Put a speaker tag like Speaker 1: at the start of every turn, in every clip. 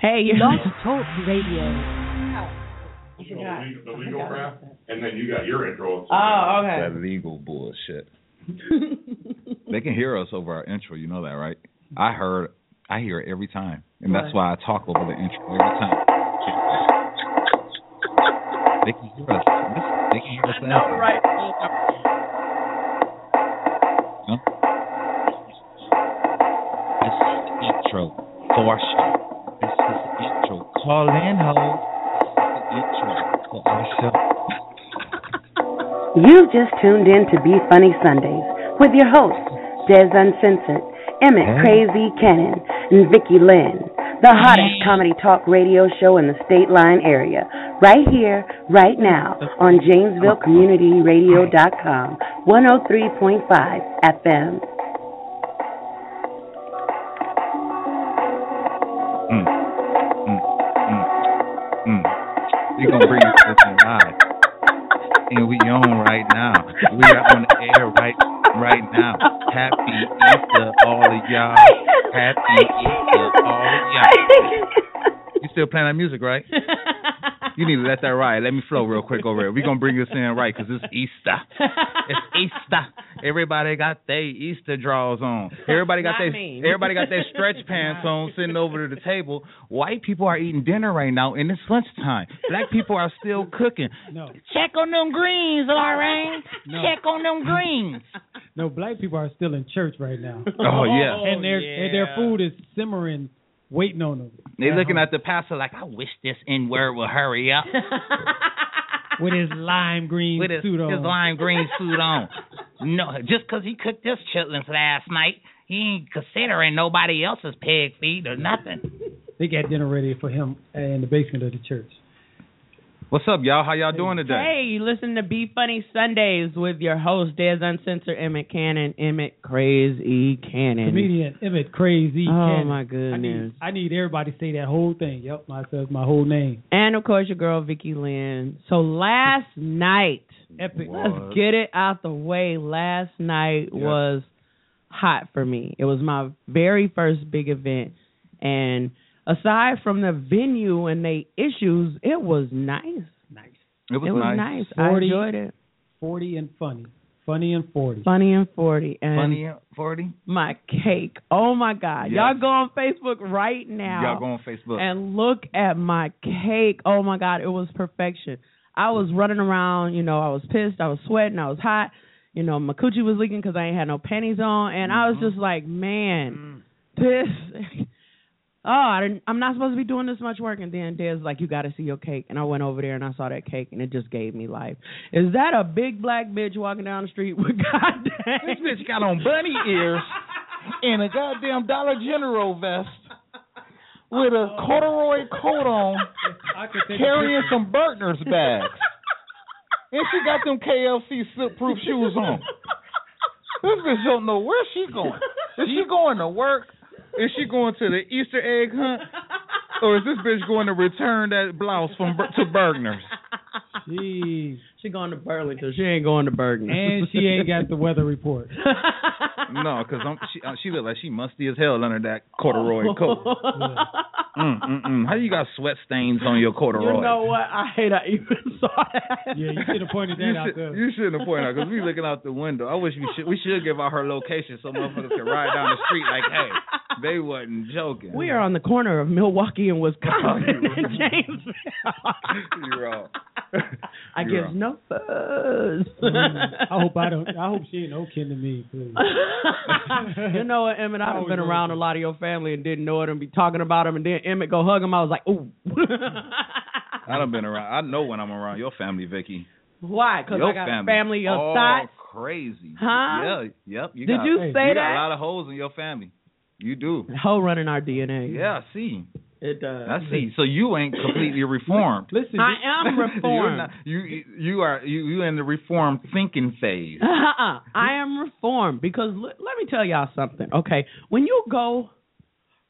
Speaker 1: Hey, you're
Speaker 2: Blog Talk Radio.
Speaker 1: I
Speaker 3: The
Speaker 1: forgot.
Speaker 3: legal- the
Speaker 1: I
Speaker 3: legal
Speaker 1: forgot
Speaker 3: crap,
Speaker 1: about
Speaker 3: and then you got your intro.
Speaker 1: that. Oh, okay.
Speaker 4: That legal bullshit. They can hear us over our intro. You know that, right? I heard. I hear it every time, and that's why I talk over the intro every time. They can hear us. This- They can hear us.
Speaker 1: I know, right?
Speaker 4: This is the intro for our show. This is the intro. Call in, ho. This is the intro for our show.
Speaker 5: You've just tuned in to Be Funny Sundays with your hosts, Des Uncensored, Emmett
Speaker 4: Hey.
Speaker 5: Crazy Cannon, and Vicky Lynn, the hottest comedy talk radio show in the state line area, right here, right now, on JamesvilleCommunityRadio.com, 103.5 FM.
Speaker 4: Mm. We gonna bring you something live, and we on right now. We are on the air right right now. Happy Easter, all of y'all. Happy Easter, all of y'all. You still playing that music, right? You need to let that ride. Let me flow real quick over here. We're going to bring this in right because it's Easter. It's Easter. Everybody got their Easter draws on. Everybody got
Speaker 1: Not
Speaker 4: their
Speaker 1: me.
Speaker 4: everybody got their stretch pants on sitting over to the table. White people are eating dinner right now and it's lunchtime. Black people are still cooking.
Speaker 6: No,
Speaker 4: Check on them greens, Lorraine.
Speaker 6: No.
Speaker 4: Check on them greens.
Speaker 6: no, black people are still in church right now,
Speaker 4: Oh yeah.
Speaker 6: and their and their food is simmering, waiting on them.
Speaker 4: They looking at the pastor like, I wish this N word would hurry up
Speaker 6: with his lime green
Speaker 4: with his,
Speaker 6: suit on.
Speaker 4: his lime green suit on. No, just 'cause he cooked his chitlins last night, he ain't considering nobody else's pig feet or nothing.
Speaker 6: They got dinner ready for him in the basement of the church.
Speaker 4: What's up, y'all? How y'all doing today?
Speaker 1: Hey, you listen to Be Funny Sundays with your host, Des Uncensored, Emmett Cannon, Emmett Crazy Cannon.
Speaker 6: Comedian Emmett Crazy.
Speaker 1: Oh,
Speaker 6: Cannon.
Speaker 1: my
Speaker 6: I
Speaker 1: goodness.
Speaker 6: need, I need everybody to say that whole thing. Yep, myself, my whole name.
Speaker 1: And of course, your girl, Vicky Lynn. So last night,
Speaker 6: Epic.
Speaker 1: let's get it out the way. Last night was hot for me. It was my very first big event. And aside from the venue and the issues, it was nice.
Speaker 6: Nice.
Speaker 1: It was nice. I
Speaker 6: 40.
Speaker 1: enjoyed it.
Speaker 6: Forty and funny. Funny and forty.
Speaker 1: Funny and 40. And
Speaker 4: Funny at 40.
Speaker 1: my cake. Oh my God.
Speaker 4: Yes.
Speaker 1: Y'all go on Facebook right now
Speaker 4: Y'all go on Facebook.
Speaker 1: and look at my cake. Oh my God. It was perfection. I was running around, you know, I was pissed, I was sweating, I was hot. You know, my coochie was leaking because I ain't had no panties on. And I was just like, man, this. Oh, I didn't, I'm not supposed to be doing this much work. And then Des like, you got to see your cake. And I went over there and I saw that cake, and it just gave me life. Is that a big black bitch walking down the street with goddamn?
Speaker 4: this bitch got on bunny ears and a goddamn Dollar General vest with a corduroy coat on,
Speaker 6: I could take a
Speaker 4: carrying
Speaker 6: picture.
Speaker 4: some Bertner's bags. And she got them KLC silk-proof shoes on. This bitch don't know where she going. Is she going to work? Is she going to the Easter egg hunt? Or is this bitch going to return that blouse from Ber- to Bergner's?
Speaker 6: Jeez.
Speaker 1: She going to Burlington. She ain't going to Bergen.
Speaker 6: And she ain't got the weather report.
Speaker 4: No, because she uh, she look like she musty as hell under that
Speaker 1: Oh.
Speaker 4: corduroy coat. Mm, mm, mm. How you got sweat stains on your corduroy?
Speaker 1: You know what? I hate I even saw that.
Speaker 6: Yeah, you should have pointed
Speaker 4: You
Speaker 6: that out
Speaker 4: should,
Speaker 6: there.
Speaker 4: you shouldn't have pointed out because we looking out the window. I wish we should we should give out her location so motherfuckers can ride down the street like, hey, they wasn't joking.
Speaker 1: We are on the corner of Milwaukee and Wisconsin
Speaker 4: Oh, you're
Speaker 1: and
Speaker 4: right.
Speaker 1: Jamesville.
Speaker 4: You're wrong.
Speaker 1: I
Speaker 4: You're
Speaker 1: gives
Speaker 4: wrong.
Speaker 1: no fuzz.
Speaker 6: Mm, I hope I don't. I hope she ain't no kin to me, please.
Speaker 1: you know what, Emmett? I've been around a lot of your family and didn't know it and be talking about him, and then Emmett go hug him. I was like, ooh.
Speaker 4: I done been around. I know when I'm around your family, Vicky.
Speaker 1: Why? Because
Speaker 4: Your
Speaker 1: I got
Speaker 4: family,
Speaker 1: family
Speaker 4: all
Speaker 1: outside.
Speaker 4: crazy.
Speaker 1: Huh?
Speaker 4: Yeah. Yep. You
Speaker 1: Did
Speaker 4: got,
Speaker 1: you
Speaker 6: hey,
Speaker 1: say
Speaker 4: you got a
Speaker 1: that?
Speaker 4: lot of holes in your family. You do.
Speaker 1: Hoe running our DNA.
Speaker 4: Yeah. I see.
Speaker 1: it does.
Speaker 4: I see. So you ain't completely reformed.
Speaker 6: Listen,
Speaker 1: I am
Speaker 4: You're
Speaker 1: reformed.
Speaker 4: not- you you are you you in the reformed thinking phase.
Speaker 1: Uh-uh. I am reformed because l- let me tell y'all something. Okay, when you go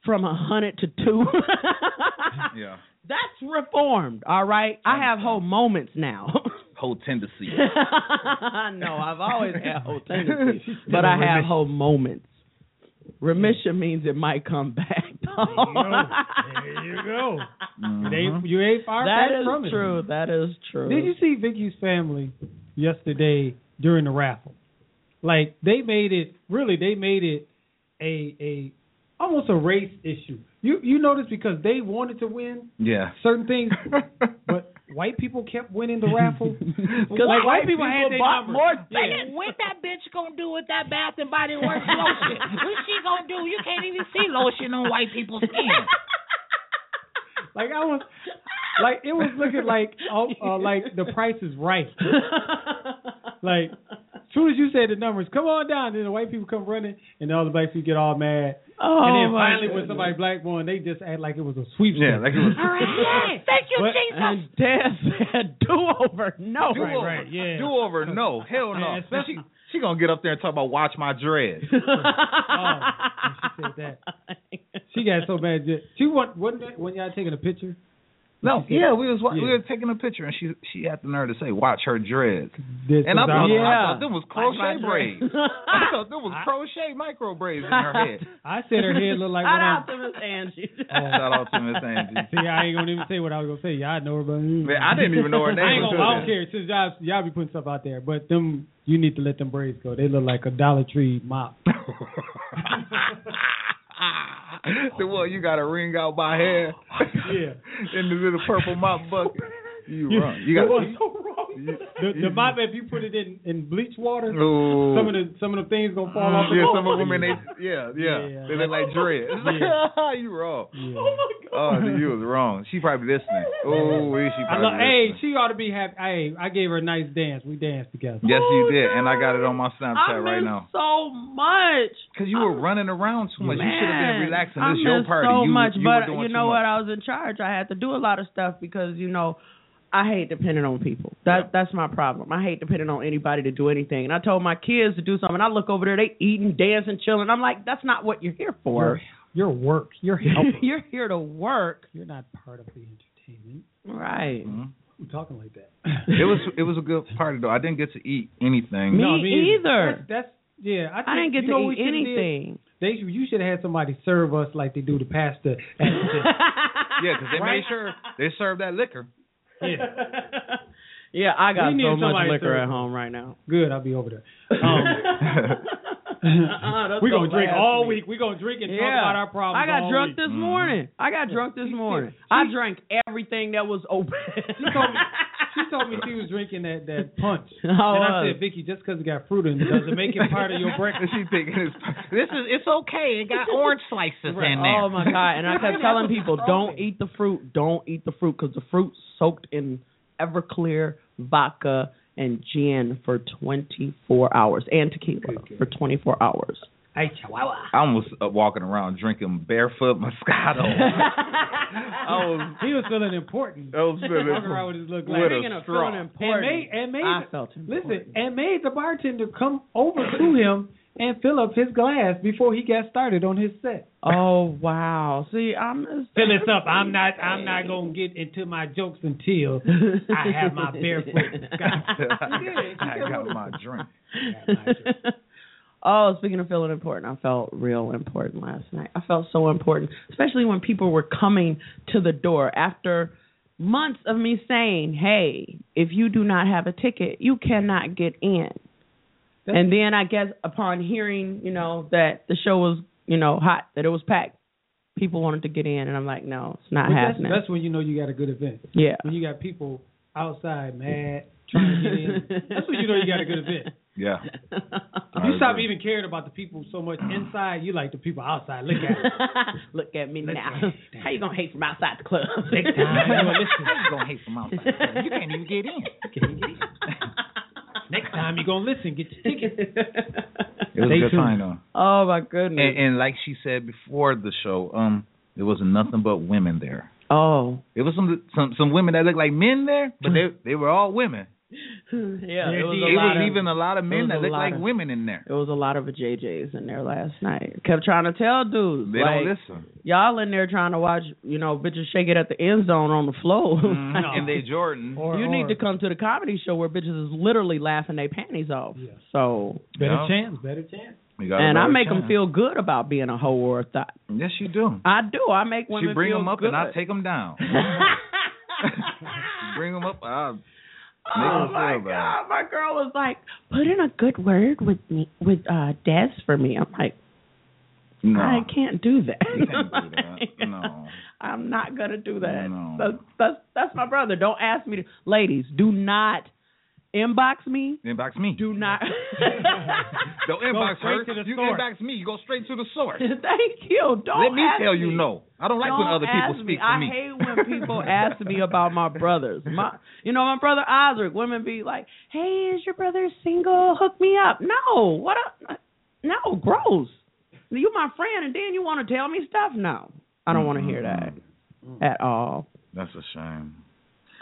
Speaker 1: from a hundred to two,
Speaker 4: Yeah.
Speaker 1: that's reformed. All right, I have whole moments now.
Speaker 4: Whole tendency.
Speaker 1: no, I've always had whole tendencies, but I have whole moments. Remission means it might come back.
Speaker 6: go. There you go.
Speaker 4: Mhm.
Speaker 6: It ain't, you ain't far
Speaker 1: that
Speaker 6: back from
Speaker 1: is
Speaker 6: it.
Speaker 1: true. That is true.
Speaker 6: Did you see Vicky's family yesterday during the raffle? Like they made it really they made it a a almost a race issue. You you notice because they wanted to win
Speaker 4: Yeah.
Speaker 6: certain things but white people kept winning the raffle.
Speaker 1: Because
Speaker 6: Like,
Speaker 1: white people
Speaker 6: had their
Speaker 1: bought
Speaker 6: numbers.
Speaker 1: more
Speaker 6: Yeah.
Speaker 3: Nigga, what that bitch gonna do with that Bath and Body Works lotion? What she gonna do? You can't even see lotion on white people's skin.
Speaker 6: Like I was like it was looking like oh, uh, like the price is right. Like as soon as you said the numbers, come on down, then the white people come running and all the black people get all mad.
Speaker 1: oh,
Speaker 6: and then
Speaker 1: my
Speaker 6: finally when
Speaker 1: goodness.
Speaker 6: somebody black won, they just act like it was a sweep.
Speaker 4: Yeah, like it was-
Speaker 3: All right, yeah. Thank you,
Speaker 6: But-
Speaker 3: Jesus.
Speaker 1: And Dad said, do over. No.
Speaker 4: Do over,
Speaker 6: right, yeah.
Speaker 4: do over, no, hell no.
Speaker 6: Yeah,
Speaker 4: Then
Speaker 6: especially-
Speaker 4: she she gonna get up there and talk about watch my dread.
Speaker 6: Oh, she said She got so bad. ju- She went wasn't that when y'all taking a picture.
Speaker 4: No,
Speaker 6: She said-
Speaker 4: yeah, we was wa- we
Speaker 6: Yeah.
Speaker 4: were taking a picture and she she had the nerve to say watch her dreads,
Speaker 6: This
Speaker 4: and I
Speaker 6: is
Speaker 4: thought,
Speaker 6: our-
Speaker 4: I
Speaker 1: Yeah.
Speaker 4: thought that was crochet braids. I thought that was crochet micro braids in her head.
Speaker 6: I said her head looked like
Speaker 1: Shout
Speaker 6: what
Speaker 1: out
Speaker 6: I.
Speaker 1: to Miss Angie.
Speaker 4: Shout out to Miss Angie.
Speaker 6: See, I ain't gonna even say what I was gonna say. Y'all know her, but
Speaker 4: Man, I didn't even know her name.
Speaker 6: I ain't gonna.
Speaker 4: until
Speaker 6: I don't care.
Speaker 4: then.
Speaker 6: Since y'all y'all be putting stuff out there, but them you need to let them braids go. They look like a Dollar Tree mop.
Speaker 4: the one you got to ring out my hair.
Speaker 6: Yeah.
Speaker 4: In the little purple mop bucket. You
Speaker 6: You-
Speaker 4: wrong. You
Speaker 6: that
Speaker 4: got
Speaker 6: was so wrong. The, the mop, if you put it in in bleach water,
Speaker 4: Ooh.
Speaker 6: some of the some of the things gonna fall off. the
Speaker 4: yeah,
Speaker 6: wall.
Speaker 4: some of them in they yeah, yeah.
Speaker 6: Yeah.
Speaker 4: They look
Speaker 1: Oh,
Speaker 4: like dreads. you wrong.
Speaker 6: Yeah.
Speaker 4: Oh, dude, you was wrong. She probably listening. Oh, she
Speaker 6: I
Speaker 4: probably
Speaker 6: love, hey,
Speaker 4: listening.
Speaker 6: she ought to be happy. Hey, I gave her a nice dance. We danced together.
Speaker 4: Yes, you
Speaker 1: Oh,
Speaker 4: did,
Speaker 1: no.
Speaker 4: and I got it on my Snapchat
Speaker 1: I
Speaker 4: right
Speaker 1: miss
Speaker 4: now.
Speaker 1: so much.
Speaker 4: Cause you were running around too much. you should have been
Speaker 1: Man,
Speaker 4: relaxing.
Speaker 1: I
Speaker 4: This your
Speaker 1: missed
Speaker 4: party.
Speaker 1: so
Speaker 4: you,
Speaker 1: much,
Speaker 4: you were
Speaker 1: but you
Speaker 4: doing too
Speaker 1: know
Speaker 4: much.
Speaker 1: what? I was in charge. I had to do a lot of stuff because you know I hate depending on people. That that's my problem. I hate depending on anybody to do anything. And I told my kids to do something. I look over there, they eating, dancing, chilling. I'm like, that's not what you're here for.
Speaker 6: Your, your work, your help.
Speaker 1: you're here to work,
Speaker 6: You're not part of the entertainment.
Speaker 1: right?
Speaker 4: Mhm.
Speaker 6: I'm talking like that.
Speaker 4: It was it was a good party though. I didn't get to eat anything.
Speaker 1: Me
Speaker 6: No,
Speaker 1: either.
Speaker 6: That's, that's yeah. I, think,
Speaker 1: I didn't get
Speaker 6: you
Speaker 1: to
Speaker 6: know what
Speaker 1: eat
Speaker 6: we should've did?
Speaker 1: anything.
Speaker 6: They should- you should have had somebody serve us like they do the pasta. At the
Speaker 4: Yeah, because they
Speaker 6: Right.
Speaker 4: made sure they served that liquor.
Speaker 6: yeah.
Speaker 1: yeah, I got
Speaker 6: We need
Speaker 1: so much
Speaker 6: somebody to
Speaker 1: liquor
Speaker 6: serve
Speaker 1: at
Speaker 6: us.
Speaker 1: home right now.
Speaker 6: Good, I'll be over there. Um,
Speaker 1: Uh-uh, that's
Speaker 6: we're
Speaker 1: so
Speaker 6: gonna drink
Speaker 1: last
Speaker 6: all
Speaker 1: week.
Speaker 6: week. We're gonna drink and talk
Speaker 1: Yeah.
Speaker 6: about our problems.
Speaker 1: I got
Speaker 6: all
Speaker 1: drunk
Speaker 6: week.
Speaker 1: this
Speaker 4: Mhm.
Speaker 1: morning. I got drunk this
Speaker 6: She-
Speaker 1: morning.
Speaker 6: she-
Speaker 1: I drank everything that was open.
Speaker 6: told me- She told me she was drinking that that punch.
Speaker 1: I
Speaker 6: and I
Speaker 1: was.
Speaker 6: said, Vicky, just because it got fruit in it doesn't make it part of your
Speaker 4: And
Speaker 6: breakfast.
Speaker 4: she thinking it's this is it's okay. It got
Speaker 3: Orange slices in there.
Speaker 1: Oh my god! And I kept telling people, don't eat the fruit, don't eat the fruit, because the fruit soaked in Everclear vodka and gin for 24 hours, and tequila for 24 hours.
Speaker 6: Hey, chihuahua.
Speaker 4: I was uh, walking around drinking barefoot Moscato. I was
Speaker 6: Oh, He was feeling important.
Speaker 4: I was feeling
Speaker 6: Walking around with his little glass.
Speaker 4: With a
Speaker 1: Speaking of
Speaker 4: straw.
Speaker 1: feeling
Speaker 6: and
Speaker 1: important,
Speaker 6: made and made
Speaker 1: I felt important.
Speaker 6: listen and made the bartender come over to him and fill up his glass before he got started on his set.
Speaker 1: Oh wow! See, I'm just
Speaker 6: Fill this up. I'm not. I'm not gonna get into my jokes until I have my barefoot.
Speaker 4: I got my drink.
Speaker 1: oh, speaking of feeling important, I felt real important last night. I felt so important, especially when people were coming to the door after months of me saying, "Hey, if you do not have a ticket, you cannot get in." and then I guess upon hearing, you know, that the show was, you know, hot, that it was packed, people wanted to get in, and I'm like, "No, it's not
Speaker 6: But that's,
Speaker 1: happening."
Speaker 6: that's when you know you got a good event.
Speaker 1: yeah.
Speaker 6: When you got people outside mad trying to get in. That's when you know you got a good event.
Speaker 4: Yeah. I
Speaker 6: You stop
Speaker 4: agree.
Speaker 6: even caring about the people so much inside. You like the people outside. Look at them.
Speaker 1: Look at me
Speaker 6: Look
Speaker 1: now.
Speaker 6: at me now.
Speaker 1: How you gonna hate from outside the club?
Speaker 6: Big time. You know, listen.
Speaker 4: How you gonna hate from outside? You can't even get in.
Speaker 6: Next time you gonna listen. Get your ticket.
Speaker 4: It was
Speaker 6: Stay
Speaker 4: a good
Speaker 6: tuned.
Speaker 4: time though.
Speaker 1: oh my goodness.
Speaker 4: And, and like she said before the show, um, there was nothing but women there.
Speaker 1: oh.
Speaker 4: There was some some some women that looked like men there, but they they were all women.
Speaker 1: Yeah. It
Speaker 6: There
Speaker 1: was,
Speaker 6: she
Speaker 1: a
Speaker 4: It
Speaker 1: lot
Speaker 4: was
Speaker 1: of,
Speaker 4: even a lot of
Speaker 1: was
Speaker 4: men
Speaker 1: a
Speaker 4: that looked
Speaker 1: lot
Speaker 4: like
Speaker 1: of-
Speaker 4: women in there.
Speaker 1: it was a lot of JJs in there last night. Kept trying to tell dudes.
Speaker 4: They
Speaker 1: like,
Speaker 4: don't listen.
Speaker 1: Y'all in there trying to watch, you know, bitches shake it at the end zone on the floor.
Speaker 6: No.
Speaker 4: And Mm-hmm. they Jordan.
Speaker 6: Or-
Speaker 1: you
Speaker 6: or-
Speaker 1: need to come to the comedy show where bitches is literally laughing their panties off.
Speaker 6: Yeah.
Speaker 1: So
Speaker 6: Better
Speaker 4: No.
Speaker 6: chance. Better chance.
Speaker 4: You gotta
Speaker 1: and
Speaker 4: let
Speaker 1: I
Speaker 4: her
Speaker 1: make them
Speaker 4: shine.
Speaker 1: feel good about being a hoe or a thought.
Speaker 4: Yes, you do.
Speaker 1: I do. I make women
Speaker 4: She bring
Speaker 1: feel
Speaker 4: them up
Speaker 1: good.
Speaker 4: and I take them down. bring them up. I
Speaker 1: Oh
Speaker 4: Make 'em
Speaker 1: my
Speaker 4: feel bad.
Speaker 1: god, my girl was like, "Put in a good word with me, with uh Des for me." I'm like,
Speaker 4: no.
Speaker 1: I can't do that.
Speaker 4: You can't do that. No.
Speaker 1: I'm not gonna do that.
Speaker 4: No.
Speaker 1: That's, that's that's my brother. Don't ask me to. Ladies, do not inbox me.
Speaker 4: Inbox me.
Speaker 1: Do not.
Speaker 4: Don't inbox
Speaker 6: straight to
Speaker 4: her.
Speaker 6: the
Speaker 4: You
Speaker 6: source.
Speaker 4: inbox me. You go straight to the source.
Speaker 1: Thank you. Don't
Speaker 4: Let me
Speaker 1: ask
Speaker 4: tell you
Speaker 1: me.
Speaker 4: no. I don't like when
Speaker 1: Don't
Speaker 4: other people
Speaker 1: ask
Speaker 4: speak
Speaker 1: me.
Speaker 4: for
Speaker 1: I
Speaker 4: me.
Speaker 1: hate when people ask me about my brothers. My, you know, my brother Isaac. Women be like, "Hey, is your brother single? Hook me up." No, what? A, no, gross. You my friend, and then you want to tell me stuff? No, I don't want to hear that at all.
Speaker 4: That's a shame.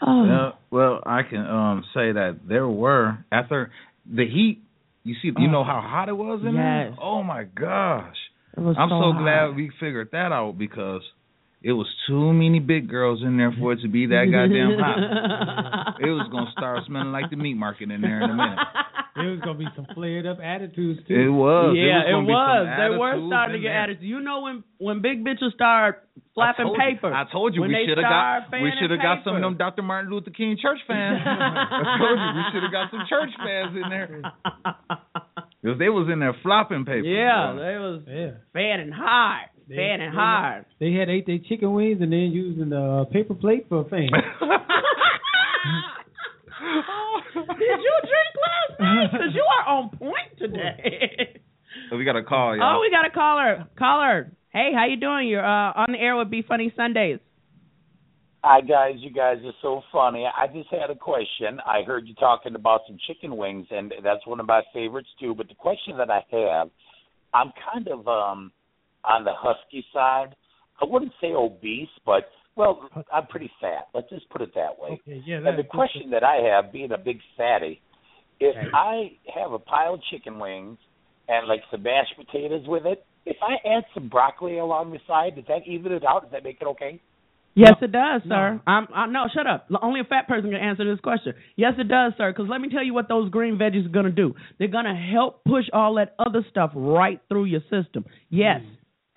Speaker 1: Oh,
Speaker 4: Yeah, well, I can um say that there were after the heat. You see, you know how hot it was in there.
Speaker 1: Oh. Yes.
Speaker 4: Oh my gosh!
Speaker 1: it was
Speaker 4: I'm so,
Speaker 1: hot.
Speaker 4: glad we figured that out because it was too many big girls in there for it to be that goddamn hot. It was gonna start smelling like the meat market in there in a minute.
Speaker 6: It was gonna be some flared up attitudes too.
Speaker 4: It was.
Speaker 1: Yeah,
Speaker 4: it was. gonna be some
Speaker 1: They were starting
Speaker 4: attitudes
Speaker 1: to
Speaker 4: in
Speaker 1: get
Speaker 4: there.
Speaker 1: attitudes. You know when when big bitches start flapping
Speaker 4: I told you-
Speaker 1: paper.
Speaker 4: I told you
Speaker 1: When
Speaker 4: we
Speaker 1: they
Speaker 4: should have got
Speaker 1: start
Speaker 4: we
Speaker 1: fanning
Speaker 4: should have got some of
Speaker 1: paper.
Speaker 4: them Dr. Martin Luther King church fans. I told you we should have got some church fans in there because they was in there flopping paper.
Speaker 1: Yeah,
Speaker 4: bro.
Speaker 1: they was
Speaker 6: Yeah.
Speaker 1: fanning hard,
Speaker 6: They-
Speaker 1: fanning
Speaker 6: they-
Speaker 1: hard.
Speaker 6: They had ate their chicken wings and then using the uh, paper plate for a fan.
Speaker 1: Did you drink last night? Because you are on point today.
Speaker 4: So we got a call, y'all.
Speaker 1: oh, we got a caller. Caller, hey, how you doing? You're uh, on the air with Be Funny Sundays.
Speaker 7: Hi guys, you guys are so funny. I just had a question. I heard you talking about some chicken wings, and that's one of my favorites too. But the question that I have, I'm kind of um on the husky side. I wouldn't say obese, but well, I'm pretty fat. Let's just put it that way.
Speaker 6: Okay, yeah.
Speaker 7: And the
Speaker 6: that-
Speaker 7: question that I have, being a big fatty, if I have a pile of chicken wings and like some mashed potatoes with it, if I add some broccoli along the side, does that even it out? Does that make it okay?
Speaker 1: Yes, it does, sir. I'm, i no, shut up. L- Only a fat person can answer this question. Yes, it does, sir. Because let me tell you what those green veggies are gonna do. They're gonna help push all that other stuff right through your system. Yes,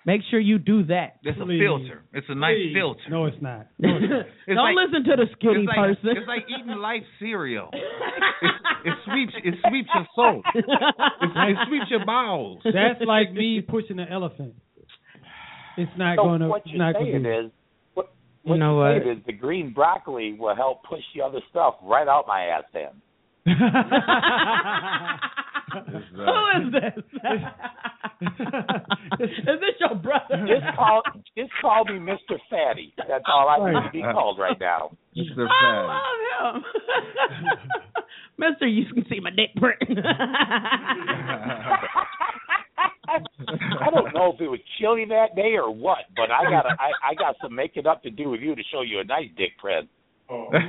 Speaker 1: make sure you do that.
Speaker 4: it's a
Speaker 6: Please.
Speaker 4: filter. It's a nice filter.
Speaker 6: No, it's not. No, it's not.
Speaker 1: Don't
Speaker 4: like-
Speaker 1: listen to the skinny
Speaker 4: it's like,
Speaker 1: person.
Speaker 4: It's like eating light cereal. It, it sweeps. It sweeps your soul. It, it sweeps your bowels.
Speaker 6: That's like me pushing an elephant. It's not
Speaker 7: So
Speaker 6: gonna.
Speaker 7: what
Speaker 6: it's
Speaker 7: you're
Speaker 6: not gonna.
Speaker 7: saying
Speaker 6: do
Speaker 7: is, what,
Speaker 1: You
Speaker 7: what
Speaker 1: know
Speaker 7: you're
Speaker 1: what?
Speaker 7: saying is the green broccoli will help push the other stuff right out my ass. Then
Speaker 1: Who is this? is this your brother?
Speaker 7: just call just call me Mr. Fatty. That's all I need to be
Speaker 4: Right.
Speaker 7: called right now.
Speaker 4: It's the fact.
Speaker 1: I love him. Mister, you can see my dick print.
Speaker 7: I don't know if it was chilly that day or what, but I got I, I got some making up to do with you to show you a nice dick print.
Speaker 1: Oh. you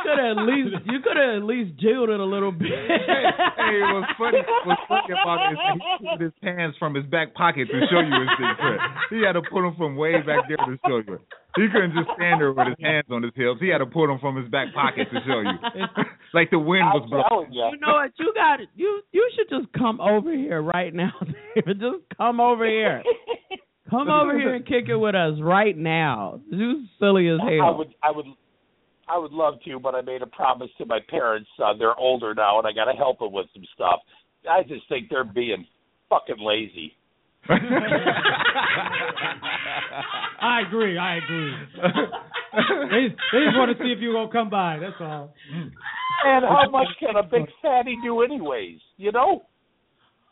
Speaker 1: could have at least you could have at least jiggled it a little bit.
Speaker 4: hey, hey, what's funny, what's funny about this, he pulled his hands from his back pocket to show you his dick print. He had to pull them from way back there to show you. He couldn't just stand there with his hands on his hips. He had to pull them from his back pocket to show you. like the wind was
Speaker 7: I'm
Speaker 4: blowing.
Speaker 7: telling you.
Speaker 1: You know what? You got it. You you should just come over here right now, David. Just come over here. Come over here and kick it with us right now. You silly as
Speaker 7: I
Speaker 1: hell.
Speaker 7: would I would I would love to, but I made a promise to my parents. Uh, they're older now, and I got to help them with some stuff. I just think they're being fucking lazy.
Speaker 6: I agree. I agree. They just, they just want to see if you're gonna come by. That's all.
Speaker 7: And how much can a big fatty do, anyways? You know.
Speaker 1: Oh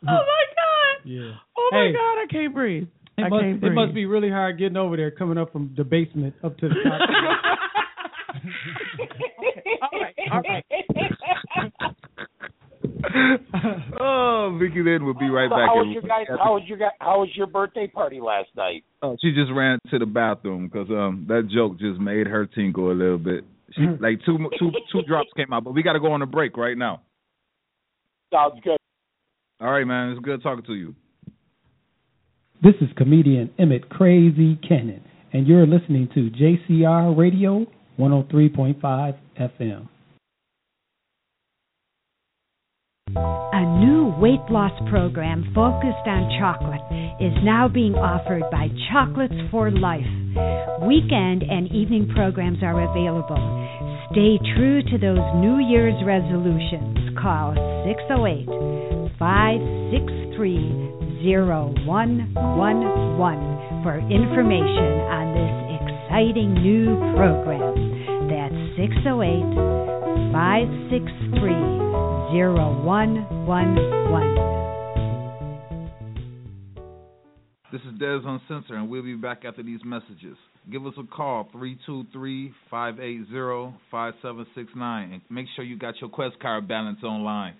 Speaker 1: my god.
Speaker 6: Yeah.
Speaker 1: Oh my
Speaker 6: Hey.
Speaker 1: god, I can't breathe.
Speaker 6: It
Speaker 1: I
Speaker 6: must,
Speaker 1: can't
Speaker 6: it
Speaker 1: breathe.
Speaker 6: must be really hard getting over there, coming up from the basement up to the top.
Speaker 4: oh, Vicky Lynn will be right
Speaker 7: So
Speaker 4: back.
Speaker 7: how was your
Speaker 4: everybody.
Speaker 7: guys? How was your guy, How was your birthday party last night?
Speaker 4: Oh, she just ran to the bathroom because um that joke just made her tinkle a little bit. She
Speaker 7: Mm.
Speaker 4: like two two two drops came out, but we got to go on a break right now.
Speaker 7: Sounds good.
Speaker 4: All right, man, it's good talking to you.
Speaker 6: This is comedian Emmett Crazy Cannon, and you're listening to JCR Radio 103.5 FM.
Speaker 2: A new weight loss program focused on chocolate is now being offered by Chocolates for Life. Weekend and evening programs are available. Stay true to those New Year's resolutions. Call 608 563 0111 for information on this exciting new program. That's 608 563 0111.
Speaker 4: This is Des Uncensored, and we'll be back after these messages. Give us a call, 323-580-5769, and make sure you got your Quest card balance online.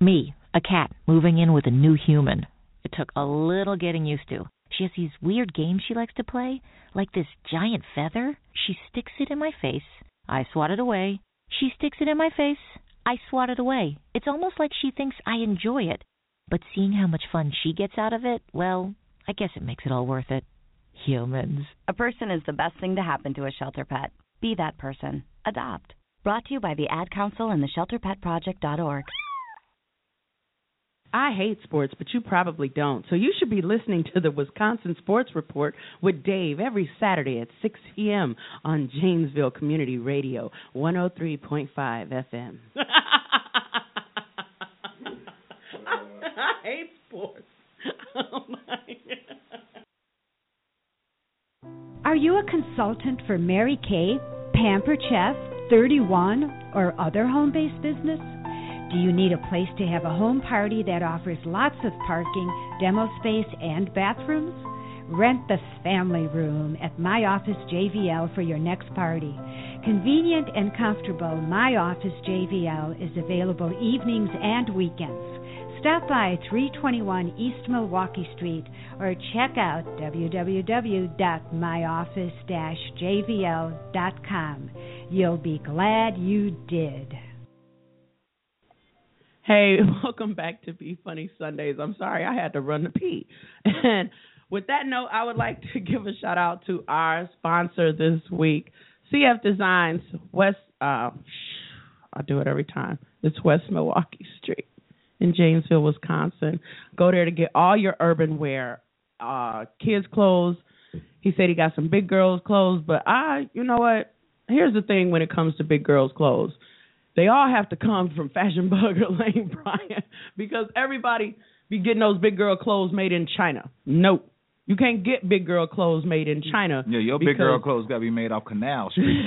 Speaker 8: Me, a cat, moving in with a new human. It took a little getting used to. She has these weird games she likes to play, like this giant feather. She sticks it in my face. I swat it away. She sticks it in my face. I swat it away. It's almost like she thinks I enjoy it. But seeing how much fun she gets out of it, well, I guess it makes it all worth it. Humans.
Speaker 9: A person is the best thing to happen to a shelter pet. Be that person. Adopt. Brought to you by the Ad Council and the ShelterPetProject.org.
Speaker 1: I hate sports, but you probably don't. So you should be listening to the Wisconsin Sports Report with Dave every Saturday at 6 p.m. on Janesville Community Radio, 103.5 FM. I hate sports. Oh my
Speaker 2: Are you a consultant for Mary Kay, Pamper Chef, 31, or other home based business? Do you need a place to have a home party that offers lots of parking, demo space, and bathrooms? Rent the family room at My Office JVL for your next party. Convenient and comfortable, My Office JVL is available evenings and weekends. Stop by 321 East Milwaukee Street or check out www.myoffice-jvl.com. You'll be glad you did.
Speaker 1: Hey, welcome back to Be Funny Sundays. I'm sorry I had to run the pee. And with that note, I would like to give a shout out to our sponsor this week, CF Designs West. Uh, I do it every time. It's West Milwaukee Street in Janesville, Wisconsin. Go there to get all your urban wear, uh, kids clothes. He said he got some big girls clothes, but I, you know what? Here's the thing when it comes to big girls clothes they all have to come from Fashion Bug or Lane Bryant because everybody be getting those big girl clothes made in China. Nope. You can't get big girl clothes made in China.
Speaker 4: Yeah, your big
Speaker 1: because-
Speaker 4: girl clothes got to be made off Canal Street.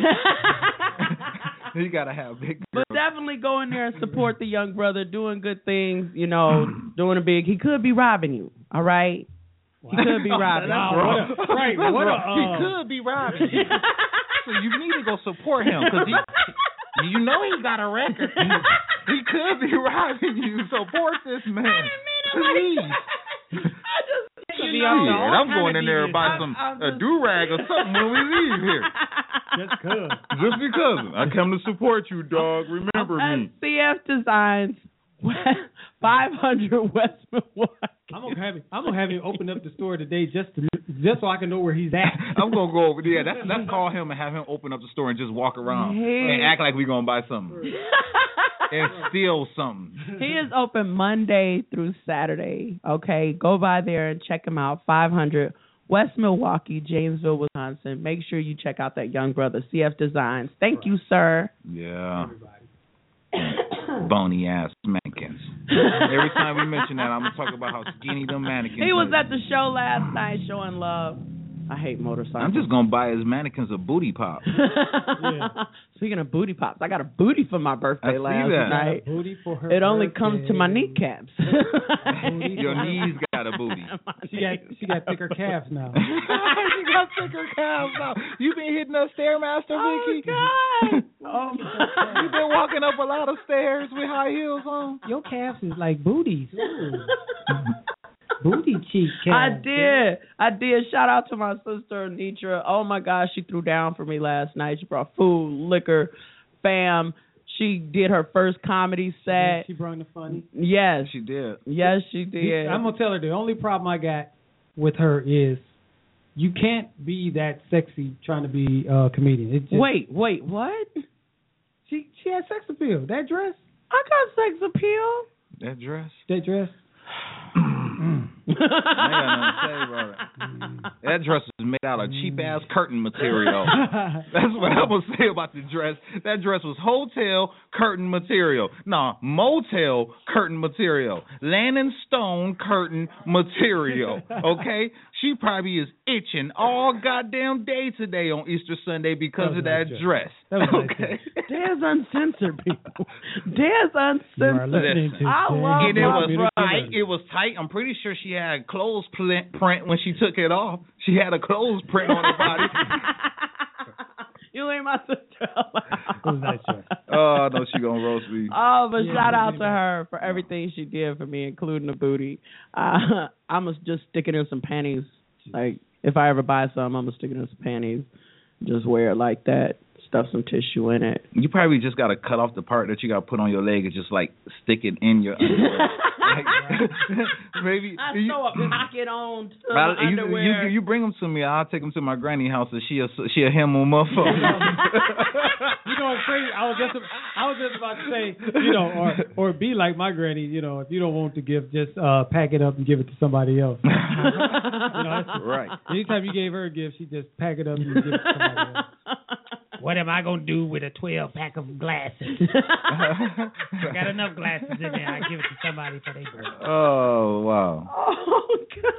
Speaker 4: you got to have big girl.
Speaker 1: But definitely go in there and support the young brother doing good things, you know, doing a big. He could be robbing you, all right? He could be robbing you.
Speaker 6: Wow, what a- right, what a,
Speaker 1: uh,
Speaker 6: um,
Speaker 4: he could be robbing. you. so you need to go support him because he, you know he got a record. he could be robbing you. Support this man. Please.
Speaker 1: You
Speaker 4: Shit,
Speaker 1: know, all
Speaker 4: I'm
Speaker 1: kinda
Speaker 4: going in there and buy
Speaker 1: devious.
Speaker 4: some
Speaker 1: I'm- I'm
Speaker 4: a
Speaker 1: just-
Speaker 4: do rag or something when we leave here.
Speaker 6: Just cuz.
Speaker 4: Just because I come to support you, dog. Remember me.
Speaker 1: At CF Designs, 500 West Milwaukee.
Speaker 6: I'm gonna have him. I'm gonna have him open up the store today just to just so I can know where he's at.
Speaker 4: I'm gonna go over there. That's, let's call him and have him open up the store and just walk around
Speaker 1: Hey.
Speaker 4: and act like we gonna buy something and steal something.
Speaker 1: He is open Monday through Saturday. Okay, go by there and check him out. 500 West Milwaukee, Janesville, Wisconsin. Make sure you check out that young brother, CF Designs. Thank you, sir.
Speaker 4: Yeah. Bony ass mannequins. Every time we mention that, I'm gonna talk about how skinny them mannequins.
Speaker 1: He was
Speaker 4: are.
Speaker 1: at the show last night showing love. I hate motorcycles.
Speaker 4: I'm just gonna buy his mannequins a booty pop.
Speaker 1: Speaking of booty pops, I got a booty for my
Speaker 4: I
Speaker 1: birthday
Speaker 4: see
Speaker 1: last
Speaker 4: that.
Speaker 1: night.
Speaker 6: Booty for her.
Speaker 1: It only
Speaker 6: birthday.
Speaker 1: comes to my kneecaps.
Speaker 4: Your knees got a booty.
Speaker 1: My
Speaker 6: She got she got thicker calves now.
Speaker 4: you got thicker calves now. You been hitting up stairmaster,
Speaker 1: Oh,
Speaker 4: Vicky.
Speaker 1: God. Oh my.
Speaker 4: You been walking up a lot of stairs with high heels on.
Speaker 6: Your calves is like booties. Ooh. Booty cheek
Speaker 1: I
Speaker 6: calves.
Speaker 1: did. I did. Shout out to my sister Nitra. Oh my gosh, she threw down for me last night. She brought food, liquor, fam. She did her first comedy set.
Speaker 6: She brought the funny.
Speaker 1: Yes.
Speaker 4: She did.
Speaker 1: Yes, she did.
Speaker 6: I'm gonna tell her the only problem I got with her is you can't be that sexy trying to be uh, a comedian. It just,
Speaker 1: Wait, wait, what?
Speaker 6: she she had sex appeal. That dress.
Speaker 1: I got sex appeal.
Speaker 4: That dress.
Speaker 6: That dress.
Speaker 4: I ain't got nothing to say about it. That dress is made out of cheap ass curtain material. That's what I would say about the dress. That dress was hotel curtain material. Nah, motel curtain material. Lannon Stone curtain material. Okay? She probably is itching all goddamn day today on Easter Sunday because
Speaker 6: That was
Speaker 4: of
Speaker 6: a
Speaker 4: that
Speaker 6: nice joke.
Speaker 4: dress.
Speaker 6: That was a nice
Speaker 4: okay.
Speaker 1: There's uncensored people. There's
Speaker 6: You are
Speaker 1: uncensored.
Speaker 6: listening to
Speaker 1: I love
Speaker 6: Dave
Speaker 4: And
Speaker 1: my
Speaker 6: Rock
Speaker 4: it was
Speaker 6: Computer
Speaker 4: tight.
Speaker 6: Killer.
Speaker 4: It was tight. I'm pretty sure she had clothes pl- print when she took it off. She had a clothes print on her body.
Speaker 1: you ain't my sister.
Speaker 6: was nice, sir.
Speaker 4: oh no, she gonna roast me.
Speaker 1: Oh, but
Speaker 6: Yeah,
Speaker 1: shout
Speaker 6: you
Speaker 1: out
Speaker 6: did
Speaker 1: to
Speaker 6: that.
Speaker 1: her for everything she did for me, including the booty. Uh, I'm gonna just stick it in some panties. Like if I ever buy some, I'm gonna stick it in some panties. Just wear it like that. Stuff some tissue in it.
Speaker 4: You probably just gotta cut off the part that you gotta put on your leg and just like stick it in your underwear. like, maybe
Speaker 1: I
Speaker 4: you,
Speaker 1: sew a pocket on some
Speaker 4: Well, you,
Speaker 1: underwear.
Speaker 4: you you bring them to me. I'll take them to my granny house and she a she a him on
Speaker 6: You know what's crazy? I was just I was just about to say, you know, or or be like my granny, you know, if you don't want to give, just uh pack it up and give it to somebody else. You know, that's-
Speaker 4: right.
Speaker 6: anytime you gave her a gift, she just pack it up and give it to somebody else.
Speaker 3: What am I gonna do with a twelve pack of glasses? I got enough glasses in there. I give it to somebody for they birthday.
Speaker 4: oh wow.
Speaker 1: oh God.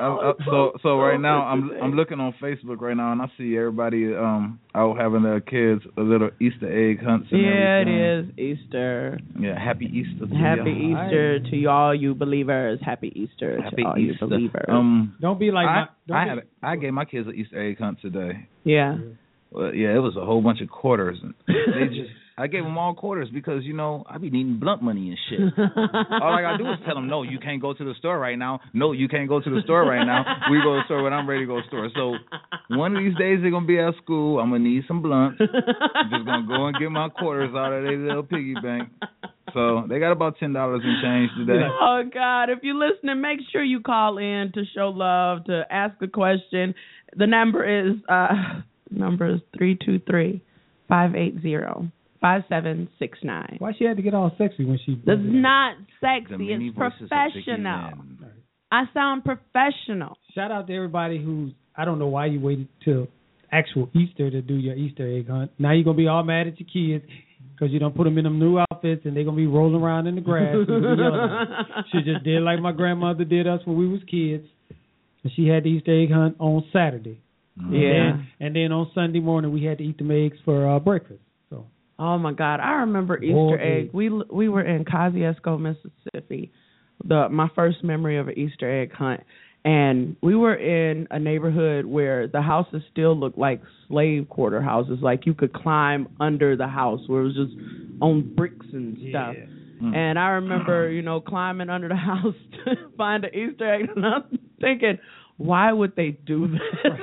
Speaker 4: I'm, uh, so so right now I'm I'm looking on Facebook right now and I see everybody um out having their kids a little Easter egg hunts. And
Speaker 1: Yeah, it
Speaker 4: everything.
Speaker 1: is Easter.
Speaker 4: Yeah, happy Easter. To
Speaker 1: Happy
Speaker 4: y'all.
Speaker 1: Easter to y'all, you believers. Happy Easter
Speaker 4: Happy
Speaker 1: to all
Speaker 4: Easter.
Speaker 1: you believers.
Speaker 4: Um,
Speaker 6: Don't be like
Speaker 4: I
Speaker 6: my,
Speaker 4: I,
Speaker 6: don't
Speaker 4: had
Speaker 6: be,
Speaker 4: a, I gave my kids an Easter egg hunt today.
Speaker 1: yeah.
Speaker 4: Well, yeah, it was a whole bunch of quarters. And they just I gave them all quarters because you know I be needing blunt money and shit. All I gotta do is tell them, no, you can't go to the store right now. No, you can't go to the store right now. We go to the store when I'm ready to go to the store. So one of these days they're gonna be at school. I'm gonna need some blunts. I'm just gonna go and get my quarters out of their little piggy bank. So they got about ten dollars in change today.
Speaker 1: Oh God! If you're listening, make sure you call in to show love, to ask a question. The number is uh number is three two three five eight zero five seven six nine.
Speaker 6: why she had to get all sexy when she
Speaker 1: That's not
Speaker 4: The
Speaker 1: sexy.
Speaker 4: mini
Speaker 1: It's
Speaker 4: voices of Vicki
Speaker 1: professional.
Speaker 4: Lynn.
Speaker 1: I sound professional.
Speaker 6: Shout out to everybody who's I don't know why you waited till actual Easter to do your Easter egg hunt. Now you're gonna be all mad at your kids because you don't put them in them new outfits and they're gonna be rolling around in the grass. and you're gonna be yelling at them. she just did like my grandmother did us when we was kids. And she had the Easter egg hunt on Saturday.
Speaker 1: Yeah.
Speaker 6: And, and then on Sunday morning we had to eat them eggs for uh, breakfast. So
Speaker 1: Oh my God! I remember
Speaker 6: Boiled
Speaker 1: Easter egg.
Speaker 6: egg.
Speaker 1: We we were in Kosciuszko, Mississippi. The my first memory of an Easter egg hunt, and we were in a neighborhood where the houses still looked like slave quarter houses. Like you could climb under the house, where it was just on bricks and stuff.
Speaker 6: Mm.
Speaker 1: And I remember, you know, climbing under the house to find an Easter egg, and I'm thinking, why would they do this?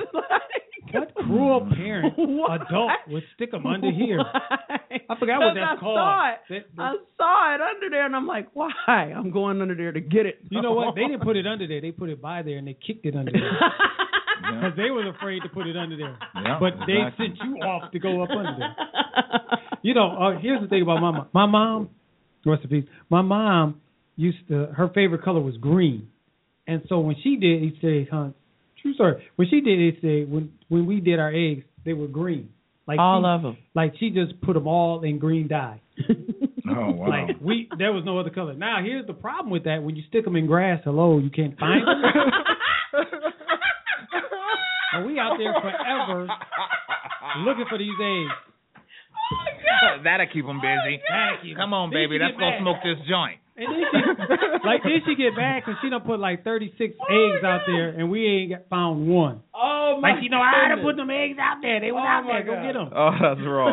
Speaker 1: Like,
Speaker 6: what cruel parent
Speaker 1: What?
Speaker 6: adult would stick them under here?
Speaker 1: Why?
Speaker 6: I forgot what
Speaker 1: 'Cause
Speaker 6: that's
Speaker 1: I
Speaker 6: called.
Speaker 1: Saw it.
Speaker 6: That- that-
Speaker 1: I saw it under there, and I'm like, why? I'm going under there to get it.
Speaker 6: You know what? They didn't put it under there. They put it by there and they kicked it under there
Speaker 4: Yeah.
Speaker 6: because they was afraid to put it under there.
Speaker 4: Yeah,
Speaker 6: but they
Speaker 4: exactly.
Speaker 6: sent you off to go up under there. You know, uh, here's the thing about my mom. My mom, rest in peace. My mom used to her favorite color was green, and so when she did Easter egg hunts, true story. When she did Easter egg, when when we did our eggs, they were green. Like
Speaker 1: All
Speaker 6: she,
Speaker 1: of them.
Speaker 6: Like she just put them all in green dye.
Speaker 4: Oh wow.
Speaker 6: Like we, there was no other color. Now here's the problem with that: when you stick them in grass, hello, you can't find them. and we out there forever looking for these eggs. Oh,
Speaker 4: That'll keep them busy. Come on,
Speaker 6: Then
Speaker 4: baby.
Speaker 6: she
Speaker 4: Let's
Speaker 6: get
Speaker 4: go
Speaker 6: mad.
Speaker 4: smoke this joint.
Speaker 6: And then she, like then she get mad because she done put like 36 eggs out there, and we ain't got- found one.
Speaker 1: Oh my!
Speaker 3: Like you know, I had to put them eggs out there. They was
Speaker 6: oh
Speaker 3: out
Speaker 6: my
Speaker 3: there. Go
Speaker 6: God.
Speaker 3: get them.
Speaker 4: Oh, that's wrong.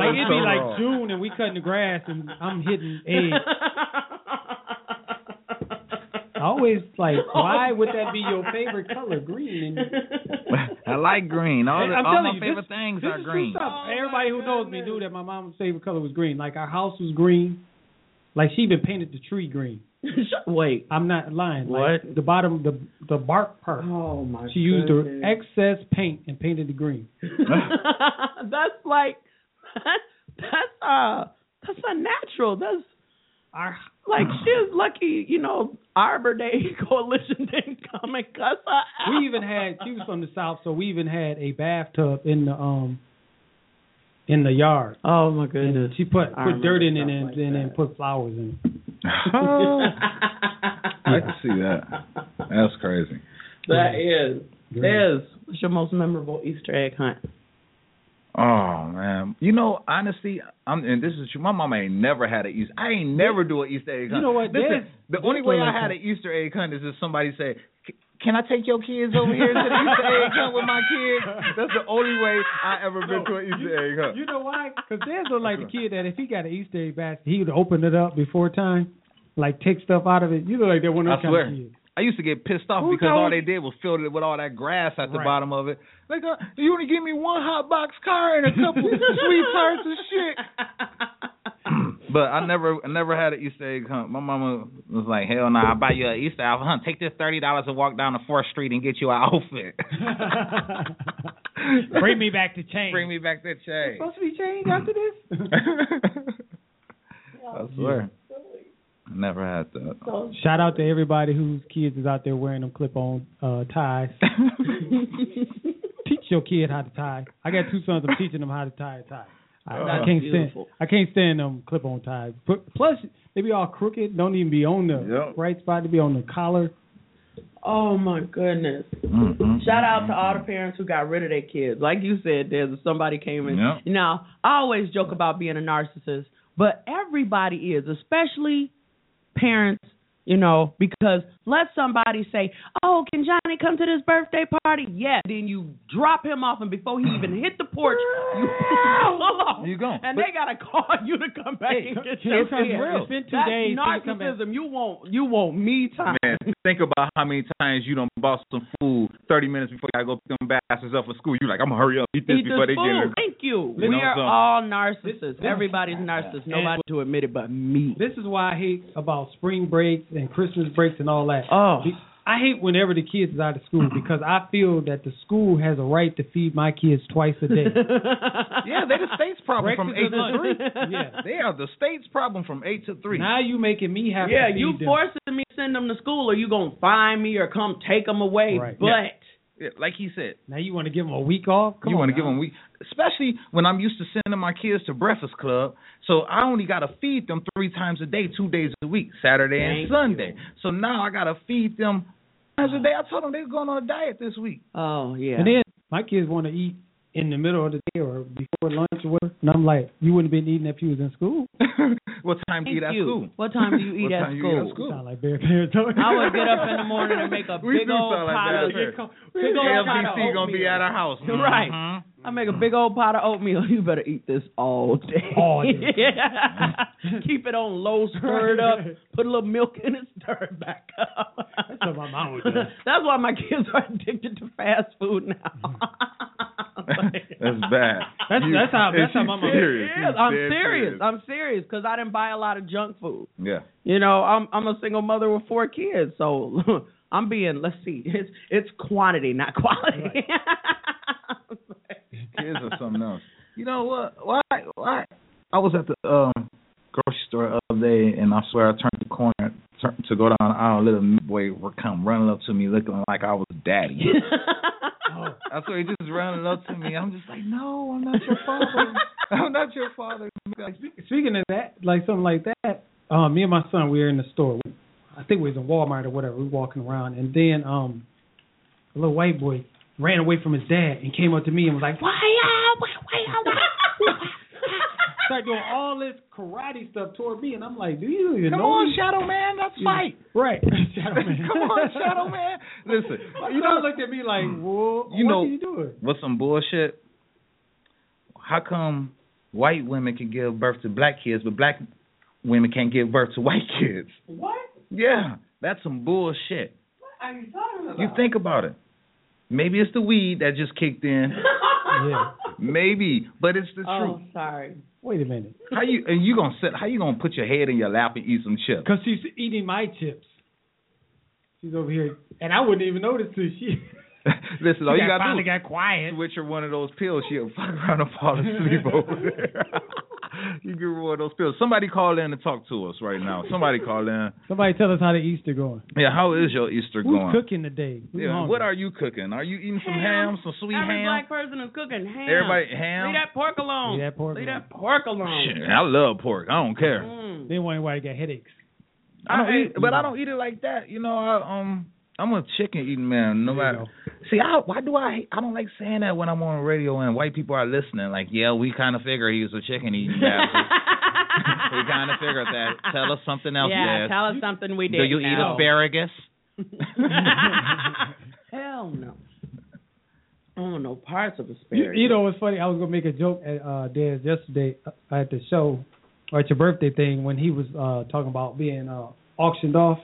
Speaker 6: Like
Speaker 4: is
Speaker 6: it'd
Speaker 4: so
Speaker 6: be like
Speaker 4: wrong.
Speaker 6: June, and we cutting the grass, and I'm hitting eggs. I always like, why would that be your favorite color, green? And
Speaker 4: I like green. All, the,
Speaker 6: I'm
Speaker 4: all
Speaker 6: telling
Speaker 4: my
Speaker 6: you, this-
Speaker 4: favorite things
Speaker 6: this
Speaker 4: are
Speaker 6: is true
Speaker 4: green.
Speaker 6: stuff. Everybody who knows me knew that my mom's favorite color was green. Like our house was green. Like she even painted the tree green.
Speaker 1: Wait.
Speaker 6: I'm not lying. Like, the bottom, the the bark part.
Speaker 1: Oh my!
Speaker 6: She used the
Speaker 1: goodness.
Speaker 6: excess paint and painted it green.
Speaker 1: that's like that's uh that's unnatural. That's
Speaker 3: Our
Speaker 1: Like she's lucky, you know, Arbor Day coalition didn't come and cuss her out.
Speaker 6: we even had she was from the south, so we even had a bathtub in the um in the yard.
Speaker 1: Oh my
Speaker 6: And
Speaker 1: goodness.
Speaker 6: she put
Speaker 1: I
Speaker 6: put dirt
Speaker 1: remember
Speaker 6: in it and,
Speaker 1: stuff like
Speaker 6: and then
Speaker 1: that.
Speaker 6: put flowers in it.
Speaker 4: Oh, I can see that. That's crazy.
Speaker 1: That is.
Speaker 6: Great.
Speaker 1: Is what's your most memorable Easter egg hunt?
Speaker 4: Oh man, you know honestly, I'm and this is true. My mama ain't never had an Easter. I ain't never do an Easter egg hunt.
Speaker 6: know what?
Speaker 4: Listen,
Speaker 6: There's-
Speaker 4: the
Speaker 6: there's
Speaker 4: only way
Speaker 6: one
Speaker 4: I
Speaker 6: like
Speaker 4: had
Speaker 6: that.
Speaker 4: an Easter egg hunt is if somebody say, "C- "Can I take your kids over here to the Easter egg hunt with my kids?" That's the only way I ever been to an Easter egg hunt.
Speaker 6: You know why? Because there's a, like the kid that if he got an Easter egg basket, he would open it up before time, like take stuff out of it. You look like that one of those
Speaker 4: I
Speaker 6: kind
Speaker 4: swear.
Speaker 6: of kids.
Speaker 4: I used to get pissed off
Speaker 6: Who
Speaker 4: because
Speaker 6: told-
Speaker 4: all they did was filled it with all that grass at the
Speaker 6: Right.
Speaker 4: bottom of it. Like, uh, you only give me one hot box car and a couple sweet tarts and shit. but I never, I never had an Easter egg hunt. My mama was like, "Hell no, I'll buy you an Easter egg hunt. Take this thirty dollars and walk down to Fourth Street and get you an outfit.
Speaker 3: bring me back to change.
Speaker 4: bring me back that change."
Speaker 6: Supposed to be changed after this?
Speaker 4: I swear, I never had that.
Speaker 6: Shout out to everybody whose kids is out there wearing them clip-on uh, ties. Teach your kid how to tie. I got two sons. I'm teaching them how to tie a tie. I, I
Speaker 1: That's
Speaker 6: can't
Speaker 1: Oh, beautiful.
Speaker 6: stand. I can't stand them clip-on ties. Pl- Plus, they be all crooked. Don't even be on the
Speaker 4: Yep.
Speaker 6: right spot. They be on the collar.
Speaker 1: Oh my goodness.
Speaker 4: Mm-mm.
Speaker 1: Shout out to all the parents who got rid of their kids. Like you said, there's somebody came in.
Speaker 4: Yep.
Speaker 1: Now, I always joke about being a narcissist, but everybody is, especially parents, you know, because let somebody say, Oh, can Johnny come to this birthday party? Yeah. Then you drop him off and before he even hit the porch, you pull off.
Speaker 4: You gone.
Speaker 1: And
Speaker 4: But-
Speaker 1: they gotta call you to come back and get
Speaker 6: Hey,
Speaker 1: your
Speaker 6: it's been-
Speaker 1: kid.
Speaker 6: it's been two
Speaker 1: That's
Speaker 6: days since you come back.
Speaker 1: narcissism. You want you want me time.
Speaker 4: Man, think about how many times you don't bought some food thirty minutes before you gotta go pick them bastards up for school. You like, I'm gonna hurry up, eat this
Speaker 1: Eat this
Speaker 4: before they get
Speaker 1: food.
Speaker 4: here.
Speaker 1: Thank you. we
Speaker 4: You know
Speaker 1: are
Speaker 4: something?
Speaker 1: all narcissists. Everybody's narcissist. Nobody to admit it but me.
Speaker 6: This is why I hate about spring breaks and Christmas breaks and all that.
Speaker 1: Oh.
Speaker 6: Be- I hate whenever the kids is out of school because I feel that the school has a right to feed my kids twice a day.
Speaker 4: Yeah, they the state's problem from eight
Speaker 6: Breakfast
Speaker 4: to
Speaker 6: and
Speaker 4: three.
Speaker 6: lunch. yeah.
Speaker 4: They are the state's problem from eight to three.
Speaker 6: Now you making me have
Speaker 1: yeah,
Speaker 6: to feed
Speaker 1: you
Speaker 6: them.
Speaker 1: forcing me to send them to school, or you gonna find me or come take them away.
Speaker 6: Right.
Speaker 1: But
Speaker 4: Yeah, like he said,
Speaker 6: Now you want to give them a week off? Come
Speaker 4: you
Speaker 6: on
Speaker 4: want to
Speaker 6: now.
Speaker 4: give them week, especially when I'm used to sending my kids to Breakfast Club. So I only gotta feed them three times a day, two days a week, Saturday
Speaker 1: Thank
Speaker 4: and Sunday. So now I gotta feed them times a day. I told them they was going on a diet this week.
Speaker 1: oh yeah,
Speaker 6: And then my kids want to eat in the middle of the day or before lunch or whatever, and I'm like, you wouldn't have been eating if you was in school.
Speaker 4: what time do you
Speaker 1: Thank
Speaker 4: eat at
Speaker 1: you.
Speaker 4: school?
Speaker 1: What time do you eat
Speaker 4: What
Speaker 1: at
Speaker 4: time you eat at
Speaker 1: school?
Speaker 4: school?
Speaker 6: Sound like Bear Bear talking.
Speaker 1: I would get up in the morning and make a
Speaker 4: We
Speaker 1: big
Speaker 4: do
Speaker 1: old
Speaker 4: sound like
Speaker 1: pot
Speaker 4: that,
Speaker 1: of
Speaker 4: here.
Speaker 1: big old pot of
Speaker 4: LBC gonna be
Speaker 1: oatmeal.
Speaker 4: at our house.
Speaker 1: Right.
Speaker 4: Mhm.
Speaker 1: I make a big old pot of oatmeal. You better eat this all day.
Speaker 6: All day.
Speaker 1: yeah. Keep it on low, stir it up. Put a little milk in it, stir it back up. That's
Speaker 6: what my mom would do.
Speaker 1: That's why my kids are addicted to fast food now.
Speaker 4: that's bad.
Speaker 6: That's- that's how-
Speaker 4: and
Speaker 6: that's how
Speaker 4: she's
Speaker 6: my mom-
Speaker 4: serious.
Speaker 1: Yes,
Speaker 4: She's
Speaker 1: I'm
Speaker 4: dead
Speaker 1: serious. I'm serious because I didn't buy a lot of junk food.
Speaker 4: Yeah.
Speaker 1: You know, I'm I'm a single mother with four kids, so I'm being let's see, it's it's quantity, not quality.
Speaker 4: Kids or something else. You know what? Why? Why? I was at the um, grocery store the other day, and I swear I turned the corner turned to go down the aisle. and Little boy would come running up to me, looking like I was daddy. I swear Oh, he just running up to me. I'm just like, no, I'm not your father. I'm not your father.
Speaker 6: Speaking of that, like something like that, um, me and my son, we were in the store. I think we was in Walmart or whatever. We were walking around, and then um, a little white boy ran away from his dad and came up to me and was like, "Why y'all? Why why y'all? Why?" Started doing all this karate stuff toward me, and I'm like, "Do you even
Speaker 4: Come
Speaker 6: know
Speaker 4: on,
Speaker 6: me?"
Speaker 4: Shadow Man, let's fight.
Speaker 6: Right, Shadow Man.
Speaker 4: Come on, Shadow Man. Listen,
Speaker 6: My
Speaker 4: you
Speaker 6: son
Speaker 4: know, Hmm.
Speaker 6: looked at me like, "Whoa,
Speaker 4: You
Speaker 6: what
Speaker 4: know-
Speaker 6: are you doing?"
Speaker 4: what's some bullshit? How come white women can give birth to black kids, but black women can't give birth to white kids? What? Yeah, that's some bullshit. What are you talking about? You think about it. Maybe it's the weed that just kicked in.
Speaker 6: Yeah. Um,
Speaker 4: Maybe, but it's the truth.
Speaker 1: sorry.
Speaker 6: Wait a minute,
Speaker 4: How you and you gonna sit? How you gonna put your head in your lap and eat some chips?
Speaker 6: because she's eating my chips. She's over here, and I wouldn't even notice till she.
Speaker 4: Listen, all you
Speaker 3: I
Speaker 4: gotta do
Speaker 3: finally got quiet.
Speaker 4: switch her one of those pills, she'll fuck around and fall asleep over there. you get rid of those pills. Somebody call in and talk to us right now. Somebody call in.
Speaker 6: Somebody tell us how the Easter going.
Speaker 4: Yeah, how is your Easter
Speaker 6: Who's
Speaker 4: going?
Speaker 6: cooking today? Who's
Speaker 4: Yeah,
Speaker 6: hungry?
Speaker 4: what are you cooking? Are you eating some
Speaker 1: Ham.
Speaker 4: ham, some sweet
Speaker 1: Every
Speaker 4: ham?
Speaker 1: black person is cooking ham.
Speaker 4: Everybody ham.
Speaker 1: Leave that pork alone.
Speaker 6: Leave that pork
Speaker 1: Leave
Speaker 6: alone.
Speaker 1: that pork alone.
Speaker 4: Shit, I love pork. I don't care.
Speaker 1: Mm.
Speaker 6: They want anybody to get headaches.
Speaker 4: I don't
Speaker 1: I-
Speaker 4: eat, but I don't eat it like that. You know, I um, I'm a chicken eating man. No
Speaker 6: There you
Speaker 4: matter. See, I, why do I? I don't like saying that when I'm on radio and white people are listening. Like, yeah, we kind of figure he was a chicken eating bastard. we kind of figured that. Tell us something else.
Speaker 1: Yeah,
Speaker 4: Des.
Speaker 1: tell us something we did.
Speaker 4: do you eat asparagus?
Speaker 1: Hell no. I don't know parts of
Speaker 6: You,
Speaker 1: asparagus.
Speaker 6: you know what's funny? I was gonna make a joke at uh Dan's yesterday uh, at the show or at your birthday thing when he was uh talking about being uh auctioned off.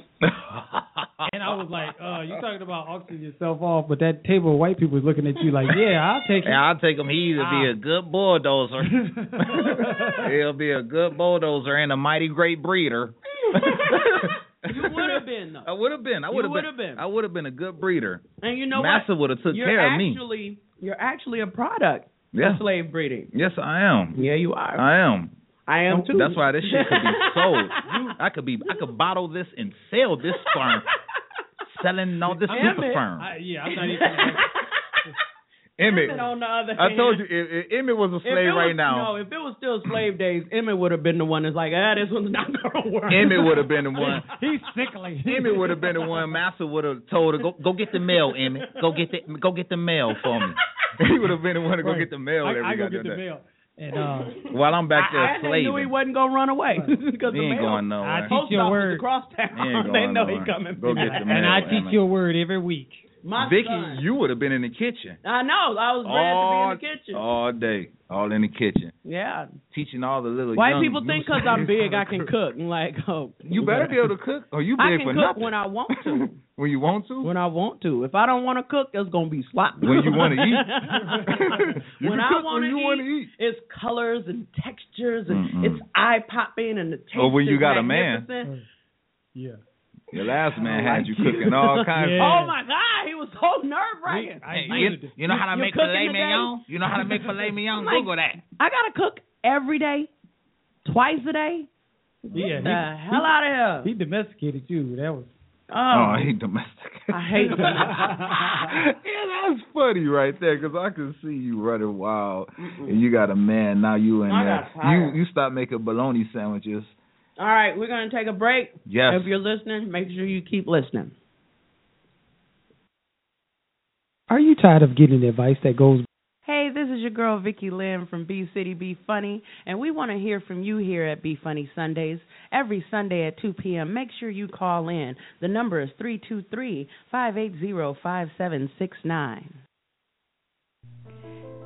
Speaker 6: And I was like, uh, you talking about auctioning yourself off, but that table of white people is looking at you like, yeah, I'll take it.
Speaker 4: Yeah, I'll take him. He either be a good bulldozer. He'll be a good bulldozer and a mighty great breeder.
Speaker 1: you would have been
Speaker 4: I
Speaker 1: though.
Speaker 4: would have been. I
Speaker 1: You
Speaker 4: would have
Speaker 1: would've been.
Speaker 4: I would have been a good breeder.
Speaker 1: And you know
Speaker 4: Massa
Speaker 1: what?
Speaker 4: would have took
Speaker 1: You're
Speaker 4: care of me.
Speaker 1: actually you're actually a product
Speaker 4: Yeah.
Speaker 1: of slave breeding.
Speaker 4: Yes, I am.
Speaker 1: Yeah, you are.
Speaker 4: I am. Oh,
Speaker 1: I am too.
Speaker 4: That's why this shit could be sold. I could be. I could bottle this and sell this farm, selling all this
Speaker 6: Damn
Speaker 4: super
Speaker 6: it.
Speaker 4: farm.
Speaker 6: I, yeah, I'm not even.
Speaker 1: Emmett on the other hand.
Speaker 4: if, if Emmett was a
Speaker 1: If it was- No, if it was still slave days, Emmett would have been the one that's like, ah, this one's not gonna work.
Speaker 4: Emmett would have been the one.
Speaker 6: He's sickly.
Speaker 4: Emmett would have been the one. Master would have told her, "Go, go get the mail, Emmett. Go get the, go get the mail for me." he would have been the one to go get the mail
Speaker 6: I,
Speaker 4: every
Speaker 6: I go get
Speaker 4: goddamn
Speaker 6: the
Speaker 4: day.
Speaker 6: mail. And uh,
Speaker 4: While I'm back there
Speaker 1: I, I they knew he
Speaker 4: slaving,
Speaker 1: wasn't gonna run away because
Speaker 4: he
Speaker 1: the
Speaker 4: ain't
Speaker 1: mail-
Speaker 4: going nowhere.
Speaker 6: I
Speaker 1: post
Speaker 6: Teach your
Speaker 1: office
Speaker 6: word.
Speaker 1: across
Speaker 4: He ain't
Speaker 1: town.
Speaker 4: going
Speaker 1: They know
Speaker 4: nowhere.
Speaker 1: he coming.
Speaker 4: Go get the mail.
Speaker 6: and I teach
Speaker 4: Emmett.
Speaker 6: you a word every week.
Speaker 1: My
Speaker 4: Vicky,
Speaker 1: son.
Speaker 4: you would have been in the kitchen
Speaker 1: I know. I was glad
Speaker 4: all,
Speaker 1: to be in the kitchen.
Speaker 4: all day, all in the kitchen,
Speaker 1: yeah.
Speaker 4: teaching all the little
Speaker 1: White
Speaker 4: young
Speaker 1: people think because
Speaker 4: goose-
Speaker 1: I'm big, I can cook. And like, oh,
Speaker 4: You better be able to cook, or Oh, you
Speaker 1: I
Speaker 4: big
Speaker 1: can
Speaker 4: for
Speaker 1: cook
Speaker 4: nothing.
Speaker 1: when I want to.
Speaker 4: when you want to,
Speaker 1: When I want to. If I don't want to cook, it's gonna be sloppy.
Speaker 4: When you wanna eat. You
Speaker 1: when
Speaker 4: can
Speaker 1: I
Speaker 4: cook when
Speaker 1: wanna
Speaker 4: you
Speaker 1: eat,
Speaker 4: wanna eat.
Speaker 1: it's colors and textures and
Speaker 4: Mm-mm.
Speaker 1: it's eye popping and the taste.
Speaker 4: Or when you
Speaker 1: is
Speaker 4: got a man.
Speaker 1: magnificent.
Speaker 6: Yeah.
Speaker 4: your last man had
Speaker 1: like
Speaker 4: you
Speaker 1: you.
Speaker 4: cooking all kinds.
Speaker 6: Yeah.
Speaker 4: of
Speaker 1: Oh my God, he was so nerve wracking.
Speaker 6: I
Speaker 4: Hey, you, you know how to
Speaker 1: You
Speaker 4: make
Speaker 1: cooking
Speaker 4: filet
Speaker 1: today?
Speaker 4: mignon? You know how to make filet mignon?
Speaker 1: Like-
Speaker 4: Google that.
Speaker 1: I gotta cook every day, twice a day.
Speaker 6: Yeah.
Speaker 1: The
Speaker 6: he-
Speaker 1: hell out of
Speaker 6: He
Speaker 1: here.
Speaker 6: domesticated you. That was.
Speaker 1: Oh,
Speaker 4: he domesticated.
Speaker 1: I hate that.
Speaker 4: yeah, that's funny right there because I can see you running wild, and you got a man now. You in
Speaker 1: I
Speaker 4: there?
Speaker 1: got tired.
Speaker 4: You you stop making bologna sandwiches.
Speaker 1: All right, we're gonna take a break.
Speaker 4: Yes.
Speaker 1: If you're listening, make sure you keep listening.
Speaker 6: Are you tired of getting advice that goes
Speaker 1: Hey, this is your girl Vicky Lynn from B City Be Funny, and we want to hear from you here at Be Funny Sundays every Sunday at 2 p.m. Make sure you call in. The number is 323-580-5769.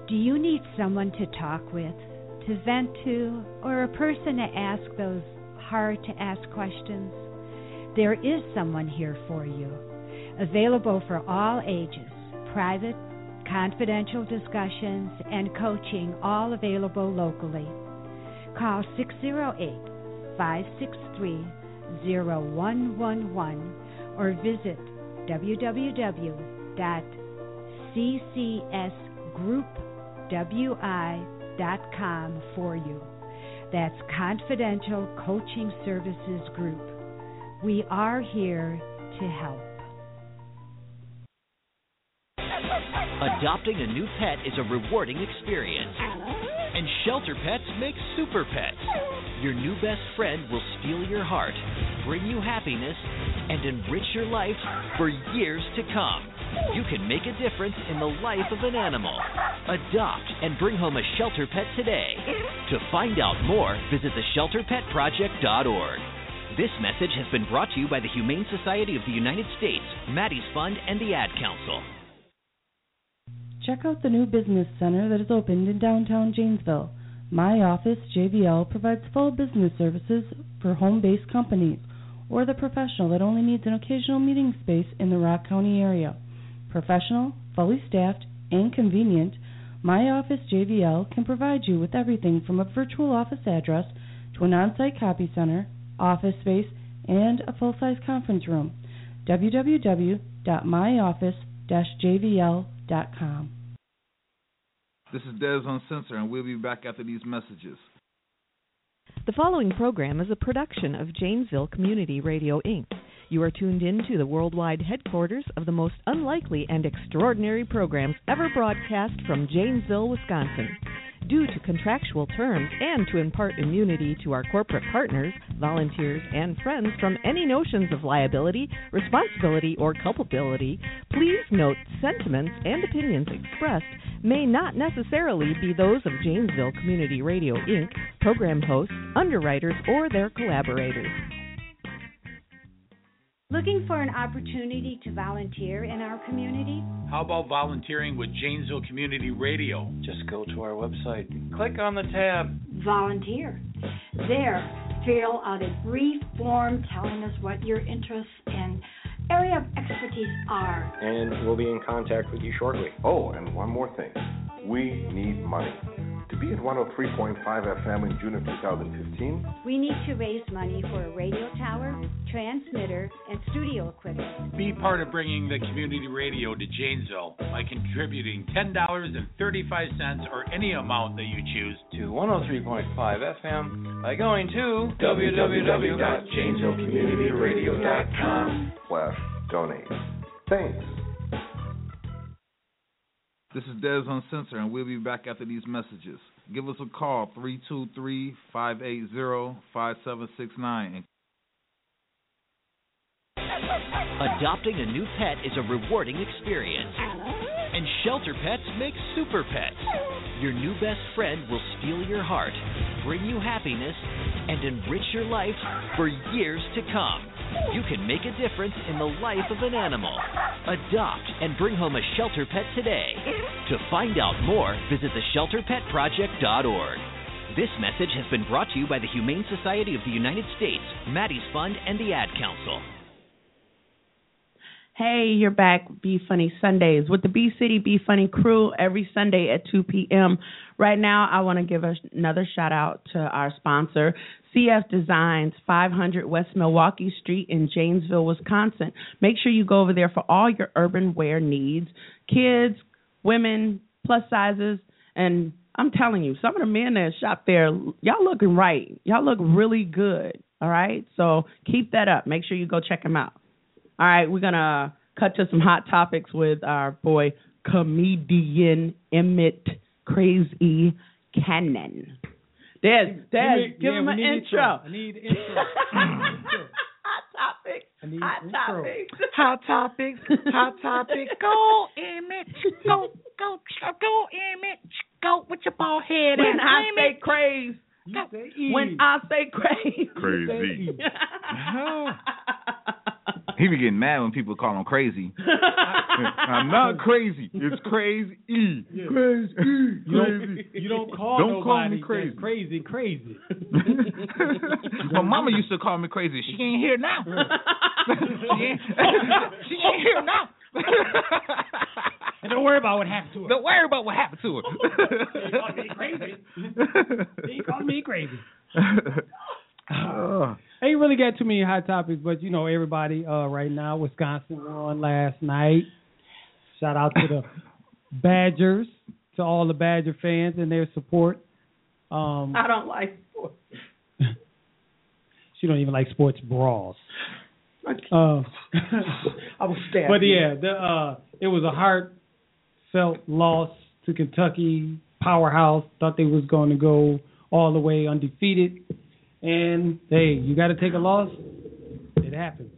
Speaker 2: Do you need someone to talk with, to vent to, or a person to ask those hard to ask questions? There is someone here for you, available for all ages, private, confidential discussions, and coaching, all available locally. Call 608 563 0111 or visit www.ccsgroupwi.com for you. That's Confidential Coaching Services Group. We are here to help.
Speaker 10: Adopting a new pet is a rewarding experience. And Shelter Pets makes super pets. Your new best friend will steal your heart, bring you happiness, and enrich your life for years to come. You can make a difference in the life of an animal. Adopt and bring home a shelter pet today. To find out more, visit theshelterpetproject.org. This message has been brought to you by the Humane Society of the United States, Maddie's Fund, and the Ad Council.
Speaker 11: Check out the new business center that is opened in downtown Janesville. My office, JVL, provides full business services for home based companies or the professional that only needs an occasional meeting space in the Rock County area. Professional, fully staffed, and convenient, My Office JVL can provide you with everything from a virtual office address to an on site copy center, office space, and a full size conference room. www.myoffice jvl.com.
Speaker 4: This is Des Uncensored, and we'll be back after these messages.
Speaker 12: The following program is a production of Janesville Community Radio, Inc. You are tuned in to the worldwide headquarters of the most unlikely and extraordinary programs ever broadcast from Janesville, Wisconsin. Due to contractual terms and to impart immunity to our corporate partners, volunteers, and friends from any notions of liability, responsibility, or culpability, please note sentiments and opinions expressed may not necessarily be those of Janesville Community Radio, Inc., program hosts, underwriters, or their collaborators.
Speaker 2: Looking for an opportunity to volunteer in our community?
Speaker 13: How about volunteering with Janesville Community Radio? Just go to our website, click on the tab.
Speaker 2: Volunteer. There, fill out a brief form telling us what your interests and area of expertise are.
Speaker 14: and we'll be in contact with you shortly. Oh, and one more thing. We need money. To be at 103.5 FM in June of 2015,
Speaker 2: We need to raise money for a radio tower, transmitter, and studio equipment.
Speaker 13: Be part of bringing the community radio to Janesville by contributing $10.35 or any amount that you choose to 103.5 FM by going to
Speaker 14: www.janesvillecommunityradio.com slash donate. Thanks.
Speaker 4: This is Dez on Censor, and we'll be back after these messages. Give us a call, 323 580 5769.
Speaker 10: Adopting a new pet is a rewarding experience. And Shelter Pets makes super pets. Your new best friend will steal your heart, bring you happiness, and enrich your life for years to come. You can make a difference in the life of an animal. Adopt and bring home a shelter pet today. To find out more, visit theshelterpetproject.org. This message has been brought to you by the Humane Society of the United States, Maddie's Fund, and the Ad Council.
Speaker 1: Hey, you're back, Be Funny Sundays with the B City Be Funny crew every Sunday at 2 p.m. Right now, I want to give a, another shout out to our sponsor, CF Designs, 500 West Milwaukee Street in Janesville, Wisconsin. Make sure you go over there for all your urban wear needs kids, women, plus sizes, and I'm telling you, some of the men that shop there, y'all looking right. Y'all look really good. All right, so keep that up. Make sure you go check them out. All right, we're gonna cut to some hot topics with our boy comedian Emmett Crazy Cannon. Des, Des, give
Speaker 6: yeah,
Speaker 1: him
Speaker 6: we
Speaker 1: an
Speaker 6: need
Speaker 1: intro.
Speaker 6: I need intro.
Speaker 1: hot topics.
Speaker 6: I need
Speaker 1: Hot
Speaker 6: intro.
Speaker 1: topics.
Speaker 15: Hot topics. Hot topics. Go, Emmett. Go, go, go, Emmett. Go with your bald head.
Speaker 1: When
Speaker 15: ass,
Speaker 1: I say
Speaker 15: Emmett.
Speaker 1: craze,
Speaker 15: Go.
Speaker 4: E.
Speaker 1: when I say craze,
Speaker 4: Crazy. He be getting mad when people call him crazy. I'm not crazy. It's crazy. E. Crazy.
Speaker 6: You don't,
Speaker 4: Crazy.
Speaker 6: you don't call
Speaker 4: Don't
Speaker 6: nobody
Speaker 4: call me
Speaker 6: that's
Speaker 4: crazy.
Speaker 6: crazy, crazy.
Speaker 4: E. My mama used to call me crazy. She ain't here now. she, ain't, she ain't here now.
Speaker 3: And don't worry about what happened to her.
Speaker 4: Don't worry about what happened to her.
Speaker 3: He called me crazy. He called me crazy.
Speaker 6: Ain't really got too many hot topics, but you know everybody uh, right now. Wisconsin won last night. Shout out to the Badgers, to all the Badger fans and their support. Um,
Speaker 1: I don't like sports.
Speaker 6: she don't even like sports brawls. Uh,
Speaker 15: I will stab
Speaker 6: But
Speaker 15: you.
Speaker 6: yeah, the, uh, it was a heartfelt loss to Kentucky powerhouse. Thought they was going to go all the way undefeated, and hey, you got to take a loss. It happens.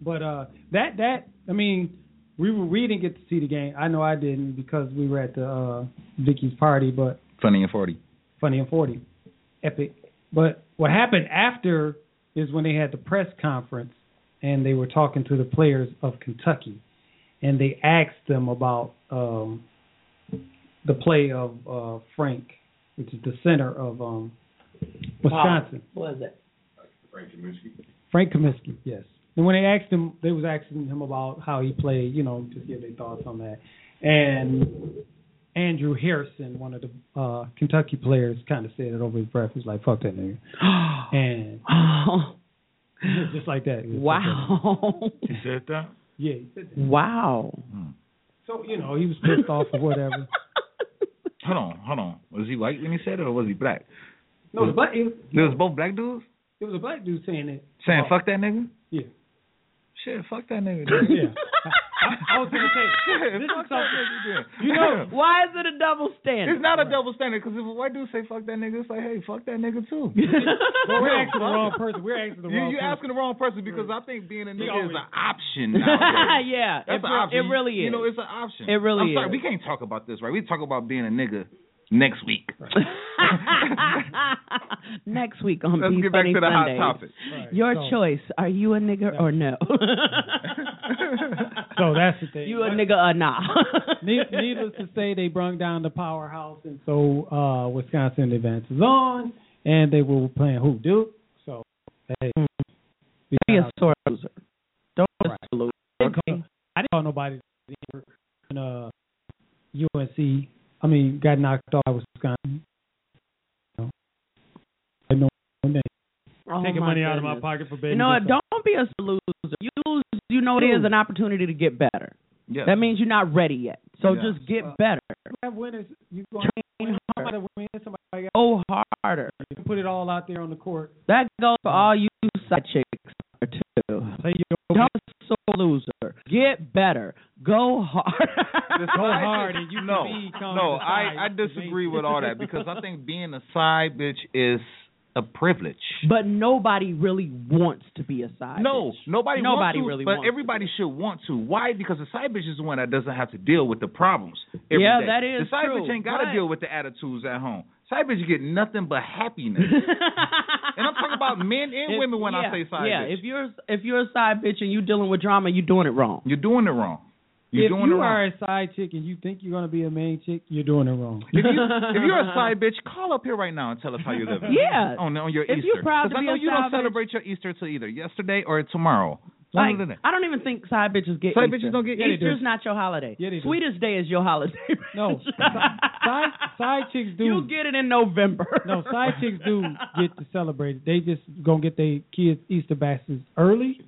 Speaker 6: But uh, that that I mean, we were, we didn't get to see the game. I know I didn't because we were at the uh, Vicky's party. But
Speaker 4: Funny and 40.
Speaker 6: Funny and Forty, epic. But what happened after is when they had the press conference and they were talking to the players of Kentucky, and they asked them about um, the play of uh, Frank, which is the center of um, Wisconsin,
Speaker 1: What is it?
Speaker 14: Frank Kaminsky.
Speaker 6: Frank Kaminsky. Yes. And when they asked him, they was asking him about how he played. You know, just give their thoughts on that. And Andrew Harrison, one of the uh, Kentucky players, kind of said it over his breath. He was like, "Fuck that nigga." and just like that. It was
Speaker 1: Wow.
Speaker 6: He
Speaker 4: said that.
Speaker 6: Yeah. he said that.
Speaker 1: Wow.
Speaker 4: Hmm.
Speaker 6: So you know he was pissed off or whatever.
Speaker 4: Hold on, hold on. Was he white when he said it, or was he black?
Speaker 6: No, it was black. It was,
Speaker 4: It was both black dudes
Speaker 6: it was a black dude saying that.
Speaker 4: saying "fuck that nigga."
Speaker 6: Yeah.
Speaker 4: Shit, fuck that nigga.
Speaker 6: yeah. I, I was gonna say this is
Speaker 4: something.
Speaker 6: You know,
Speaker 1: Why is it a double standard?
Speaker 4: It's not a double standard because if a white dude say "fuck that nigga," it's like, "Hey, fuck that nigga too."
Speaker 6: well, we're asking the wrong person. We're asking the wrong.
Speaker 4: You- you
Speaker 6: person.
Speaker 4: asking the wrong person because I think being a
Speaker 6: He
Speaker 4: nigga
Speaker 6: always-
Speaker 4: is an option. nowadays.
Speaker 1: yeah, it,
Speaker 4: That's an
Speaker 1: re-
Speaker 4: option.
Speaker 1: it really is.
Speaker 4: You know, it's an option.
Speaker 1: It really
Speaker 4: I'm sorry,
Speaker 1: is.
Speaker 4: we can't talk about this, right? We talk about being a nigga next week.
Speaker 1: Next week on
Speaker 4: Let's
Speaker 1: Be
Speaker 4: get back
Speaker 1: Funny
Speaker 4: to the hot
Speaker 1: Sundays.
Speaker 4: topic.
Speaker 1: Your
Speaker 6: so-
Speaker 1: choice: Are you a nigga or no?
Speaker 6: So that's the thing.
Speaker 1: you a nigga or nah?
Speaker 6: Need- Needless to say, they brung down the powerhouse, and so uh, Wisconsin advances on, and they were playing who do. So hey, we
Speaker 1: Be a
Speaker 6: got
Speaker 1: sore loser. Don't be a
Speaker 6: Right.
Speaker 1: sore loser.
Speaker 6: I didn't call, I didn't call nobody when uh, UNC, I mean, got knocked off by Wisconsin. You know, I know one name.
Speaker 1: Oh,
Speaker 6: Taking
Speaker 1: my
Speaker 6: money out of my
Speaker 1: goodness.
Speaker 6: pocket for baby.
Speaker 1: You know what?
Speaker 6: Jessica.
Speaker 1: Don't be a sore loser. Use you know it is an opportunity to get better.
Speaker 4: Yeah.
Speaker 1: That means you're not ready yet. So
Speaker 6: Yeah.
Speaker 1: just get better.
Speaker 6: You have winners. You go out and win. Somebody win. Somebody got.
Speaker 1: Go harder.
Speaker 6: You put it all out there on the court.
Speaker 1: That goes for all you side chicks out there, too.
Speaker 6: Play
Speaker 1: Don't be a sore loser. Get better. Go hard.
Speaker 6: Go
Speaker 4: I
Speaker 6: hard
Speaker 4: just-
Speaker 6: and you
Speaker 4: no,
Speaker 6: can become
Speaker 4: no,
Speaker 6: the
Speaker 4: I, I
Speaker 6: side bitch.
Speaker 4: disagree with all that because I think being a side bitch is a privilege.
Speaker 1: but nobody really wants to be a side. bitch.
Speaker 4: No, nobody,
Speaker 1: Nobody
Speaker 4: wants to,
Speaker 1: really
Speaker 4: but
Speaker 1: wants to.
Speaker 4: everybody should want to. Why? Because the side bitch is the one that doesn't have to deal with the problems. every
Speaker 1: Yeah,
Speaker 4: day.
Speaker 1: that is
Speaker 4: The side
Speaker 1: true,
Speaker 4: bitch ain't got to
Speaker 1: but-
Speaker 4: deal with the attitudes at home. Side bitch get nothing but happiness. and I'm talking about men and
Speaker 1: If-
Speaker 4: women when
Speaker 1: yeah,
Speaker 4: I say side
Speaker 1: yeah,
Speaker 4: bitch.
Speaker 1: if you're if you're a side bitch and you're dealing with drama, you're doing it wrong.
Speaker 4: You're doing it wrong. You're
Speaker 6: if
Speaker 4: doing
Speaker 6: you
Speaker 4: it wrong.
Speaker 6: are a side chick and you think you're gonna be a main chick, you're doing it wrong.
Speaker 4: If, you, if you're a side bitch, call up here right now and tell us how you live.
Speaker 1: Yeah.
Speaker 4: On on your
Speaker 1: If
Speaker 4: Easter.
Speaker 1: you're proud to
Speaker 4: I
Speaker 1: be
Speaker 4: know
Speaker 1: a
Speaker 4: you
Speaker 1: side
Speaker 4: don't
Speaker 1: bitch.
Speaker 4: celebrate your Easter till either yesterday or tomorrow. One
Speaker 1: Like,
Speaker 4: of the day.
Speaker 1: I don't even think side bitches get
Speaker 4: Side
Speaker 1: Easter.
Speaker 4: bitches don't get- Yeah, they do.
Speaker 1: Easter's not your holiday.
Speaker 6: Yeah, they do.
Speaker 1: Sweetest day is your holiday.
Speaker 6: No, side side chicks do.
Speaker 1: you get it in November.
Speaker 6: no, side chicks do get to celebrate. it. They just gonna get their kids Easter baskets early,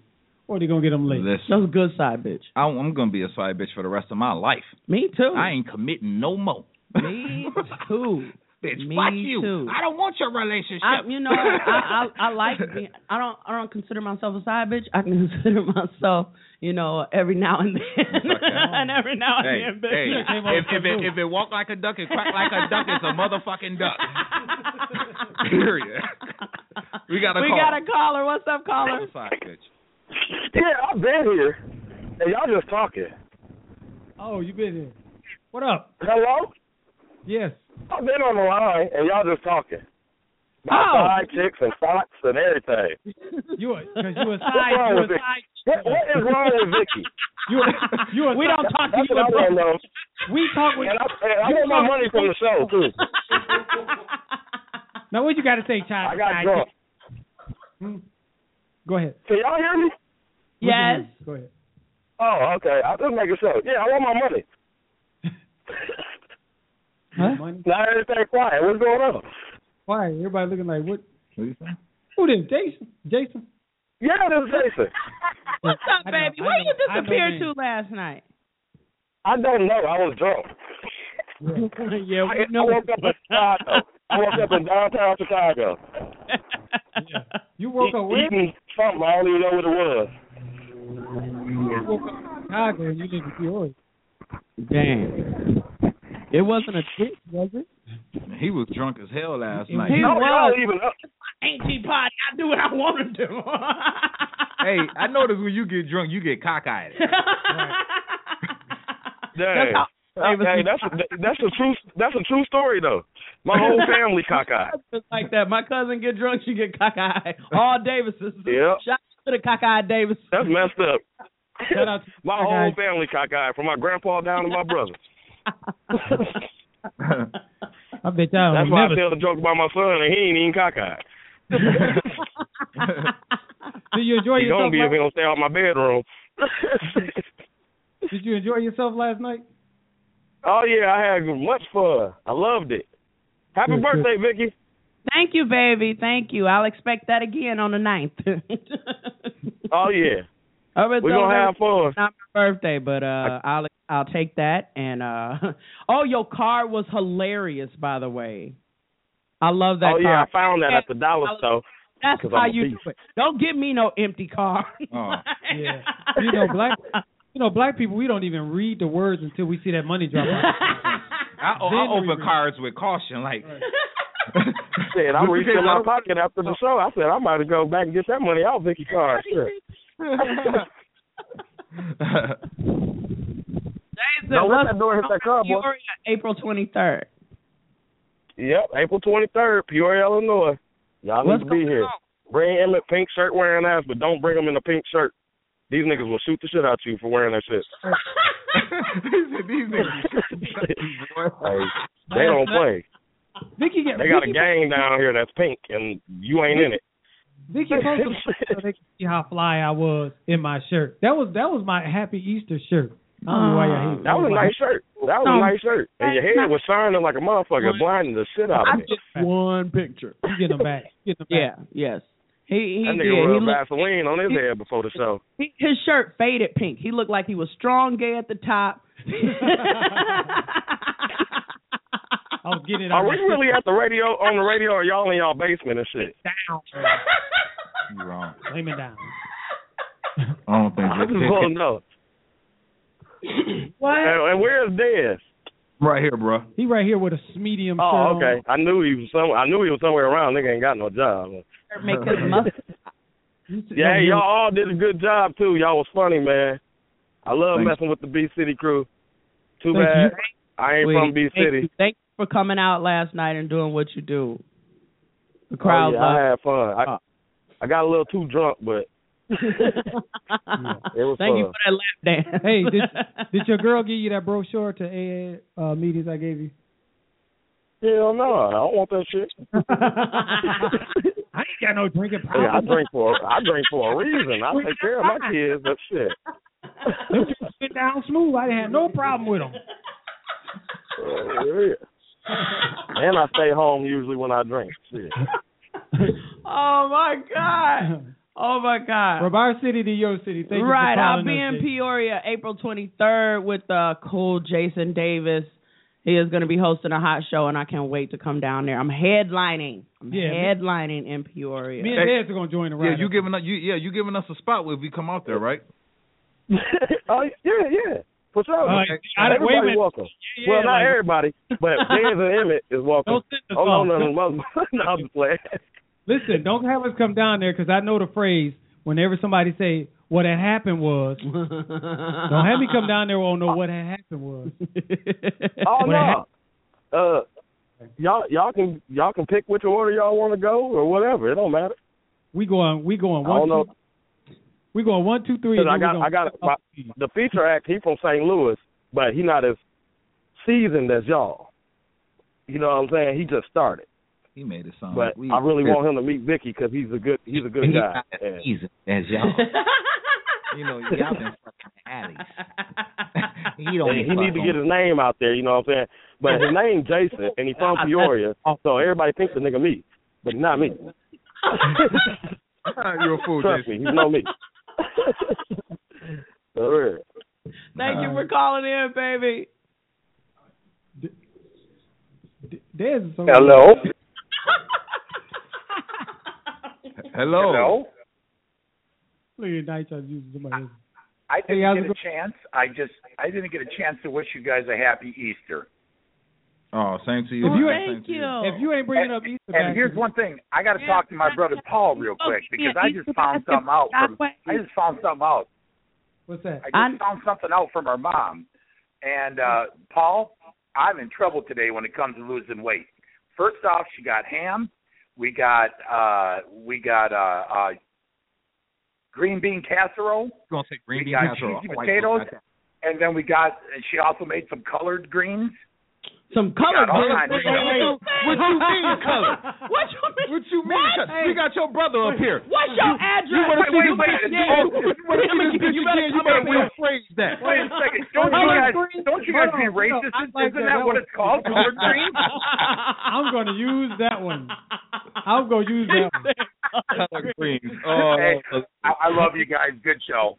Speaker 6: or they gonna get them late.
Speaker 4: Listen,
Speaker 1: That's a good side bitch.
Speaker 4: I, I'm gonna be a side bitch for the rest of my life.
Speaker 1: Me too.
Speaker 4: I ain't committing no more.
Speaker 1: Me too.
Speaker 4: Bitch,
Speaker 1: Me
Speaker 4: fuck you.
Speaker 1: too.
Speaker 4: I don't want your relationship.
Speaker 1: I, you know, I, I I like being. I don't I don't consider myself a side bitch. I consider myself, you know, every now and then, and every now and
Speaker 4: Hey,
Speaker 1: then.
Speaker 4: hey,
Speaker 1: bitch.
Speaker 4: if, if, it, if it walk like a duck and quack like a duck, it's a motherfucking duck. Period. We got a
Speaker 1: we
Speaker 4: call.
Speaker 1: got a caller. What's up, caller?
Speaker 4: Side bitch.
Speaker 16: Yeah, I've been here. And y'all just talking.
Speaker 6: Oh, you been here. What up?
Speaker 16: Hello?
Speaker 6: Yes.
Speaker 16: I've been on the line and y'all just talking. About
Speaker 6: Oh.
Speaker 16: side chicks and socks and everything.
Speaker 6: You a, cause you a
Speaker 16: What's
Speaker 6: side.
Speaker 16: wrong
Speaker 6: You a
Speaker 16: with Vicky?
Speaker 6: side.
Speaker 16: What, what is wrong with Vicky?
Speaker 6: You a, you a
Speaker 1: We
Speaker 6: side-
Speaker 1: don't talk to
Speaker 16: That's
Speaker 1: you
Speaker 16: what I
Speaker 1: in
Speaker 16: want to
Speaker 1: Brooklyn.
Speaker 16: know.
Speaker 6: We talk with.
Speaker 16: And I, and I
Speaker 6: you
Speaker 16: want my
Speaker 6: talk-
Speaker 16: money from the show, too.
Speaker 6: Now what you got to say,
Speaker 16: I
Speaker 6: child?
Speaker 16: got drunk.
Speaker 6: Go ahead.
Speaker 16: Can y'all hear me?
Speaker 1: Yes.
Speaker 6: Go ahead.
Speaker 16: Oh, okay. I just make a show. Yeah, I want my money.
Speaker 6: Money.
Speaker 16: Now everything quiet. What's going on?
Speaker 6: Why everybody looking like what?
Speaker 4: What you say?
Speaker 6: Who did Jason? Jason?
Speaker 16: Yeah, this is Jason.
Speaker 1: What's up,
Speaker 6: I know,
Speaker 1: baby?
Speaker 6: I
Speaker 1: Where you
Speaker 6: know, I know
Speaker 1: disappeared
Speaker 6: names.
Speaker 1: to last night?
Speaker 16: I don't know. I was drunk.
Speaker 1: yeah,
Speaker 16: I, I woke up in Chicago. I woke up in downtown Chicago.
Speaker 6: You woke up where?
Speaker 16: Eating something. I don't even know what it was.
Speaker 6: You woke up in Chicago and you didn't see yours.
Speaker 1: Damn. It wasn't a chick, was it?
Speaker 4: He was drunk as hell last
Speaker 1: He
Speaker 4: night.
Speaker 1: was-
Speaker 16: No, y'all even up.
Speaker 1: Ain't she potty? I do what I want to do.
Speaker 4: hey, I noticed when you get drunk, you get cockeyed.
Speaker 16: Dang. Hey, that's a, that's a true that's a true story though. My whole family cockeyed.
Speaker 1: Just like that. My cousin get drunk, she get cockeyed. All Davises.
Speaker 16: Yeah,
Speaker 1: Shout out to the cockeyed Davis.
Speaker 16: that's messed up.
Speaker 6: Shout out to
Speaker 16: My whole family cockeyed, from my grandpa down to my brother.
Speaker 6: I bet y'all
Speaker 16: That's
Speaker 6: don't
Speaker 16: why I
Speaker 6: never.
Speaker 16: tell the joke about my son, and he ain't even cockeyed.
Speaker 6: Did you enjoy
Speaker 16: He gonna
Speaker 6: yourself?
Speaker 16: be if
Speaker 6: last-
Speaker 16: he don't stay out my bedroom.
Speaker 6: Did you enjoy yourself last night?
Speaker 16: oh yeah, I had much fun. I loved it. Happy
Speaker 6: Good, good.
Speaker 16: birthday, Vicky.
Speaker 1: Thank you, baby. Thank you. I'll expect that again on the ninth.
Speaker 16: Oh yeah,
Speaker 1: We're
Speaker 16: we're gonna have fun.
Speaker 1: not my birthday, but uh, I'll I'll take that. And uh, oh, your car was hilarious, by the way. I love that
Speaker 16: oh yeah,
Speaker 1: car.
Speaker 16: I found that at the dollar
Speaker 1: I-
Speaker 16: store.
Speaker 1: That's
Speaker 16: 'cause
Speaker 1: how
Speaker 16: I'm a
Speaker 1: you
Speaker 16: thief.
Speaker 1: do it. Don't give me no empty car.
Speaker 16: Oh.
Speaker 6: Yeah. You know, black you know, black people we don't even read the words until we see that money drop out.
Speaker 4: I, o- I open cards with caution, like.
Speaker 16: Shit, I
Speaker 4: Just
Speaker 16: reached
Speaker 4: in
Speaker 16: in
Speaker 4: case
Speaker 16: my
Speaker 4: I-
Speaker 16: pocket after the show. I said I might go back and get that money out Vicky car.
Speaker 1: So
Speaker 16: no, let
Speaker 1: let's-
Speaker 16: that door hit that car, boy.
Speaker 1: Peoria, April 23rd.
Speaker 16: Yep, April twenty third, Peoria, Illinois. Y'all need
Speaker 1: What's
Speaker 16: to be here. Bring Emmett pink shirt wearing ass, but don't bring him in a pink shirt. These niggas will shoot the shit out you for wearing that shit.
Speaker 4: These
Speaker 16: Like, they don't play.
Speaker 6: Vicky get
Speaker 16: They got a
Speaker 6: Vicky,
Speaker 16: gang down here that's pink, and you ain't in it.
Speaker 6: Vicky posted so they can see how fly I was in my shirt. That was that was my happy Easter shirt.
Speaker 1: Oh,
Speaker 6: I don't know why y'all hate
Speaker 16: That was a nice shirt. That was a nice shirt. And your head was shining like a motherfucker, blinding the shit out of me.
Speaker 6: One picture. You get them back. You get them
Speaker 1: back. Yeah. Yes. He he
Speaker 16: That
Speaker 1: did.
Speaker 16: nigga rubbed
Speaker 1: He looked-
Speaker 16: Vaseline on his head before the show.
Speaker 1: He, his shirt faded pink. He looked like he was strong gay at the top.
Speaker 6: I
Speaker 1: Oh,
Speaker 6: was getting it
Speaker 16: Are
Speaker 6: out of
Speaker 16: we
Speaker 6: my
Speaker 16: really
Speaker 6: system.
Speaker 16: at the radio on the radio or y'all in y'all basement and shit?
Speaker 4: You wrong.
Speaker 6: Lay me down.
Speaker 4: I don't think
Speaker 16: I just want to know.
Speaker 1: What?
Speaker 16: And, and where's Dez?
Speaker 4: Right here, bro.
Speaker 6: He right here with a medium
Speaker 16: Oh,
Speaker 6: shirt on.
Speaker 16: okay. I knew he was some. I knew he was somewhere around. Nigga ain't got no job.
Speaker 1: Make his mustache.
Speaker 16: Yeah, hey, y'all all did a good job too. Y'all was funny, man. I love
Speaker 1: Thanks.
Speaker 16: messing with the B City crew. Too
Speaker 1: Thank you.
Speaker 16: bad I ain't from B
Speaker 1: Thank you.
Speaker 16: City.
Speaker 1: Thank you for coming out last night and doing what you do. The crowd Uh.
Speaker 16: Oh, yeah, I had fun. I I got a little too drunk, but it was
Speaker 1: Thank
Speaker 16: fun.
Speaker 1: you for that lap dance.
Speaker 6: Hey, did, did your girl give you that brochure to AA uh, meetings I gave you?
Speaker 16: Hell no, I don't want that shit.
Speaker 6: I ain't got no drinking
Speaker 16: Hey, I drink for I drink for a reason. I take care of my kids. That shit.
Speaker 6: Them people sit down smooth. I didn't have no problem with them.
Speaker 16: Uh, yeah. and I stay home usually when I drink. Shit.
Speaker 1: Oh my god. Oh my god.
Speaker 6: From our city to your city. Thank you for
Speaker 1: right, I'll
Speaker 6: calling
Speaker 1: be
Speaker 6: us,
Speaker 1: in
Speaker 6: Jay.
Speaker 1: Peoria April 23rd with uh, cool Jason Davis. He is going to be hosting a hot show, and I can't wait to come down there. I'm headlining. I'm
Speaker 6: Yeah, me-
Speaker 1: headlining in Peoria.
Speaker 6: Me and Dez are gonna join the
Speaker 4: Yeah,
Speaker 6: ride.
Speaker 4: you giving us you yeah, you giving us a spot if we come out there, right?
Speaker 16: oh yeah, yeah. For sure.
Speaker 4: Uh, I- wait a
Speaker 16: everybody
Speaker 4: minute.
Speaker 16: welcome.
Speaker 4: Yeah,
Speaker 16: well, not
Speaker 4: like-
Speaker 16: everybody, but Dez and Emmett is welcome.
Speaker 6: Don't send us
Speaker 16: oh no,
Speaker 6: off.
Speaker 16: no, no, mother- no, I'm just playing.
Speaker 6: Listen, don't have us come down there because I know the phrase. Whenever somebody say what had happened was, don't have me come down there. Won't know what had happened was.
Speaker 16: Oh
Speaker 6: What had
Speaker 16: no. Uh, y'all, y'all can y'all can pick which order y'all want to go or whatever. It don't matter.
Speaker 6: We going, we going
Speaker 16: I don't
Speaker 6: one,
Speaker 16: know.
Speaker 6: two, we going one, two, three.
Speaker 16: Cause
Speaker 6: And
Speaker 16: I
Speaker 6: then we
Speaker 16: got I
Speaker 6: gonna,
Speaker 16: got my, the feature act. He from St. Louis, but he not as seasoned as y'all. You know what I'm saying? He just started,
Speaker 4: He made it sound
Speaker 16: but
Speaker 4: like Uh, we
Speaker 16: I really want him to meet Vicky because he's a good he's a good
Speaker 4: He's
Speaker 16: guy.
Speaker 4: not as seasoned as y'all. you know, y'all been fucking alley. He don't
Speaker 16: And he
Speaker 4: fuck
Speaker 16: need to
Speaker 4: on-
Speaker 16: get his name out there. You know what I'm saying? But his name Jason, and he from Peoria, so everybody thinks the nigga me, but not me.
Speaker 4: You're a fool,
Speaker 16: Trust me,
Speaker 4: Jason.
Speaker 16: he's no me. For real.
Speaker 1: Thank you for calling in, baby.
Speaker 6: Dez is so
Speaker 16: Hello.
Speaker 4: Hello.
Speaker 7: Hello.
Speaker 6: Look at Nitro using somebody. else's.
Speaker 7: I
Speaker 6: Hey,
Speaker 7: didn't
Speaker 6: how's
Speaker 7: get
Speaker 6: it
Speaker 7: a chance. I just I didn't get a chance to wish you guys a happy Easter.
Speaker 4: Oh, same to you.
Speaker 6: If you
Speaker 4: man,
Speaker 6: ain't-
Speaker 4: same to
Speaker 6: If you ain't bringing up Easter
Speaker 7: And
Speaker 6: back,
Speaker 7: here's one thing. I got to talk to my brother Paul real quick because I just found something out. From, I just found something out.
Speaker 6: what's that?
Speaker 7: I just found something out from her mom. And uh Paul, I'm in trouble today when it comes to losing weight. First off, she got ham. We got uh we got uh uh green bean casserole
Speaker 4: You're gonna say green
Speaker 7: We
Speaker 4: bean
Speaker 7: got
Speaker 4: casserole.
Speaker 7: cheesy
Speaker 4: I like
Speaker 7: potatoes.
Speaker 4: that.
Speaker 7: and then we got and she also made some colored greens.
Speaker 1: Some
Speaker 7: colored
Speaker 4: Wait, wait,
Speaker 7: greens.
Speaker 4: wait, wait. What you mean color?
Speaker 1: What you mean?
Speaker 4: What you mean color? We got your brother up here.
Speaker 1: What's your
Speaker 4: You-
Speaker 1: address?
Speaker 4: You want to
Speaker 1: Wait,
Speaker 4: see
Speaker 1: wait,
Speaker 4: this
Speaker 1: wait.
Speaker 4: bitch
Speaker 1: Yeah.
Speaker 4: again? You want to see
Speaker 1: You better
Speaker 4: this bitch again? You
Speaker 1: come
Speaker 4: better
Speaker 1: up here.
Speaker 4: rephrase that.
Speaker 7: Wait a second. Don't you
Speaker 6: Colored
Speaker 7: guys
Speaker 6: greens?
Speaker 7: don't you guys
Speaker 6: Hold
Speaker 7: be
Speaker 6: on, hold on.
Speaker 7: racist?
Speaker 6: I
Speaker 7: Isn't
Speaker 6: like
Speaker 7: that what
Speaker 6: one.
Speaker 7: it's called? Colored greens?
Speaker 6: I'm gonna use that one. I'm gonna use that one.
Speaker 4: Colored greens.
Speaker 7: Hey,
Speaker 4: Oh,
Speaker 7: I, I love you guys. Good show.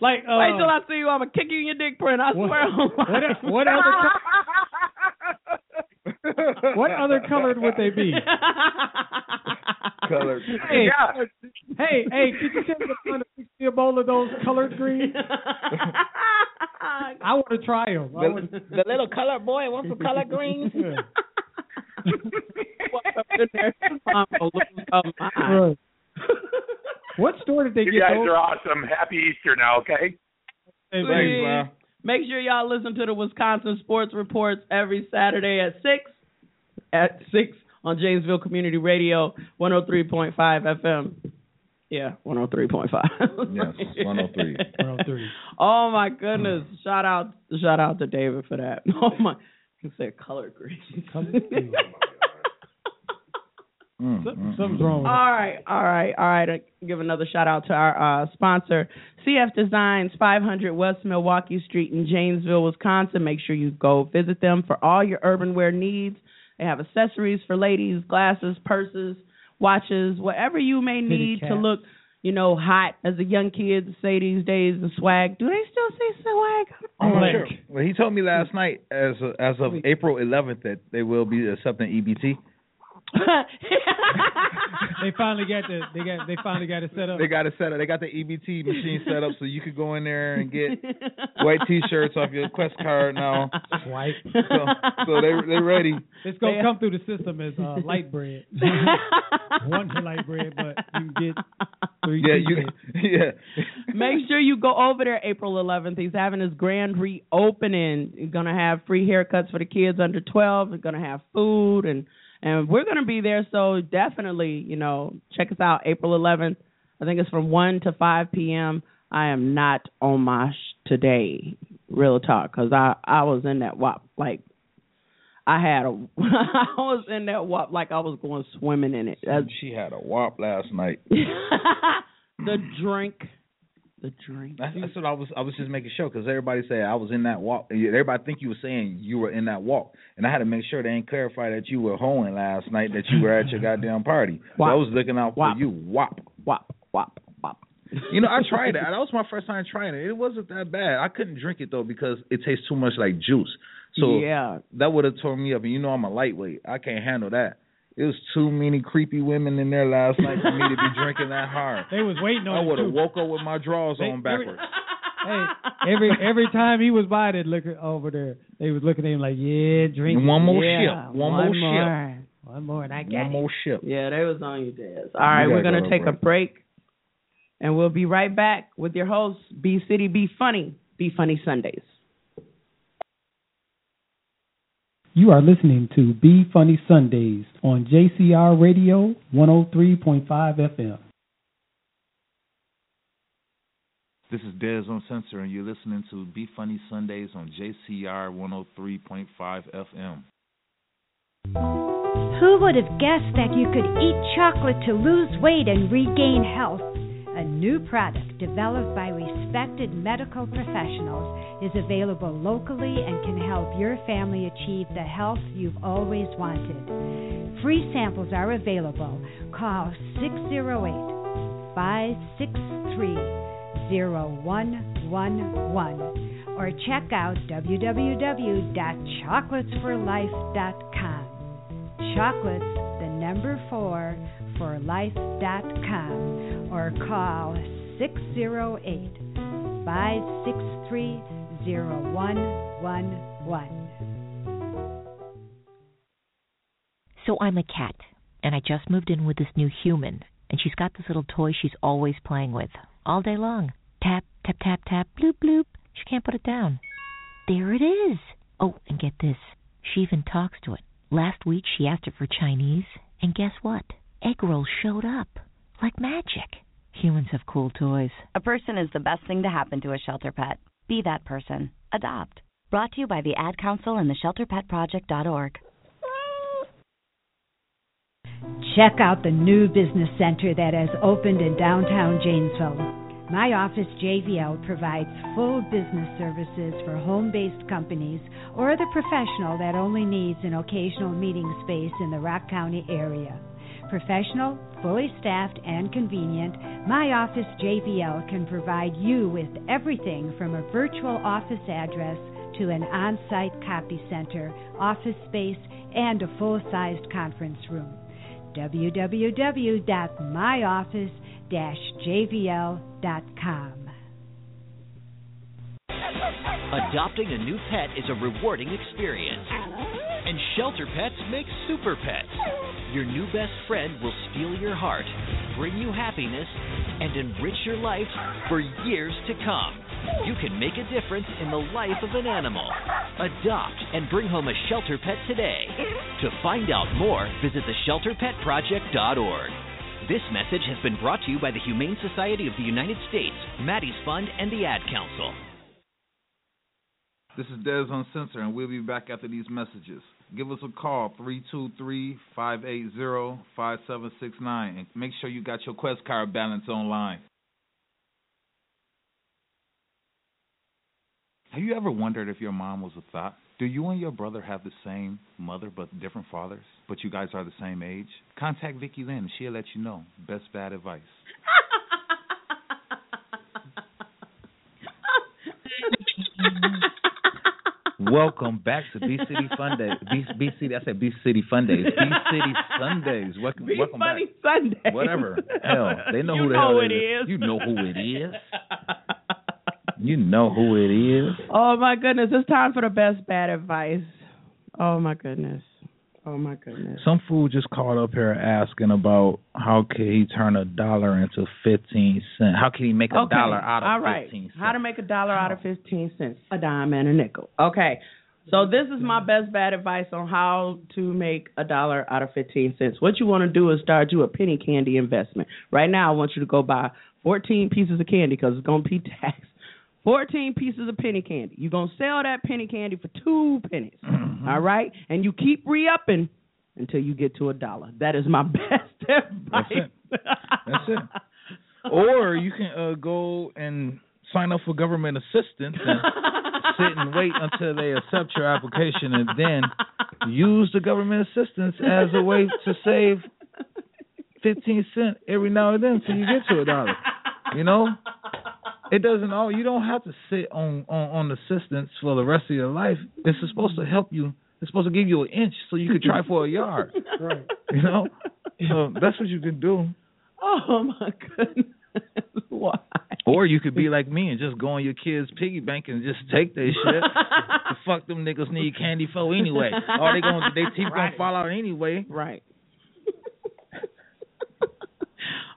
Speaker 6: Like uh,
Speaker 1: Oh. Wait till I see you. I'm gonna kick you in your dick print. I
Speaker 6: what,
Speaker 1: swear. on my
Speaker 6: what,
Speaker 1: life.
Speaker 6: what other What other colored would they be?
Speaker 15: Colored.
Speaker 6: Hey, hey, hey, could you send us on a 60 bowl of those colored greens? I want to try them. I
Speaker 17: The, the little color boy wants some color greens.
Speaker 1: Mom will lose
Speaker 6: Oh,
Speaker 1: her mind.
Speaker 6: Right. What store did they
Speaker 13: You
Speaker 6: get
Speaker 13: guys
Speaker 6: those?
Speaker 13: are awesome. Happy Easter now, okay?
Speaker 1: Please. Make sure y'all listen to the Wisconsin Sports Reports every Saturday at 6 at 6 on Janesville Community Radio 103.5 FM. Yeah, 103.5.
Speaker 4: Yes, 103.
Speaker 6: 103.
Speaker 1: Oh my goodness. Shout out shout out to David for that. Oh my you said color green.
Speaker 6: Something's wrong
Speaker 1: All
Speaker 6: with
Speaker 1: right, all right, all right. I'll give another shout out to our uh, sponsor, CF Designs, 500 West Milwaukee Street in Janesville, Wisconsin. Make sure you go visit them for all your urban wear needs. They have accessories for ladies, glasses, purses, watches, whatever you may
Speaker 6: Kitty
Speaker 1: need to
Speaker 6: cats.
Speaker 1: look, you know, hot as the young kids say these days. The swag. Do they still say swag?
Speaker 4: Oh, sure. Well, he told me last night, as of, as of April 11th, that they will be accepting E EBT.
Speaker 6: they finally got the they got they finally got it set up.
Speaker 4: They got it set up. They got the EBT machine set up, so you could go in there and get white T-shirts off your Quest card now.
Speaker 6: Swipe.
Speaker 4: So, so they they ready.
Speaker 6: It's gonna
Speaker 4: They-
Speaker 6: come through the system as uh, light bread. One for light bread, but you can get three.
Speaker 4: Yeah, you.
Speaker 6: cheeses.
Speaker 4: Yeah.
Speaker 1: Make sure you go over there April 11th. He's having his grand reopening. He's going to have free haircuts for the kids under 12. He's going to have food and and we're going to be there so definitely, you know, check us out April 11th. I think it's from 1 to 5 p.m. I am not on my sh- today, real talk, cuz I I was in that wop like I had a I was in that wop like I was going swimming in it. That's
Speaker 4: She had a wop last night.
Speaker 1: the drink the drink.
Speaker 4: That's, that's what I was. I was just making sure because everybody said I was in that walk. Everybody think you were saying you were in that walk, and I had to make sure they ain't clarify that you were hoeing last night, that you were at your goddamn party. So I
Speaker 1: Wop.
Speaker 4: was looking out for you. Wop,
Speaker 1: wop, wop, wop.
Speaker 4: You know, I tried it. That was my first time trying it. It wasn't that bad. I couldn't drink it though because it tastes too much like juice. So
Speaker 1: yeah,
Speaker 4: that would have torn me up. And you know, I'm a lightweight. I can't handle that. It was too many creepy women in there last night for me to be drinking that hard.
Speaker 6: They was waiting on
Speaker 4: I
Speaker 6: it,
Speaker 4: would have
Speaker 6: too.
Speaker 4: woke up with my drawers
Speaker 6: They-
Speaker 4: on
Speaker 6: every-
Speaker 4: backwards.
Speaker 6: Hey, every every time he was by that liquor over there, they was looking at him like, yeah, drink.
Speaker 4: One more
Speaker 6: yeah,
Speaker 4: sip. One more sip.
Speaker 6: One more, and I got
Speaker 4: One
Speaker 6: it.
Speaker 4: more ship.
Speaker 1: Yeah, they was on you, Dez. All right, we're gonna take a break, and we'll be right back with your host, B City, Be Funny, Be Funny Sundays.
Speaker 6: You are listening to Be Funny Sundays on JCR Radio 103.5 FM.
Speaker 18: This is Dez on Censor, and you're listening to Be Funny Sundays on JCR 103.5 FM.
Speaker 2: Who would have guessed that you could eat chocolate to lose weight and regain health? A new product developed by respected medical professionals is available locally and can help your family achieve the health you've always wanted. Free samples are available. Call 608 563 0111 or check out www.chocolatesforlife.com. Chocolates, the number four, for life.com or call 608 563 0111.
Speaker 8: So I'm a cat, and I just moved in with this new human, and she's got this little toy she's always playing with all day long. Tap, tap, tap, tap, bloop, bloop. She can't put it down. There it is. Oh, and get this. She even talks to it. Last week she asked it for Chinese, and guess what? Egg rolls showed up like magic. Humans have cool toys.
Speaker 9: A person is the best thing to happen to a shelter pet. Be that person. Adopt. Brought to you by the Ad Council and the ShelterPetProject.org.
Speaker 2: Check out the new business center that has opened in downtown Janesville. My office, JVL, provides full business services for home based companies or the professional that only needs an occasional meeting space in the Rock County area. Professional, fully staffed, and convenient, My Office JVL can provide you with everything from a virtual office address to an on site copy center, office space, and a full sized conference room. www.myoffice jvl.com.
Speaker 10: Adopting a new pet is a rewarding experience. And Shelter Pets makes super pets. Your new best friend will steal your heart, bring you happiness, and enrich your life for years to come. You can make a difference in the life of an animal. Adopt and bring home a shelter pet today. To find out more, visit theshelterpetproject.org. This message has been brought to you by the Humane Society of the United States, Maddie's Fund, and the Ad Council.
Speaker 18: This is Des Uncensored, and we'll be back after these messages. Give us a call, 323-580-5769, and make sure you got your Quest card balance online. Have you ever wondered if your mom was a thought? Do you and your brother have the same mother but different fathers? But you guys are the same age? Contact Vicki Lynn. She'll let you know. Best bad advice.
Speaker 4: Welcome back to B City Fun Days. B, B City, I said B City Fun Days. B City Sundays. Welcome,
Speaker 1: Be
Speaker 4: welcome
Speaker 1: funny
Speaker 4: back.
Speaker 1: Sunday.
Speaker 4: Whatever. Hell, they know
Speaker 1: You
Speaker 4: who the
Speaker 1: know
Speaker 4: hell
Speaker 1: it is.
Speaker 4: You know who it is. You know who it is.
Speaker 1: Oh my goodness, it's time for the best bad advice. Oh my goodness. Oh my goodness.
Speaker 4: Some fool just called up here asking about how can he turn a dollar into fifteen cents. How can he make a
Speaker 1: okay.
Speaker 4: dollar out of
Speaker 1: All right.
Speaker 4: fifteen cents? Oh.
Speaker 1: How to make a dollar out of 15 cents, a dime and a nickel. Okay. So this is my best bad advice on how to make a dollar out of 15 cents. What you want to do is start you a penny candy investment. Right now I want you to go buy 14 pieces of candy cuz it's going to be taxed. 14 pieces of penny candy. You're going to sell that penny candy for 2 pennies.
Speaker 4: Mm-hmm.
Speaker 1: All right? And you keep re-upping until you get to a dollar. That is my best advice.
Speaker 4: That's it. Or you can uh, go and sign up for government assistance and sit and wait until they accept your application and then use the government assistance as a way to save 15 cents every now and then till you get to a dollar. You know? It doesn't all you don't have to sit on on on assistance for the rest of your life. It's supposed to help you. It's supposed to give you an inch so you can try for a yard.
Speaker 6: Right.
Speaker 4: You know? So that's what you can do.
Speaker 1: Oh my goodness. Why?
Speaker 4: Or you could be like me and just go on your kids' piggy bank and just take their shit. The Fuck them niggas need candy for anyway. All they gonna they teeth gonna fall out anyway.
Speaker 1: Right.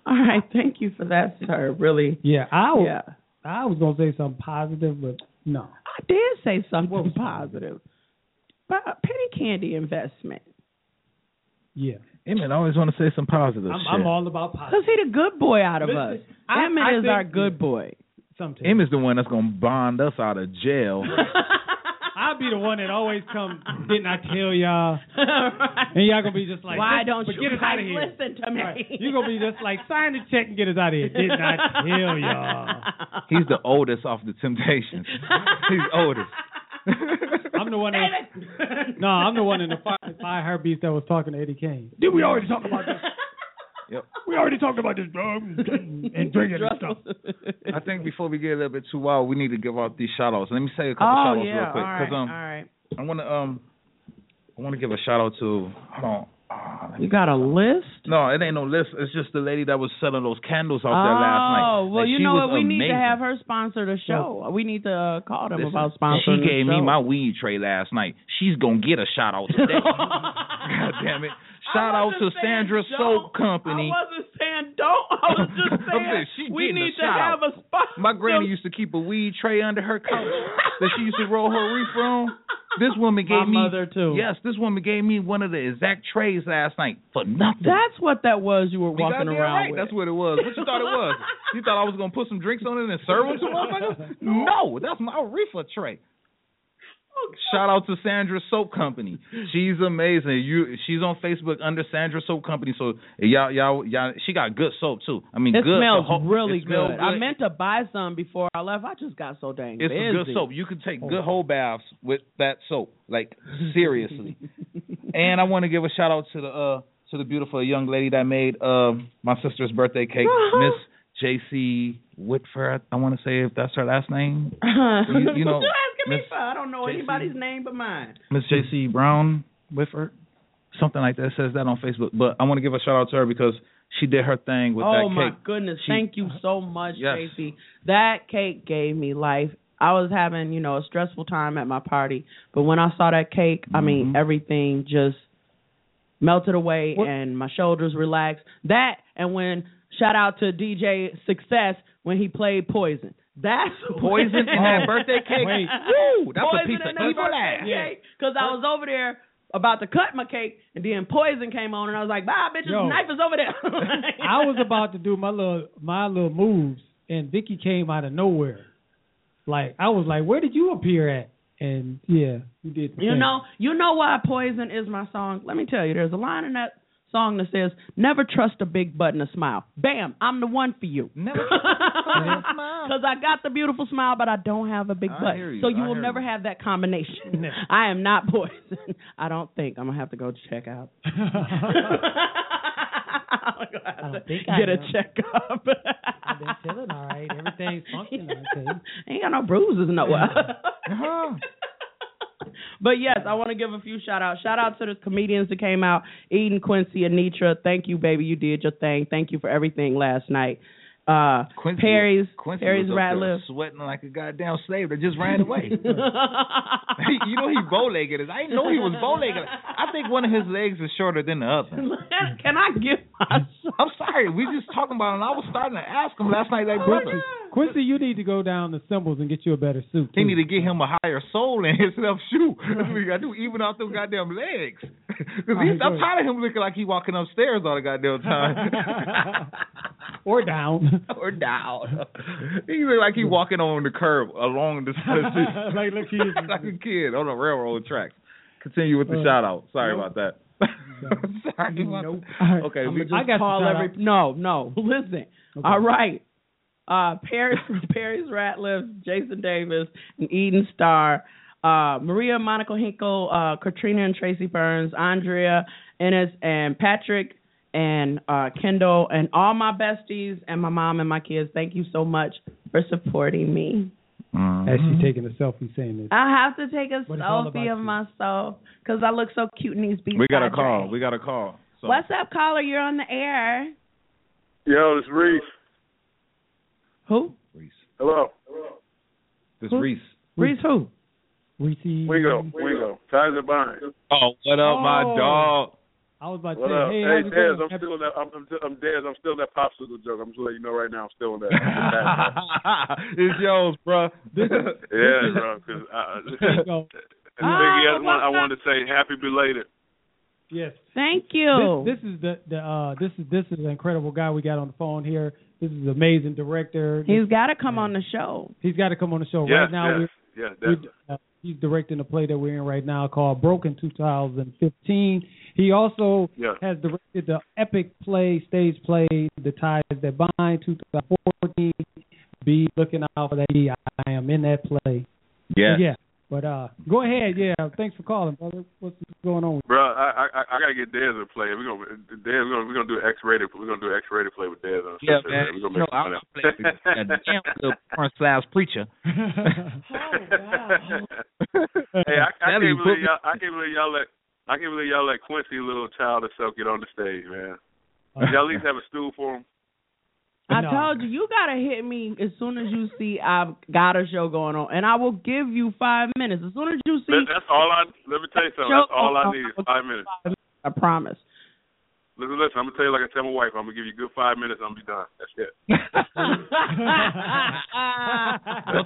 Speaker 1: All right, thank you for that, sir. Really.
Speaker 6: Yeah, I was,
Speaker 1: Yeah.
Speaker 6: I was gonna say something positive, but no.
Speaker 1: I did say something positive. But a penny candy investment.
Speaker 6: Yeah.
Speaker 4: Emmett always wanna say some positive
Speaker 6: I'm,
Speaker 4: shit.
Speaker 6: I'm all about
Speaker 1: Because
Speaker 6: positive.
Speaker 1: he the good boy out of
Speaker 6: Listen,
Speaker 1: us.
Speaker 6: I-
Speaker 1: Emmett
Speaker 6: I
Speaker 1: is our
Speaker 6: think-
Speaker 1: good boy.
Speaker 6: Sometimes.
Speaker 4: Emmett's the one that's gonna bond us out of jail.
Speaker 6: I'll be the one that always come. Didn't I tell y'all? And y'all gonna be just like,
Speaker 1: Why
Speaker 6: "Listen,
Speaker 1: don't
Speaker 6: but
Speaker 1: you
Speaker 6: get us out of
Speaker 1: guys
Speaker 6: here?
Speaker 1: listen to me?
Speaker 6: You're gonna be just like, sign the check and get us out of here. Didn't I tell y'all?
Speaker 4: He's the oldest off the Temptations. He's oldest.
Speaker 6: I'm the one. That, no, I'm the one in the fire, fire her beast that was talking to Eddie Kane.
Speaker 15: Did we already talk about this?
Speaker 4: Yep.
Speaker 15: We already talked about this, bro. And, and drinking and stuff.
Speaker 4: I think before we get a little bit too wild, we need to give out these shout outs. Let me say a couple
Speaker 1: Oh
Speaker 4: shout outs
Speaker 1: yeah.
Speaker 4: real quick.
Speaker 1: all
Speaker 4: 'cause,
Speaker 1: right.
Speaker 4: um,
Speaker 1: all right.
Speaker 4: I wanna um I wanna give a shout out to hold on. ah,
Speaker 1: You got a list?
Speaker 4: No, it ain't no list. It's just the lady that was selling those candles out there last night.
Speaker 1: Oh well,
Speaker 4: Like,
Speaker 1: you
Speaker 4: she
Speaker 1: know
Speaker 4: was
Speaker 1: what? We need to
Speaker 4: amazing.
Speaker 1: have her sponsor the show. We need to uh, call them
Speaker 4: Listen,
Speaker 1: about sponsoring.
Speaker 4: She gave
Speaker 1: the
Speaker 4: me
Speaker 1: show.
Speaker 4: my weed tray last night. She's gonna get a shout out today. God damn it! Shout out to Sandra Soap Company.
Speaker 1: I wasn't saying don't. I was just
Speaker 4: I'm saying,
Speaker 1: saying
Speaker 4: she
Speaker 1: we
Speaker 4: getting a
Speaker 1: need to
Speaker 4: shout
Speaker 1: have
Speaker 4: out.
Speaker 1: a sponsor.
Speaker 4: My granny used to keep a weed tray under her couch that she used to roll her reef on. This woman
Speaker 1: My
Speaker 4: gave me
Speaker 1: mother, too.
Speaker 4: Yes, this woman gave me one of the exact trays last night for nothing.
Speaker 1: That's what that was you were
Speaker 4: You
Speaker 1: walking
Speaker 4: goddamn
Speaker 1: around
Speaker 4: right.
Speaker 1: with.
Speaker 4: That's what it was. What you thought it was? You thought I was gonna put some drinks on it and serve them to motherfuckers? No, that's my reefer tray.
Speaker 1: Oh,
Speaker 4: Shout out to Sandra Soap Company. She's amazing. You, she's on Facebook under Sandra Soap Company. So y'all, y'all, y'all. She got good soap too. I mean,
Speaker 1: it
Speaker 4: good.
Speaker 1: smells
Speaker 4: the whole-
Speaker 1: really
Speaker 4: it smells
Speaker 1: I meant to buy some before I left. I just got so dang
Speaker 4: it's
Speaker 1: busy.
Speaker 4: a good soap. You can take
Speaker 1: Oh.
Speaker 4: good whole baths with that soap. Like seriously. and I want to give a um,
Speaker 1: Uh-huh.
Speaker 4: shout out to the uh to the beautiful young lady that made uh, my sister's birthday cake, Miss J.C. Whitford. I want to say if that's her last name.
Speaker 1: you,
Speaker 4: you know,
Speaker 1: What you Uh-huh. asking me
Speaker 4: Miss-
Speaker 1: for? I don't know
Speaker 4: JC.
Speaker 1: anybody's name but mine.
Speaker 4: Miss J.C. Brown Whitford, something like that. It says that on Facebook. But I want to give a shout out to her because she did her thing with
Speaker 1: oh
Speaker 4: that
Speaker 1: my
Speaker 4: cake.
Speaker 1: goodness!
Speaker 4: She-
Speaker 1: Thank you so much,
Speaker 4: Yes.
Speaker 1: Tracy. That cake gave me life. I was having, you know, a stressful time at my party, but when I saw that cake, I
Speaker 4: Mm-hmm.
Speaker 1: mean, everything just melted away and my shoulders relaxed. That and when shout out to DJ Success when he played Poison. That's
Speaker 4: Poison in that birthday cake?
Speaker 1: Wait.
Speaker 4: Woo, that's a
Speaker 1: Poison
Speaker 4: piece of
Speaker 1: in that
Speaker 4: evil ass.
Speaker 1: birthday cake. Because I was over there about to cut my cake, and then Poison came on, and I was like, "Bye, bitches!
Speaker 6: Yo.
Speaker 1: Knife is over there."
Speaker 6: I was about to do my little my little moves, and Vicky came out of nowhere. Like I was like, "Where did you appear at?" And yeah, you did. the
Speaker 1: You
Speaker 6: thing.
Speaker 1: know, you know why Poison is my song. Let me tell you, there's a line in that song that says, "Never trust a big butt and a smile." Bam, I'm the one for you.
Speaker 4: Never
Speaker 1: Because I got the beautiful smile, but I don't have a big
Speaker 4: I
Speaker 1: butt,
Speaker 4: hear you.
Speaker 1: so you
Speaker 4: I
Speaker 1: will
Speaker 4: hear
Speaker 1: never
Speaker 4: you.
Speaker 1: have that combination. I am not Poison. I don't think I'm gonna have to go check out. I
Speaker 6: don't think
Speaker 1: Get
Speaker 6: I
Speaker 1: a
Speaker 6: am.
Speaker 1: checkup.
Speaker 6: I've been feeling all right. Everything's functioning. Okay.
Speaker 1: Ain't got no bruises nowhere.
Speaker 4: Uh-huh.
Speaker 1: But yes, I want to give a few shout outs. Shout out to the comedians that came out Eden, Quincy, Anitra. Thank you, baby. You did your thing. Thank you for everything last night. Uh,
Speaker 4: Quincy-
Speaker 1: Perry's,
Speaker 4: Quincy
Speaker 1: Perry's
Speaker 4: was up there
Speaker 1: Ratliff.
Speaker 4: sweating like a goddamn slave that just ran away.
Speaker 1: you
Speaker 4: know he bow legged is. I didn't know he was bow legged. I think one of his legs is shorter than the other.
Speaker 1: Can I get?
Speaker 4: I'm sorry, we just talking about it. And I was starting to ask him last night, like, brother,
Speaker 6: Quincy, you need to go down to Symbols and get you a better suit.
Speaker 4: they
Speaker 6: too.
Speaker 4: need to get him a higher soul in his left shoe. That's what you got to do, even out them goddamn legs. Because
Speaker 6: I
Speaker 4: I'm
Speaker 6: agree.
Speaker 4: tired of him looking like he walking upstairs all the goddamn time.
Speaker 6: or down.
Speaker 4: or down. he look like he
Speaker 1: Mm.
Speaker 4: walking on the curb along the
Speaker 6: like look, he
Speaker 4: like a kid on a railroad track. Continue with the
Speaker 6: Uh,
Speaker 4: shout out. Sorry
Speaker 6: nope.
Speaker 4: about that. Sorry about that. Okay,
Speaker 1: I'm
Speaker 4: we-
Speaker 1: gonna just call every. No, no. Listen. All right. Uh, Paris from Paris Ratliff, Jason Davis, and Eden Starr, uh, Maria Monica Hinkle, uh, Katrina and Tracy Burns, Andrea Ennis, and Patrick and uh, Kendall, and all my besties and my mom and my kids. Thank you so much for supporting me.
Speaker 19: Mm-hmm.
Speaker 6: As she's taking a selfie, saying this.
Speaker 1: I have to take a
Speaker 6: it's all
Speaker 1: selfie of myself because I look so cute in these beats.
Speaker 4: we got
Speaker 1: I
Speaker 4: a
Speaker 19: Oh,
Speaker 4: call.
Speaker 1: drank.
Speaker 4: We got a call. So
Speaker 1: What's up, caller? You're on the air.
Speaker 19: Yo, it's Reese.
Speaker 1: Who?
Speaker 19: Hello.
Speaker 4: This
Speaker 1: Who?
Speaker 4: Reese.
Speaker 1: Reese who?
Speaker 19: Wingo. Wingo. Tyler Bynes.
Speaker 4: Oh, what up, my
Speaker 19: Oh.
Speaker 4: dog?
Speaker 6: I was about to
Speaker 19: What
Speaker 6: say,
Speaker 19: up?
Speaker 6: hey,
Speaker 19: Hey,
Speaker 6: how's it
Speaker 19: Dez,
Speaker 6: going?
Speaker 19: I'm still on that. I'm, I'm, I'm Dez. I'm still on that popsicle joke. I'm just letting you know right now. I'm still on that.
Speaker 4: it's yours, bro.
Speaker 19: yeah, bro. Cause I,
Speaker 6: Bingo.
Speaker 19: I
Speaker 6: Ah,
Speaker 19: think he E has one. I wanted to say happy belated.
Speaker 6: Yes.
Speaker 1: Thank you.
Speaker 6: This, this is the the uh, this is this is an incredible guy we got on the phone here. This is an amazing director.
Speaker 1: He's got to come on the show.
Speaker 6: he's got to come on the show
Speaker 19: Yes,
Speaker 6: right now.
Speaker 19: yes,
Speaker 6: we're-
Speaker 19: yes,
Speaker 6: we're,
Speaker 19: definitely.
Speaker 6: uh, he's directing a play that we're in right now called Broken 2015. He also
Speaker 19: Yeah.
Speaker 6: has directed the epic play, stage play, The Ties That Bind 2014. Be looking out for that. Be I am in that play.
Speaker 4: Yes.
Speaker 6: Yeah. But uh, go ahead. Yeah. Thanks for calling, brother. What's going on?
Speaker 19: Bro, I I, I- I gotta get Dez to play. We're gonna Dez. We're gonna, we're gonna do an X-rated. We're gonna do an X-rated play with Dez. On the
Speaker 4: Yeah,
Speaker 19: show,
Speaker 4: man.
Speaker 19: We're gonna make
Speaker 4: You know,
Speaker 19: some fun
Speaker 4: I'll
Speaker 19: out
Speaker 4: play the goddamn little porn slash preacher.
Speaker 6: Oh,
Speaker 19: hey, I, I
Speaker 4: That'd
Speaker 19: can't
Speaker 4: be
Speaker 19: believe
Speaker 4: booking-
Speaker 19: y'all. I can't believe y'all let. I can't believe y'all let Quincy little child or so get on the stage, man. Did y'all at least have a stool for him?
Speaker 1: I
Speaker 19: No.
Speaker 1: told you, you got to hit me as soon as you see I've got a show going on, and I will give you five minutes. As soon as you see,
Speaker 19: That, that's all I. Let me tell you something. That's all I need. is Five minutes.
Speaker 1: I promise.
Speaker 19: Listen, listen. I'm gonna tell you like I tell my wife. I'm gonna give you a good five minutes. I'm gonna be done. That's it.
Speaker 4: Don't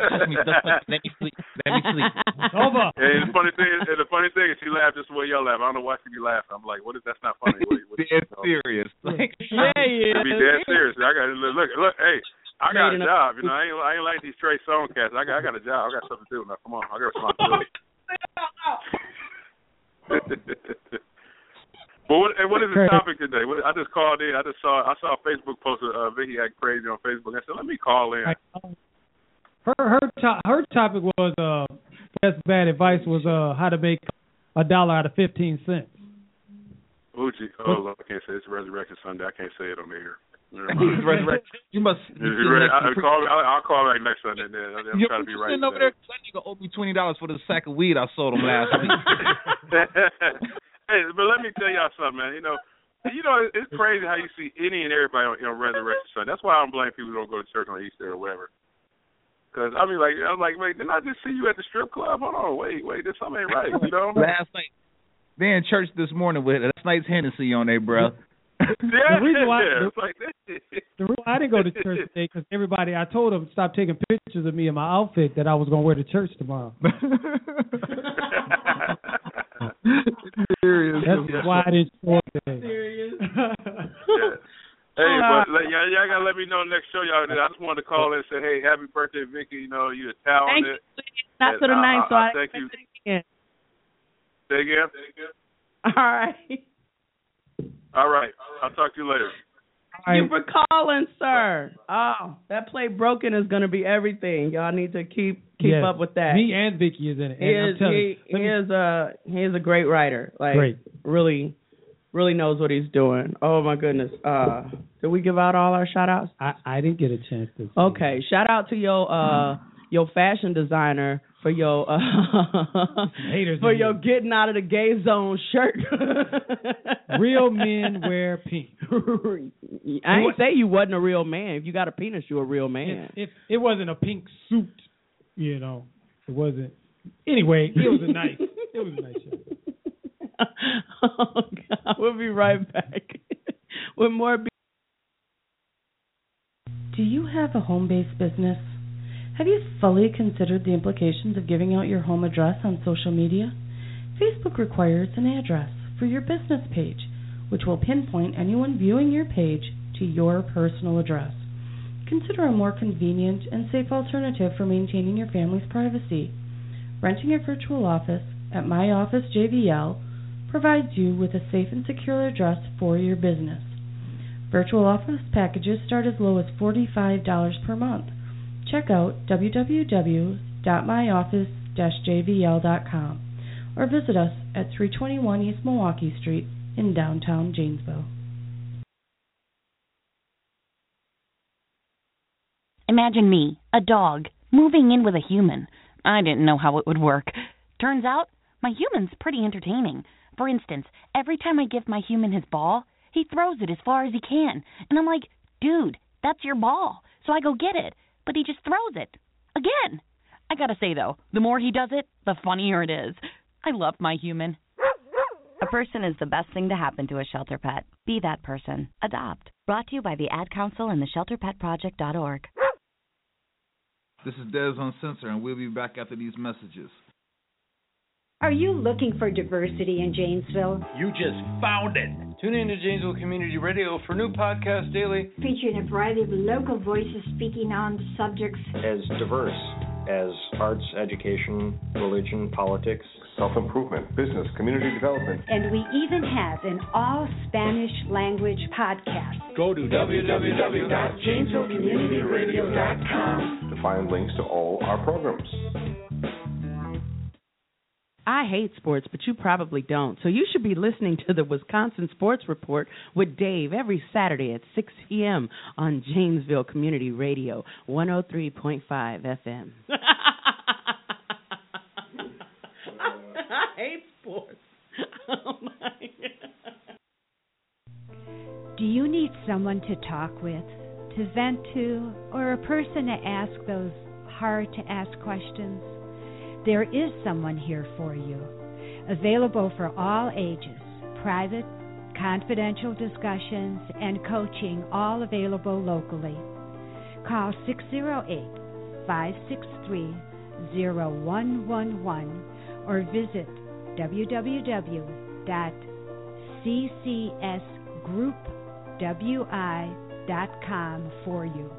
Speaker 4: touch me. Don't touch me. Let me sleep. Let me sleep.
Speaker 6: Over.
Speaker 19: And the funny thing, and the funny thing is, she laughed just the way y'all laugh. I don't know why she be laughing. I'm like, what is that's not funny? What, what,
Speaker 4: Dead serious. Like,
Speaker 19: To be dead serious. I got look, look, look, hey. I got a
Speaker 4: Made an-
Speaker 19: job, you know. I ain't, I ain't like these Trey Songz cats. I got, I got a job. I got something to do now. Come on, I got responsibility. but what, and what is the
Speaker 6: Great.
Speaker 19: topic today? What, I just called in. I just saw, I saw a Facebook post of uh, Vicky act crazy on Facebook. I said, let me call in.
Speaker 6: Her her to- her topic was uh best bad advice was uh how to make a dollar out of fifteen cents.
Speaker 19: Uchi, oh, Lord, I can't say it's Resurrection Sunday. I can't say it on the air. He's resurrected.
Speaker 18: You must.
Speaker 19: He's right. I, I call, I, I'll call back next Sunday. Then. I'm, I'm
Speaker 18: Yo,
Speaker 19: trying to be
Speaker 18: you
Speaker 19: right.
Speaker 18: sitting over there
Speaker 19: there.
Speaker 18: 'cause that nigga owe me twenty dollars for the sack of weed I sold him last week.
Speaker 19: hey, but let me tell y'all something, man. You know, you know, it's crazy how you see any and everybody on, on Resurrection Sunday. That's why I don't blame people who don't go to church on Easter or whatever. Because I mean, like, I'm like, wait, didn't I just see you at the strip club? Hold on, wait, wait, this something ain't right. You know?
Speaker 18: last night. They in church this morning with last night's Hennessy on their breath.
Speaker 19: Yeah,
Speaker 6: The reason why-
Speaker 19: yeah, it's like that.
Speaker 6: The reason why I didn't go to church today because everybody, I told them stop taking pictures of me in my outfit that I was gonna wear to church tomorrow.
Speaker 18: Serious.
Speaker 6: That's why I didn't show up today.
Speaker 1: Serious.
Speaker 19: yeah. Hey,
Speaker 1: Uh,
Speaker 19: but let, y'all, y'all gotta let me know next show, y'all. I just wanted to call and say, hey, happy birthday, Vicky. You know, you're
Speaker 1: Thank
Speaker 19: talented.
Speaker 1: you. Not
Speaker 19: And
Speaker 1: to the
Speaker 19: I-
Speaker 1: name,
Speaker 19: I-
Speaker 1: so
Speaker 19: I
Speaker 1: I
Speaker 19: thank you.
Speaker 1: again.
Speaker 19: Say again.
Speaker 1: All right. Thank
Speaker 19: All right. I'll talk to you later.
Speaker 1: you for calling, sir. Oh, that play broken is gonna be everything. Y'all need to keep keep
Speaker 6: Yes.
Speaker 1: up with that.
Speaker 6: Me and Vicky is in it.
Speaker 1: He
Speaker 6: and I'm
Speaker 1: is
Speaker 6: telling you,
Speaker 1: he, he
Speaker 6: let me-
Speaker 1: is a he is a great writer. Like
Speaker 6: Great.
Speaker 1: really really knows what he's doing. Oh my goodness. Uh did we give out all our shout outs?
Speaker 6: I, I didn't get a chance to. Hmm.
Speaker 1: Okay. Shout out to your uh your fashion designer for your uh
Speaker 6: Haters
Speaker 1: for
Speaker 6: in
Speaker 1: your getting out of the gay zone shirt.
Speaker 6: Real men wear pink.
Speaker 1: I ain't say you wasn't a real man. If you got a penis, you a real man.
Speaker 6: If it wasn't a pink suit, you know, it wasn't. Anyway, it was a nice. it was a nice show.
Speaker 1: oh God, we'll be right back with more. Be-
Speaker 11: Do you have a home based business? Have you fully considered the implications of giving out your home address on social media? Facebook requires an address for your business page, which will pinpoint anyone viewing your page to your personal address. Consider a more convenient and safe alternative for maintaining your family's privacy. Renting a virtual office at My Office JVL provides you with a safe and secure address for your business. Virtual office packages start as low as $45 per month. Check out www.myoffice-jvl.com or visit us at 321 East Milwaukee Street in downtown Janesville.
Speaker 8: Imagine me, a dog, moving in with a human. I didn't know how it would work. Turns out, my human's pretty entertaining. For instance, every time I give my human his ball, he throws it as far as he can. And I'm like, dude, that's your ball. So I go get it. But he just throws it. Again. I gotta say, though, the more he does it, the funnier it is. I love my human.
Speaker 9: A person is the best thing to happen to a shelter pet. Be that person. Adopt. Brought to you by the Ad Council and the ShelterPetProject.org.
Speaker 18: This is Des Uncensored, and we'll be back after these messages.
Speaker 2: Are you looking for diversity in Janesville?
Speaker 13: You just found it. Tune in to Janesville Community Radio for new podcasts daily.
Speaker 20: featuring a variety of local voices speaking on subjects.
Speaker 21: as diverse as arts, education, religion, politics, self improvement, business, community development.
Speaker 2: And we even have an all Spanish language podcast.
Speaker 21: Go to
Speaker 2: www.janesvillecommunityradio.com
Speaker 14: to find links to all our programs.
Speaker 1: I hate sports, but you probably don't. So you should be listening to the Wisconsin Sports Report with Dave every Saturday at 6 p.m. on Janesville Community Radio, 103.5 FM.
Speaker 10: uh,
Speaker 1: I hate sports. Oh my
Speaker 2: Do you need someone to talk with, to vent to, or a person to ask those hard to ask questions? There is someone here for you, available for all ages, private, confidential discussions, and coaching, all available locally. Call 608 563 0111 or visit www.ccsgroupwi.com for you.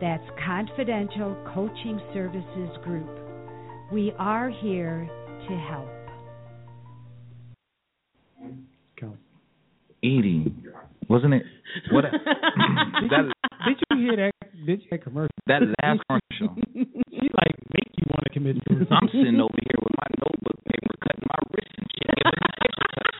Speaker 2: That's Confidential Coaching Services Group. We are here to help.
Speaker 18: Eating, wasn't it? What? that
Speaker 6: Did you hear that? Did you hear that commercial?
Speaker 18: that last commercial.
Speaker 6: She like make you want to commit suicide.
Speaker 18: I'm sitting over here with my notebook paper cutting my wrist and shit. giving me picture cuts.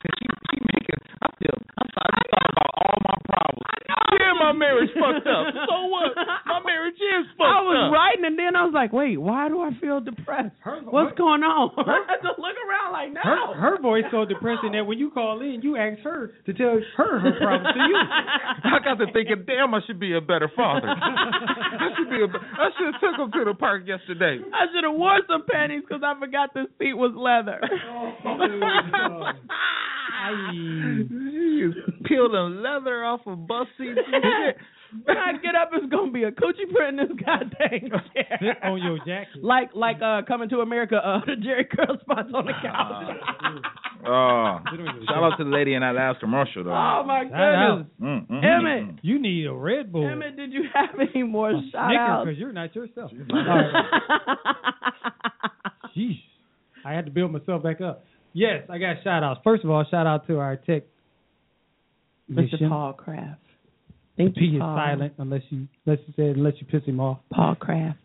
Speaker 18: 'Cause she, she making, I'm still, I'm sorry, I'm talking about all my problems. Give
Speaker 2: marriage fucked up. So what? My marriage is fucked
Speaker 1: I was
Speaker 2: up.
Speaker 1: writing and then I was like, wait, why do I feel depressed? What's going on? I had to look around like, no.
Speaker 6: Her, her voice so depressing that when you call in, you ask her to tell her her problem to you.
Speaker 4: I got to thinking, damn, I should be a better father. I should be a. be- I should have took him to the park yesterday.
Speaker 1: I should have worn some panties because I forgot this seat was leather.
Speaker 4: You peel the leather off a bus seat.
Speaker 1: when I get up, it's gonna be a coochie print in this goddamn chair.
Speaker 6: on your jacket.
Speaker 1: Like like uh coming to America, uh the Jerry Curl spots on the couch.
Speaker 4: Oh, shout out to the lady in that last commercial though.
Speaker 1: Oh, my goodness.
Speaker 4: Mm, mm,
Speaker 1: Emmett.
Speaker 4: mm.
Speaker 6: You need a Red Bull.
Speaker 1: Emmett, did you have any more shout outs?
Speaker 6: because you're not yourself. All right. Jeez. I had to build myself back up. Yes, I got shout outs. First of all, shout out to our tech.
Speaker 1: Mr. Paul Kraft. Thank
Speaker 6: P
Speaker 1: you,
Speaker 6: is
Speaker 1: Paul.
Speaker 6: silent unless you unless you said unless you piss him off.
Speaker 1: Paul Kraft.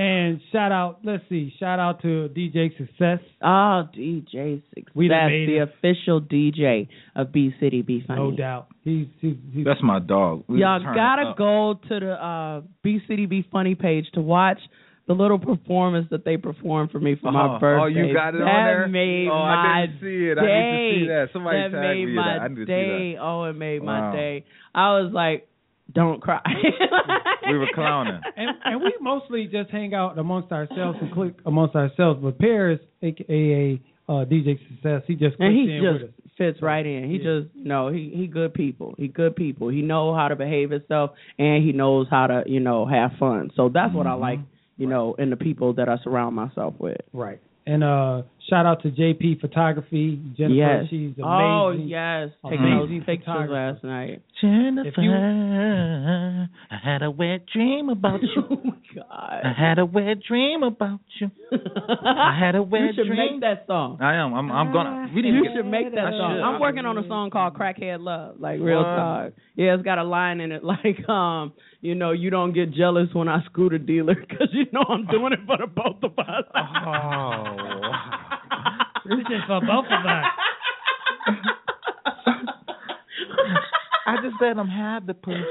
Speaker 6: And shout out, let's see, shout out to DJ Success.
Speaker 1: Oh, DJ Success,
Speaker 6: We done
Speaker 1: That's
Speaker 6: made
Speaker 1: the
Speaker 6: it.
Speaker 1: official DJ of B City B Funny.
Speaker 6: No doubt. He's, he's, he's
Speaker 4: That's my dog. We
Speaker 1: Y'all
Speaker 4: turn
Speaker 1: gotta
Speaker 4: up.
Speaker 1: go to the uh, B City Be Funny page to watch the little performance that they performed for me for
Speaker 4: Oh,
Speaker 1: my birthday.
Speaker 4: oh, you got it
Speaker 1: that
Speaker 4: on there?
Speaker 1: Made
Speaker 4: Oh, I
Speaker 1: my
Speaker 4: didn't see it.
Speaker 1: Day.
Speaker 4: I need to see that. Somebody
Speaker 1: that
Speaker 4: tagged
Speaker 1: made
Speaker 4: me in
Speaker 1: my
Speaker 4: that. I need to see
Speaker 1: day. Oh, it made
Speaker 4: Wow.
Speaker 1: my day. I was like, don't cry.
Speaker 4: We were clowning.
Speaker 6: and, and we mostly just hang out amongst ourselves and click amongst ourselves. But Paris, aka uh, DJ Success, he just
Speaker 1: and
Speaker 6: clicked
Speaker 1: he
Speaker 6: in with us.
Speaker 1: just fits right in. He just no, he he good people. He good people. He know how to behave himself and he knows how to, you know, have fun. So that's what I
Speaker 2: Mm-hmm.
Speaker 1: like, you know, in the people that I surround myself with.
Speaker 6: Right. And uh, shout out to JP Photography, Jennifer.
Speaker 1: yes.
Speaker 6: She's amazing.
Speaker 1: Oh yes. Taking
Speaker 6: amazing
Speaker 1: those pictures
Speaker 6: photographer.
Speaker 1: last night.
Speaker 2: Jennifer,
Speaker 1: If you-
Speaker 2: I had a wet dream about you. oh my
Speaker 1: god.
Speaker 2: I had a wet dream about you. I had a wet
Speaker 1: You should
Speaker 2: dream.
Speaker 1: make that song.
Speaker 4: I am. I'm. I'm gonna. We didn't
Speaker 1: You
Speaker 4: get-
Speaker 1: should make that
Speaker 4: I
Speaker 1: song.
Speaker 4: should.
Speaker 1: I'm working on a song called
Speaker 6: Mm-hmm.
Speaker 1: Crackhead Love, like real
Speaker 4: What?
Speaker 1: talk. Yeah, it's got a line in it like, um, you know, you don't get jealous when I scoot a dealer because you know I'm doing it for the both of us.
Speaker 4: Oh.
Speaker 22: This is for both of us.
Speaker 2: I just let him have the pussy,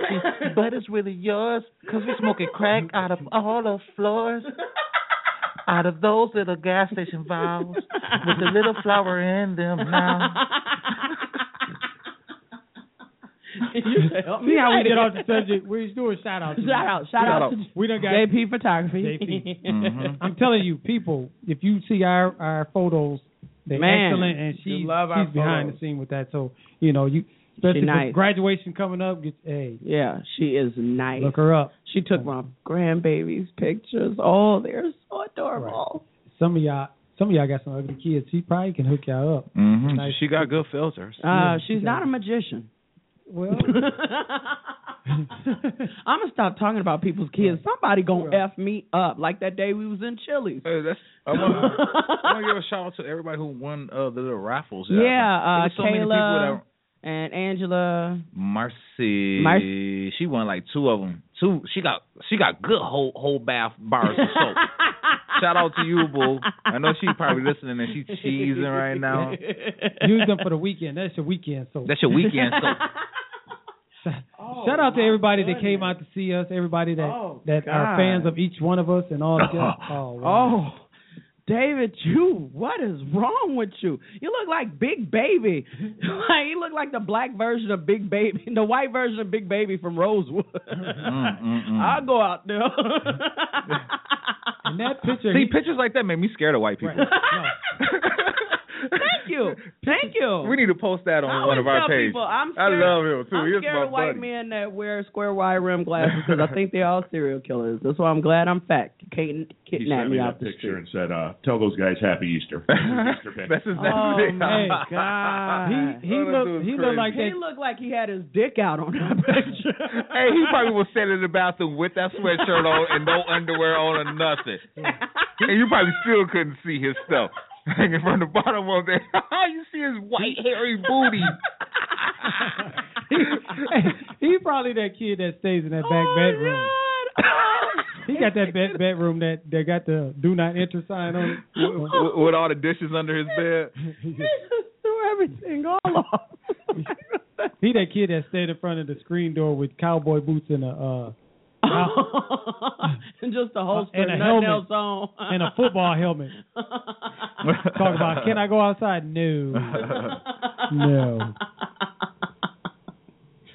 Speaker 2: but it's really yours because we smoking crack out of all the floors, out of those little gas station vials with the little flower in them now.
Speaker 6: See how we get off the subject. We're doing shout outs.
Speaker 1: "Oh, Shout out, shout Shout out out. to
Speaker 6: we done got
Speaker 1: JP Photography.
Speaker 6: JP.
Speaker 1: Mm-hmm.
Speaker 6: I'm telling you, people, if you see our our photos, they're
Speaker 1: Man,
Speaker 6: excellent, and
Speaker 1: you
Speaker 6: she
Speaker 1: love our
Speaker 6: she's behind the
Speaker 1: photos.
Speaker 6: scene with that. So you know you. Especially
Speaker 1: She
Speaker 6: with
Speaker 1: nice.
Speaker 6: graduation coming up, get, hey,
Speaker 1: Yeah, she is nice.
Speaker 6: look her up.
Speaker 1: She took my grandbaby's pictures. Oh, they're so adorable.
Speaker 6: Some of y'all, some of y'all got some ugly kids. She probably can hook y'all up.
Speaker 4: Mhm.
Speaker 6: Nice.
Speaker 4: She got good filters.
Speaker 1: Mm-hmm. Uh, she's not a magician.
Speaker 6: Well,
Speaker 1: I'm gonna stop talking about people's kids. Somebody gonna f me up like that day we was in Chili's.
Speaker 4: Hey, that's, I want, I want to give a shout out to everybody who won uh, the little raffles.
Speaker 1: Yeah,
Speaker 4: There
Speaker 1: uh,
Speaker 4: was so many people
Speaker 1: Kayla
Speaker 4: that-
Speaker 1: and Angela.
Speaker 4: Marcy,
Speaker 1: Mar-
Speaker 4: she won like two of them. Two, she got she got good whole whole bath bars of soap. Shout out to you, boo. I know she's probably listening and she's cheesing right now.
Speaker 6: use them for the weekend. That's your weekend. So
Speaker 4: That's your weekend soap.
Speaker 6: Shout out to everybody
Speaker 7: Oh,
Speaker 6: that came out to see us, everybody that that
Speaker 1: Oh,
Speaker 6: are
Speaker 1: God.
Speaker 6: fans of each one of us and all of us. Oh, wow.
Speaker 1: Oh, David, you what is wrong with you? You look like Big Baby. like you look like the black version of Big Baby, the white version of Big Baby from Rosewood. I'll go out there.
Speaker 6: and that picture,
Speaker 4: See, pictures like that make me scared of white people.
Speaker 1: Thank you. Thank you.
Speaker 4: We need to post that on
Speaker 1: I
Speaker 4: one
Speaker 1: always
Speaker 4: of our
Speaker 1: tell
Speaker 4: pages.
Speaker 1: people, I'm
Speaker 4: I
Speaker 1: scared-
Speaker 4: love him too.
Speaker 1: I'm
Speaker 4: He was
Speaker 1: scared
Speaker 4: my
Speaker 1: of white
Speaker 4: buddy.
Speaker 1: men that wear square wide rim glasses because I think they're all serial killers. That's why I'm glad I'm fat. You can't
Speaker 16: He
Speaker 1: kidnap me
Speaker 16: sent me
Speaker 1: out
Speaker 16: that
Speaker 1: the
Speaker 16: picture and said, uh, "Tell those guys Happy Easter." Easter picture.
Speaker 4: That's his-
Speaker 1: Oh
Speaker 4: that's his-
Speaker 1: my god!
Speaker 6: He- he Oh, that looked- dude's he looked like
Speaker 1: he
Speaker 6: that-
Speaker 1: looked like he had his dick out on that picture.
Speaker 4: Hey, he probably was sitting in the bathroom with that sweatshirt on and no underwear on or nothing. And you probably still couldn't see his stuff hanging from the bottom of there. you see his white hairy booty.
Speaker 6: he probably that kid that stays in that back bedroom. he got that bed, bedroom that that got the do not enter sign on it.
Speaker 4: with, with all the dishes under his bed.
Speaker 1: He just threw
Speaker 6: everything all off. he that kid that stayed in front of the screen door with cowboy boots and a uh,
Speaker 1: Oh, and just a holster,
Speaker 6: and a
Speaker 1: nothing
Speaker 6: helmet
Speaker 1: else on.
Speaker 6: and a football helmet. Talk about can I go outside? No, no.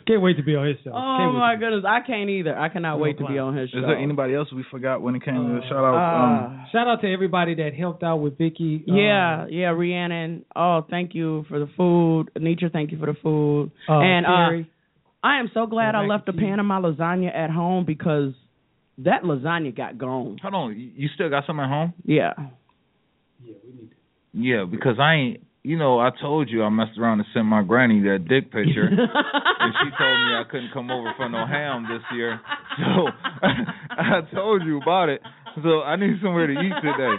Speaker 6: Can't wait to be on his show.
Speaker 1: Oh
Speaker 6: Can't wait.
Speaker 1: my goodness, I can't either. I cannot wait to be on his show.
Speaker 4: Is there anybody else we forgot when it came to the shout
Speaker 1: uh,
Speaker 4: out? um,
Speaker 6: Shout out to everybody that helped out with Vicky. uh,
Speaker 1: yeah, yeah, Rhiannon. Oh, thank you for the food. Anitra, thank you for the food.
Speaker 6: Uh,
Speaker 1: and
Speaker 6: Terry.
Speaker 1: uh I am so glad I left the pan of my lasagna at home because that lasagna got gone.
Speaker 4: Hold on, you you still got some at home?
Speaker 1: Yeah.
Speaker 4: Yeah, because I ain't. You know, I told you I messed around and sent my granny that dick picture, and she told me I couldn't come over for no ham this year. So I told you about it. So I need somewhere to eat today.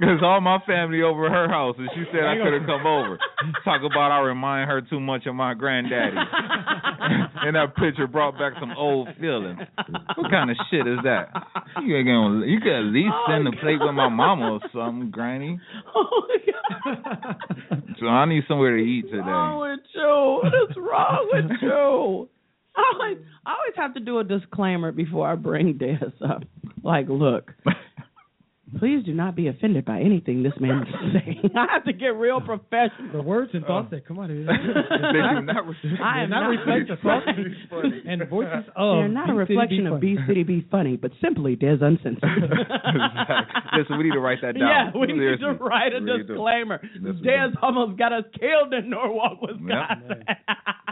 Speaker 4: Cause all my family over at her house, and she said I couldn't come over. Talk about I remind her too much of my granddaddy, and that picture brought back some old feelings. What kind of shit is that? You ain't gonna. You could at least
Speaker 6: Oh,
Speaker 7: Oh,
Speaker 4: send a plate with my mama or something, Granny.
Speaker 1: Oh my
Speaker 6: god.
Speaker 4: So I need somewhere to eat today.
Speaker 1: wrong with you? What is wrong with you? I always, I always have to do a disclaimer before I bring this up. Like, look, please do not be offended by anything this man is saying. I have to get real professional.
Speaker 6: The words
Speaker 4: Oh.
Speaker 6: and thoughts that come out of his
Speaker 1: I am
Speaker 6: not reflect the thoughts and voices of.
Speaker 1: They're not a
Speaker 6: B City
Speaker 1: reflection of
Speaker 6: Funny.
Speaker 1: um, B City Be Funny, but simply Des Uncensored.
Speaker 4: Listen, we need to write that
Speaker 1: yeah,
Speaker 4: down.
Speaker 1: we need
Speaker 4: Seriously.
Speaker 1: to write a
Speaker 4: We really do.
Speaker 1: disclaimer. Des almost got us killed in Norwalk, Wisconsin.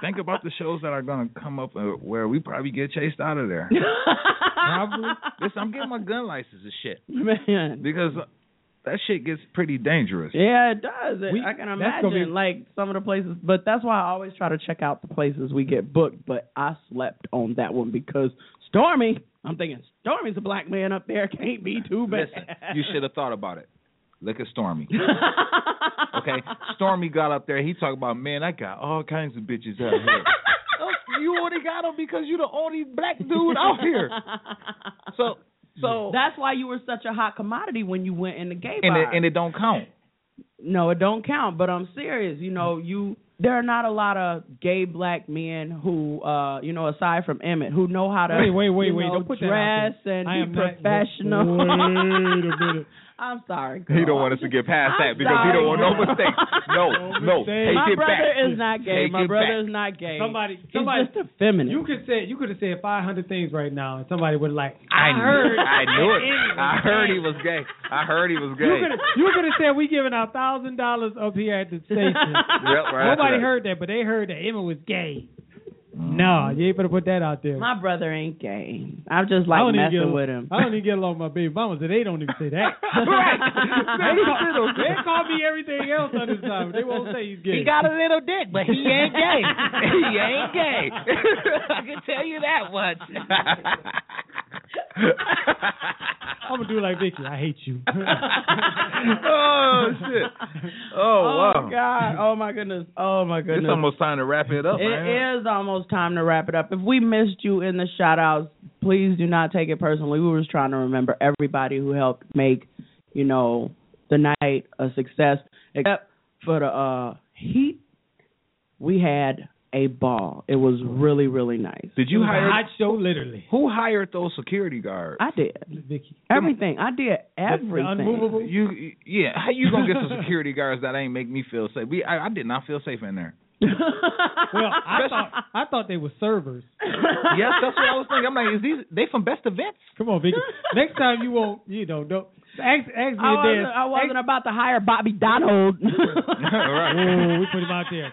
Speaker 4: Think about the shows that are gonna come up uh, where we probably get chased out of there.
Speaker 1: Probably.
Speaker 4: Listen, I'm getting my gun license and shit.
Speaker 1: Man.
Speaker 4: Because uh, that shit gets pretty dangerous.
Speaker 1: Yeah, it does. It-
Speaker 4: We-
Speaker 1: I can
Speaker 4: that's gonna
Speaker 1: imagine
Speaker 4: be-
Speaker 1: like some of the places, but that's why I always try to check out the places we get booked. But I slept on that one because Stormy. I'm thinking Stormy's a black man up there. Can't be too bad.
Speaker 4: Listen, you should have thought about it. Look at Stormy. okay, Stormy got up there. He talked about, man, I got all kinds of bitches out here.
Speaker 6: Oh,
Speaker 4: you only got him because you're the only black dude out here. So, so
Speaker 1: that's why you were such a hot commodity when you went in the gay
Speaker 4: and
Speaker 1: bar.
Speaker 4: it, and it don't count.
Speaker 1: no, it don't count. But I'm serious. You
Speaker 6: Mm-hmm.
Speaker 1: know, you there are not a lot of gay black men who, uh, you know, aside from Emmett, who know how to
Speaker 6: Wait, wait, wait,
Speaker 1: you
Speaker 6: wait.
Speaker 1: know,
Speaker 6: Don't put that out
Speaker 1: dress
Speaker 6: there.
Speaker 1: and
Speaker 6: I am
Speaker 1: be
Speaker 6: not-
Speaker 1: professional.
Speaker 6: Wait a minute.
Speaker 1: I'm sorry.
Speaker 4: He don't want us to get past
Speaker 1: I'm
Speaker 4: that because he don't want no
Speaker 1: sorry.
Speaker 4: mistakes. No, no. Take
Speaker 1: My
Speaker 4: it
Speaker 1: brother
Speaker 4: back.
Speaker 1: is not gay.
Speaker 4: Take
Speaker 1: My
Speaker 4: it
Speaker 1: brother
Speaker 4: back.
Speaker 1: is not gay.
Speaker 6: Somebody,
Speaker 1: He's
Speaker 6: somebody,
Speaker 1: just a feminine.
Speaker 6: You could say you could have said 500 things right now, and somebody would like. I
Speaker 4: I,
Speaker 6: heard.
Speaker 4: knew, I knew it.
Speaker 6: Anyway.
Speaker 4: I heard he was gay. I heard he was
Speaker 6: You
Speaker 4: gay.
Speaker 6: could have you could have said we giving out thousand dollars up here at the station.
Speaker 4: Yep, right,
Speaker 6: Nobody
Speaker 4: right.
Speaker 6: heard that, but they heard that Emma was gay. No, you ain't better put that out there.
Speaker 1: My brother ain't gay. I'm just like
Speaker 6: I don't even
Speaker 1: messing
Speaker 6: get,
Speaker 1: with him.
Speaker 6: I don't even get along with my baby mama, so they don't even say that.
Speaker 1: Right.
Speaker 6: they, call, they call me everything else on this time. They won't say he's
Speaker 17: He
Speaker 6: gay.
Speaker 17: got a little dick, but he ain't gay. he ain't gay.
Speaker 4: I can tell you that much.
Speaker 6: I'm gonna do like Vicky. I hate you.
Speaker 4: oh shit! Oh,
Speaker 1: Oh
Speaker 4: wow!
Speaker 1: God! Oh my goodness! Oh my goodness!
Speaker 4: It's almost time to wrap it up, man.
Speaker 1: It is almost time to wrap it up. If we missed you in the shout outs, please do not take it personally. We were just trying to remember everybody who helped make, you know, the night a success. Except for the uh heat, we had a ball. It was really, really nice.
Speaker 4: Did you hire?
Speaker 6: Hot show, literally.
Speaker 4: Who hired those security guards?
Speaker 1: I did.
Speaker 6: Vicky.
Speaker 1: Everything. I did everything.
Speaker 4: You yeah. How you gonna get some security guards that ain't make me feel safe? We I, I did not feel safe in there.
Speaker 6: Well, I thought I thought they were servers.
Speaker 4: yes, that's what I was thinking. I'm like, is these they from Best Events?
Speaker 6: Come on, Vicky. Next time you won't, you know, don't ask ask me
Speaker 1: I
Speaker 6: to
Speaker 1: wasn't,
Speaker 6: dance.
Speaker 1: I wasn't about to hire Bobby Donald.
Speaker 6: Ooh, we put him out there.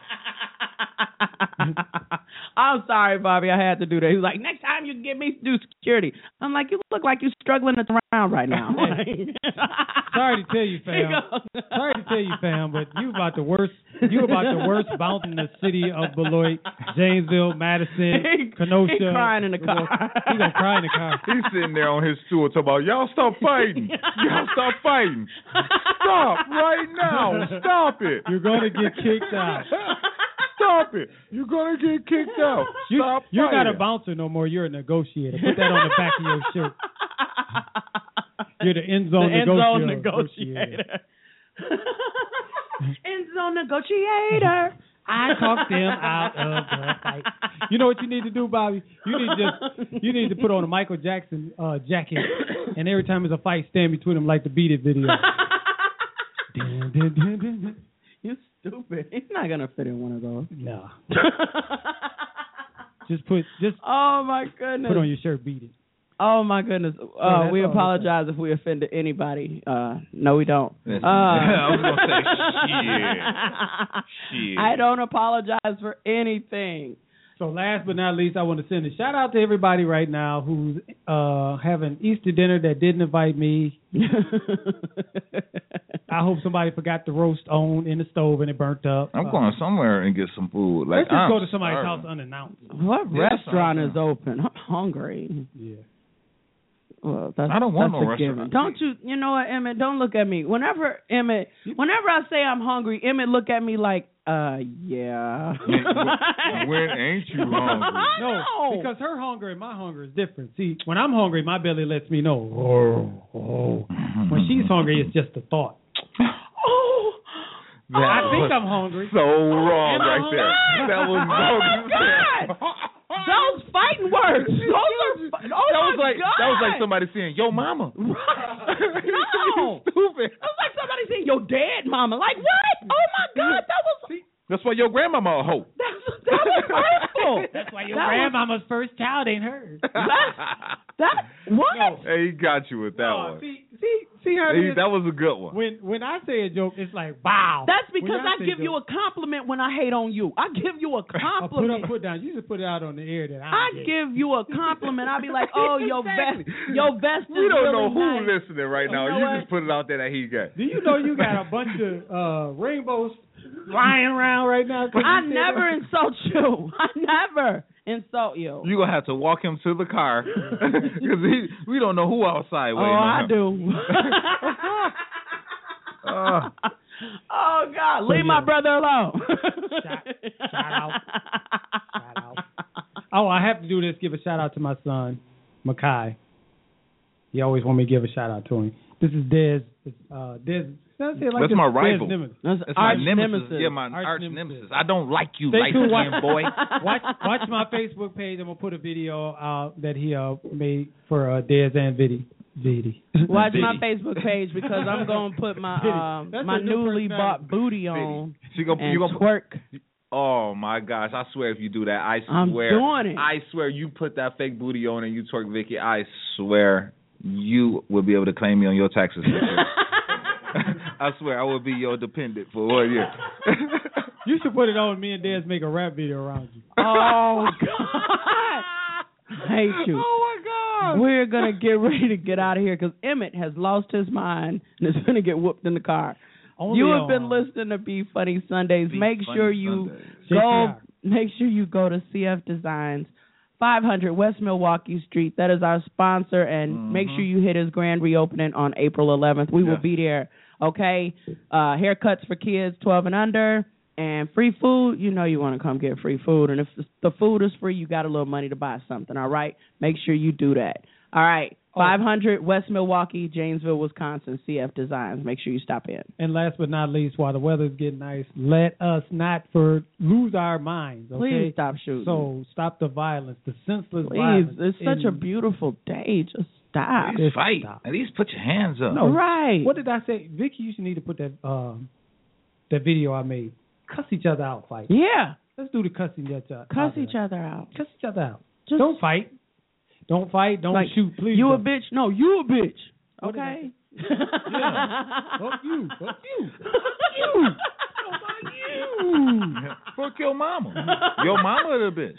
Speaker 1: I'm sorry, Bobby. I had to do that. He was like, next time you get me to do security. I'm like, you look like you're struggling to turn around right now.
Speaker 6: Sorry to tell you, fam.
Speaker 1: goes.
Speaker 6: Sorry to tell you, fam, but you about the worst. You about the worst bounce in the city of Beloit, Janesville, Madison, Kenosha.
Speaker 1: he crying in the car.
Speaker 6: He gonna cry in the car.
Speaker 18: He's sitting there on his stool talking about y'all stop fighting. Y'all stop fighting. Stop right now. Stop it.
Speaker 6: You're gonna get kicked out.
Speaker 18: Stop it. You're gonna get kicked out.
Speaker 6: You,
Speaker 18: Stop
Speaker 6: you're
Speaker 18: fighting.
Speaker 6: not a bouncer no more. You're a negotiator. Put that on the back of your shirt. You're the end
Speaker 1: the
Speaker 6: zone
Speaker 1: end
Speaker 6: negotiator.
Speaker 1: zone negotiator. End zone negotiator.
Speaker 6: I talked them out of the fight. You know what you need to do, Bobby? You need to just you need to put on a Michael Jackson uh, jacket, and every time there's a fight, stand between them like the Beat It video. Dun, dun, dun, dun, dun.
Speaker 1: You stupid. He's not gonna fit in one of those.
Speaker 6: No. Just put just
Speaker 1: oh my goodness.
Speaker 6: put on your shirt, beat it.
Speaker 1: Oh my goodness. Uh,
Speaker 6: Yeah, that's
Speaker 1: we
Speaker 6: all.
Speaker 1: apologize if we offended anybody. Uh, no, we don't. Uh,
Speaker 6: I was
Speaker 15: gonna
Speaker 6: say, shit. Shit.
Speaker 1: I don't apologize for anything.
Speaker 6: So last but not least, I want to send a shout out to everybody right now who's uh, having Easter dinner that didn't invite me. I hope somebody forgot the roast on in the stove and it burnt up.
Speaker 18: I'm
Speaker 6: Uh,
Speaker 18: going somewhere and get some food. Like uh.
Speaker 6: let's just
Speaker 18: I'm
Speaker 6: go to somebody's
Speaker 18: starving.
Speaker 6: house unannounced.
Speaker 1: What
Speaker 18: Yeah,
Speaker 1: restaurant
Speaker 18: sounds
Speaker 1: is open? I'm hungry.
Speaker 6: Yeah.
Speaker 1: Well, that's,
Speaker 18: I don't want
Speaker 1: that's
Speaker 18: no
Speaker 1: a given.
Speaker 18: restaurant.
Speaker 1: Don't you? You know what, Emmett? Don't look at me. Whenever Emmett, whenever I say I'm hungry, Emmett look at me like, uh, yeah.
Speaker 18: when ain't you hungry?
Speaker 6: No, because her hunger and my hunger is different. See, when I'm hungry, my belly lets me know. Oh, oh. When she's hungry, it's just a thought.
Speaker 1: oh,
Speaker 18: That
Speaker 6: I think
Speaker 18: was
Speaker 6: I'm hungry.
Speaker 18: So wrong
Speaker 6: Am I
Speaker 18: right there.
Speaker 6: hungry?
Speaker 18: That was
Speaker 6: Oh, my
Speaker 18: wrong.
Speaker 1: God! Those fighting words. Those are. fi- Oh
Speaker 18: that
Speaker 1: my
Speaker 18: was like
Speaker 1: God.
Speaker 18: that was like somebody saying, "Yo, mama."
Speaker 1: No.
Speaker 18: Stupid.
Speaker 1: That was like somebody saying your dad, mama. Like what? Oh my God, that was
Speaker 18: That's why your grandmama a hoe.
Speaker 1: that was hurtful.
Speaker 6: That's why your
Speaker 1: That was-
Speaker 6: grandmama's first child ain't hers.
Speaker 1: that what?
Speaker 18: Hey, he got you with that
Speaker 6: No,
Speaker 18: one.
Speaker 6: See, see, see how
Speaker 18: Hey,
Speaker 6: it is?
Speaker 18: that was a good one.
Speaker 6: when when I say a joke, it's like wow.
Speaker 1: That's
Speaker 6: When
Speaker 1: because
Speaker 6: y'all
Speaker 1: I
Speaker 6: say
Speaker 1: give you a compliment when I hate on you. I give you a
Speaker 6: joke, a put up,
Speaker 1: compliment.
Speaker 6: put down. You just put it out on the air that
Speaker 1: I
Speaker 6: I
Speaker 1: give you a compliment. I be like, oh, your vest,
Speaker 18: Exactly.
Speaker 1: your vest is
Speaker 18: We don't
Speaker 1: really
Speaker 18: know who
Speaker 1: nice.
Speaker 18: listening right now.
Speaker 1: know
Speaker 18: you
Speaker 1: what?
Speaker 18: just put it out there that he got.
Speaker 6: Do you know you got a bunch of uh rainbows flying around right now? 'cause
Speaker 1: I
Speaker 6: you said
Speaker 1: never
Speaker 6: that?
Speaker 1: insult you. I never insult you.
Speaker 18: You gonna have to walk him to the car because we don't know who outside
Speaker 1: Oh,
Speaker 18: waiting on
Speaker 1: I
Speaker 18: him.
Speaker 1: do.
Speaker 18: Uh,
Speaker 1: oh God,
Speaker 6: So,
Speaker 1: leave my
Speaker 6: yeah.
Speaker 1: brother alone.
Speaker 6: Shout- shout out. Oh, I have to do this. Give a shout out to my son, Makai. He always want me to give a shout out to him. This is Dez. It's, uh, Dez. That's, like
Speaker 18: That's
Speaker 6: this.
Speaker 18: my
Speaker 6: Dez
Speaker 18: rival.
Speaker 6: Nemesis.
Speaker 1: That's,
Speaker 18: That's my nemesis. Yeah, my arch, nemesis. I don't like you,
Speaker 6: Stay
Speaker 18: light
Speaker 6: tuned. Watch,
Speaker 18: skinned boy.
Speaker 6: watch, watch my Facebook page. I'm gonna put a video out that he uh, made for uh, Dez and Vidi. Vidi.
Speaker 1: Watch my Facebook page because I'm gonna put my um,
Speaker 6: That's
Speaker 1: my
Speaker 6: a new
Speaker 1: newly
Speaker 6: personality.
Speaker 1: bought booty on
Speaker 18: She gonna,
Speaker 1: and
Speaker 18: you gonna
Speaker 1: twerk.
Speaker 18: Oh my gosh! I swear, if you do that, I
Speaker 1: I'm
Speaker 18: swear,
Speaker 1: doing it.
Speaker 18: I swear, you put that fake booty on and you twerk, Vicky. I swear, you will be able to claim me on your taxes. next year. I swear, I will be your dependent for one year.
Speaker 6: You should put it on. Me and Dez make a rap video around you.
Speaker 1: Oh God, I hate you.
Speaker 18: Oh my God!
Speaker 1: We're gonna get ready to get out of here because Emmett has lost his mind and is gonna get whooped in the car.
Speaker 6: Only
Speaker 1: you have been
Speaker 6: on-
Speaker 1: listening to Be Funny Sundays. make
Speaker 18: Funny
Speaker 1: sure you
Speaker 18: Sunday.
Speaker 1: go.
Speaker 6: CPR.
Speaker 1: Make sure you go to CF Designs, 500 West Milwaukee Street. That is our sponsor, and make sure
Speaker 18: Mm-hmm.
Speaker 1: you hit his grand reopening on April 11th. We will
Speaker 18: Yes.
Speaker 1: be there. Okay, uh, haircuts for kids 12 and under. And free food, you know you want to come get free food. And if the food is free, you got a little money to buy something, all right? Make sure you do that. All right,
Speaker 18: Oh.
Speaker 1: 500 West Milwaukee, Janesville, Wisconsin, CF Designs. Make sure you stop in.
Speaker 6: And last but not least, while the weather's getting nice, let us not for lose our minds. Okay?
Speaker 1: Please stop shooting.
Speaker 6: So stop the violence, the senseless
Speaker 1: Please,
Speaker 6: violence.
Speaker 1: it's such a
Speaker 6: in-
Speaker 1: beautiful day. Just stop.
Speaker 18: At least fight. At least put your hands up.
Speaker 6: No.
Speaker 1: Right.
Speaker 6: What did I say, Vicky? You should need to put that um that video I made. Cuss each other out, fight.
Speaker 1: Yeah.
Speaker 6: Let's do the cussing each other.
Speaker 1: Cuss each other out.
Speaker 6: Cuss each other out.
Speaker 1: Just
Speaker 6: don't fight. Don't fight. Don't
Speaker 1: Like,
Speaker 6: shoot. Please.
Speaker 1: You a
Speaker 6: don't.
Speaker 1: bitch? No, you a bitch.
Speaker 6: What did I
Speaker 1: Okay.
Speaker 6: Yeah. Fuck you. Fuck you.
Speaker 1: you.
Speaker 18: Fuck your mama. Your mama the bitch.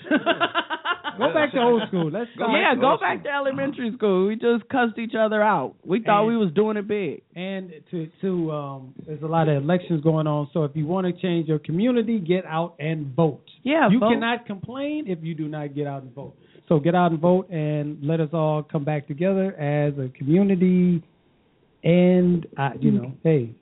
Speaker 6: Go back to old school. Let's start.
Speaker 1: yeah, go back to elementary school. We just cussed each other out. We thought
Speaker 6: And-
Speaker 1: we was doing it big.
Speaker 6: And to to um, there's a lot of elections going on. So if you want to change your community, get out and vote.
Speaker 1: Yeah,
Speaker 6: you
Speaker 1: vote.
Speaker 6: cannot complain if you do not get out and vote. So get out and vote, and let us all come back together as a community. And I, you
Speaker 1: Mm.
Speaker 6: know, hey,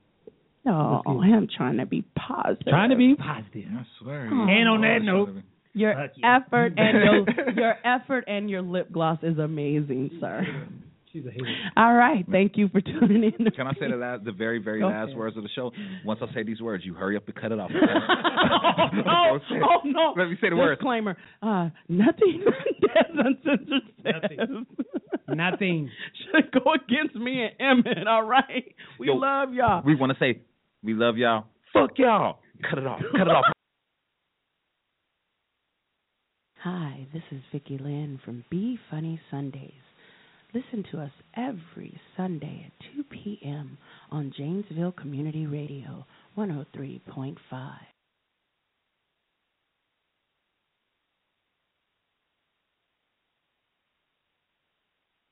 Speaker 1: No,
Speaker 6: Let's
Speaker 1: I'm trying to be positive.
Speaker 6: trying to be positive.
Speaker 18: I swear.
Speaker 1: Aw.
Speaker 3: And on that note,
Speaker 1: Your
Speaker 3: Fuck you.
Speaker 1: effort and your your effort and your lip gloss is amazing, sir.
Speaker 6: She's a hater.
Speaker 1: All right. Thank you for tuning in.
Speaker 4: Can I say the last, the very, very
Speaker 1: Go
Speaker 4: last
Speaker 1: ahead.
Speaker 4: words of the show? Once I say these words, you hurry up and cut it off.
Speaker 1: oh, oh, no.
Speaker 4: Let me say the words.
Speaker 1: Disclaimer. Uh, nothing Des Uncensored says
Speaker 6: nothing
Speaker 1: should go against me and Emmett, all right? We
Speaker 4: Yo,
Speaker 1: love y'all.
Speaker 4: We want to say we love y'all. Fuck y'all. Cut it off. Cut it off.
Speaker 1: Hi, this is Vicki Lynn from Be Funny Sundays. Listen to us every Sunday at 2 p.m. on Janesville Community Radio 103.5.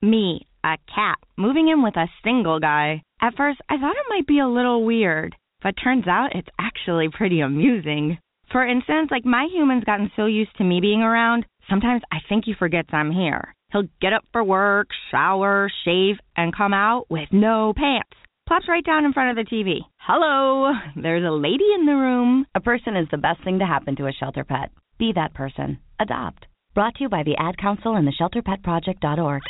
Speaker 23: Me, a cat, moving in with a single guy. At first, I thought it might be a little weird, but turns out it's actually pretty amusing. For instance, like my human's gotten so used to me being around, sometimes I think he forgets I'm here. He'll get up for work, shower, shave, and come out with no pants. Plops right down in front of the TV. Hello, there's a lady in the room. A person is the best thing to happen to a shelter pet. Be that person. Adopt. Brought to you by the Ad Council and the ShelterPetProject.org.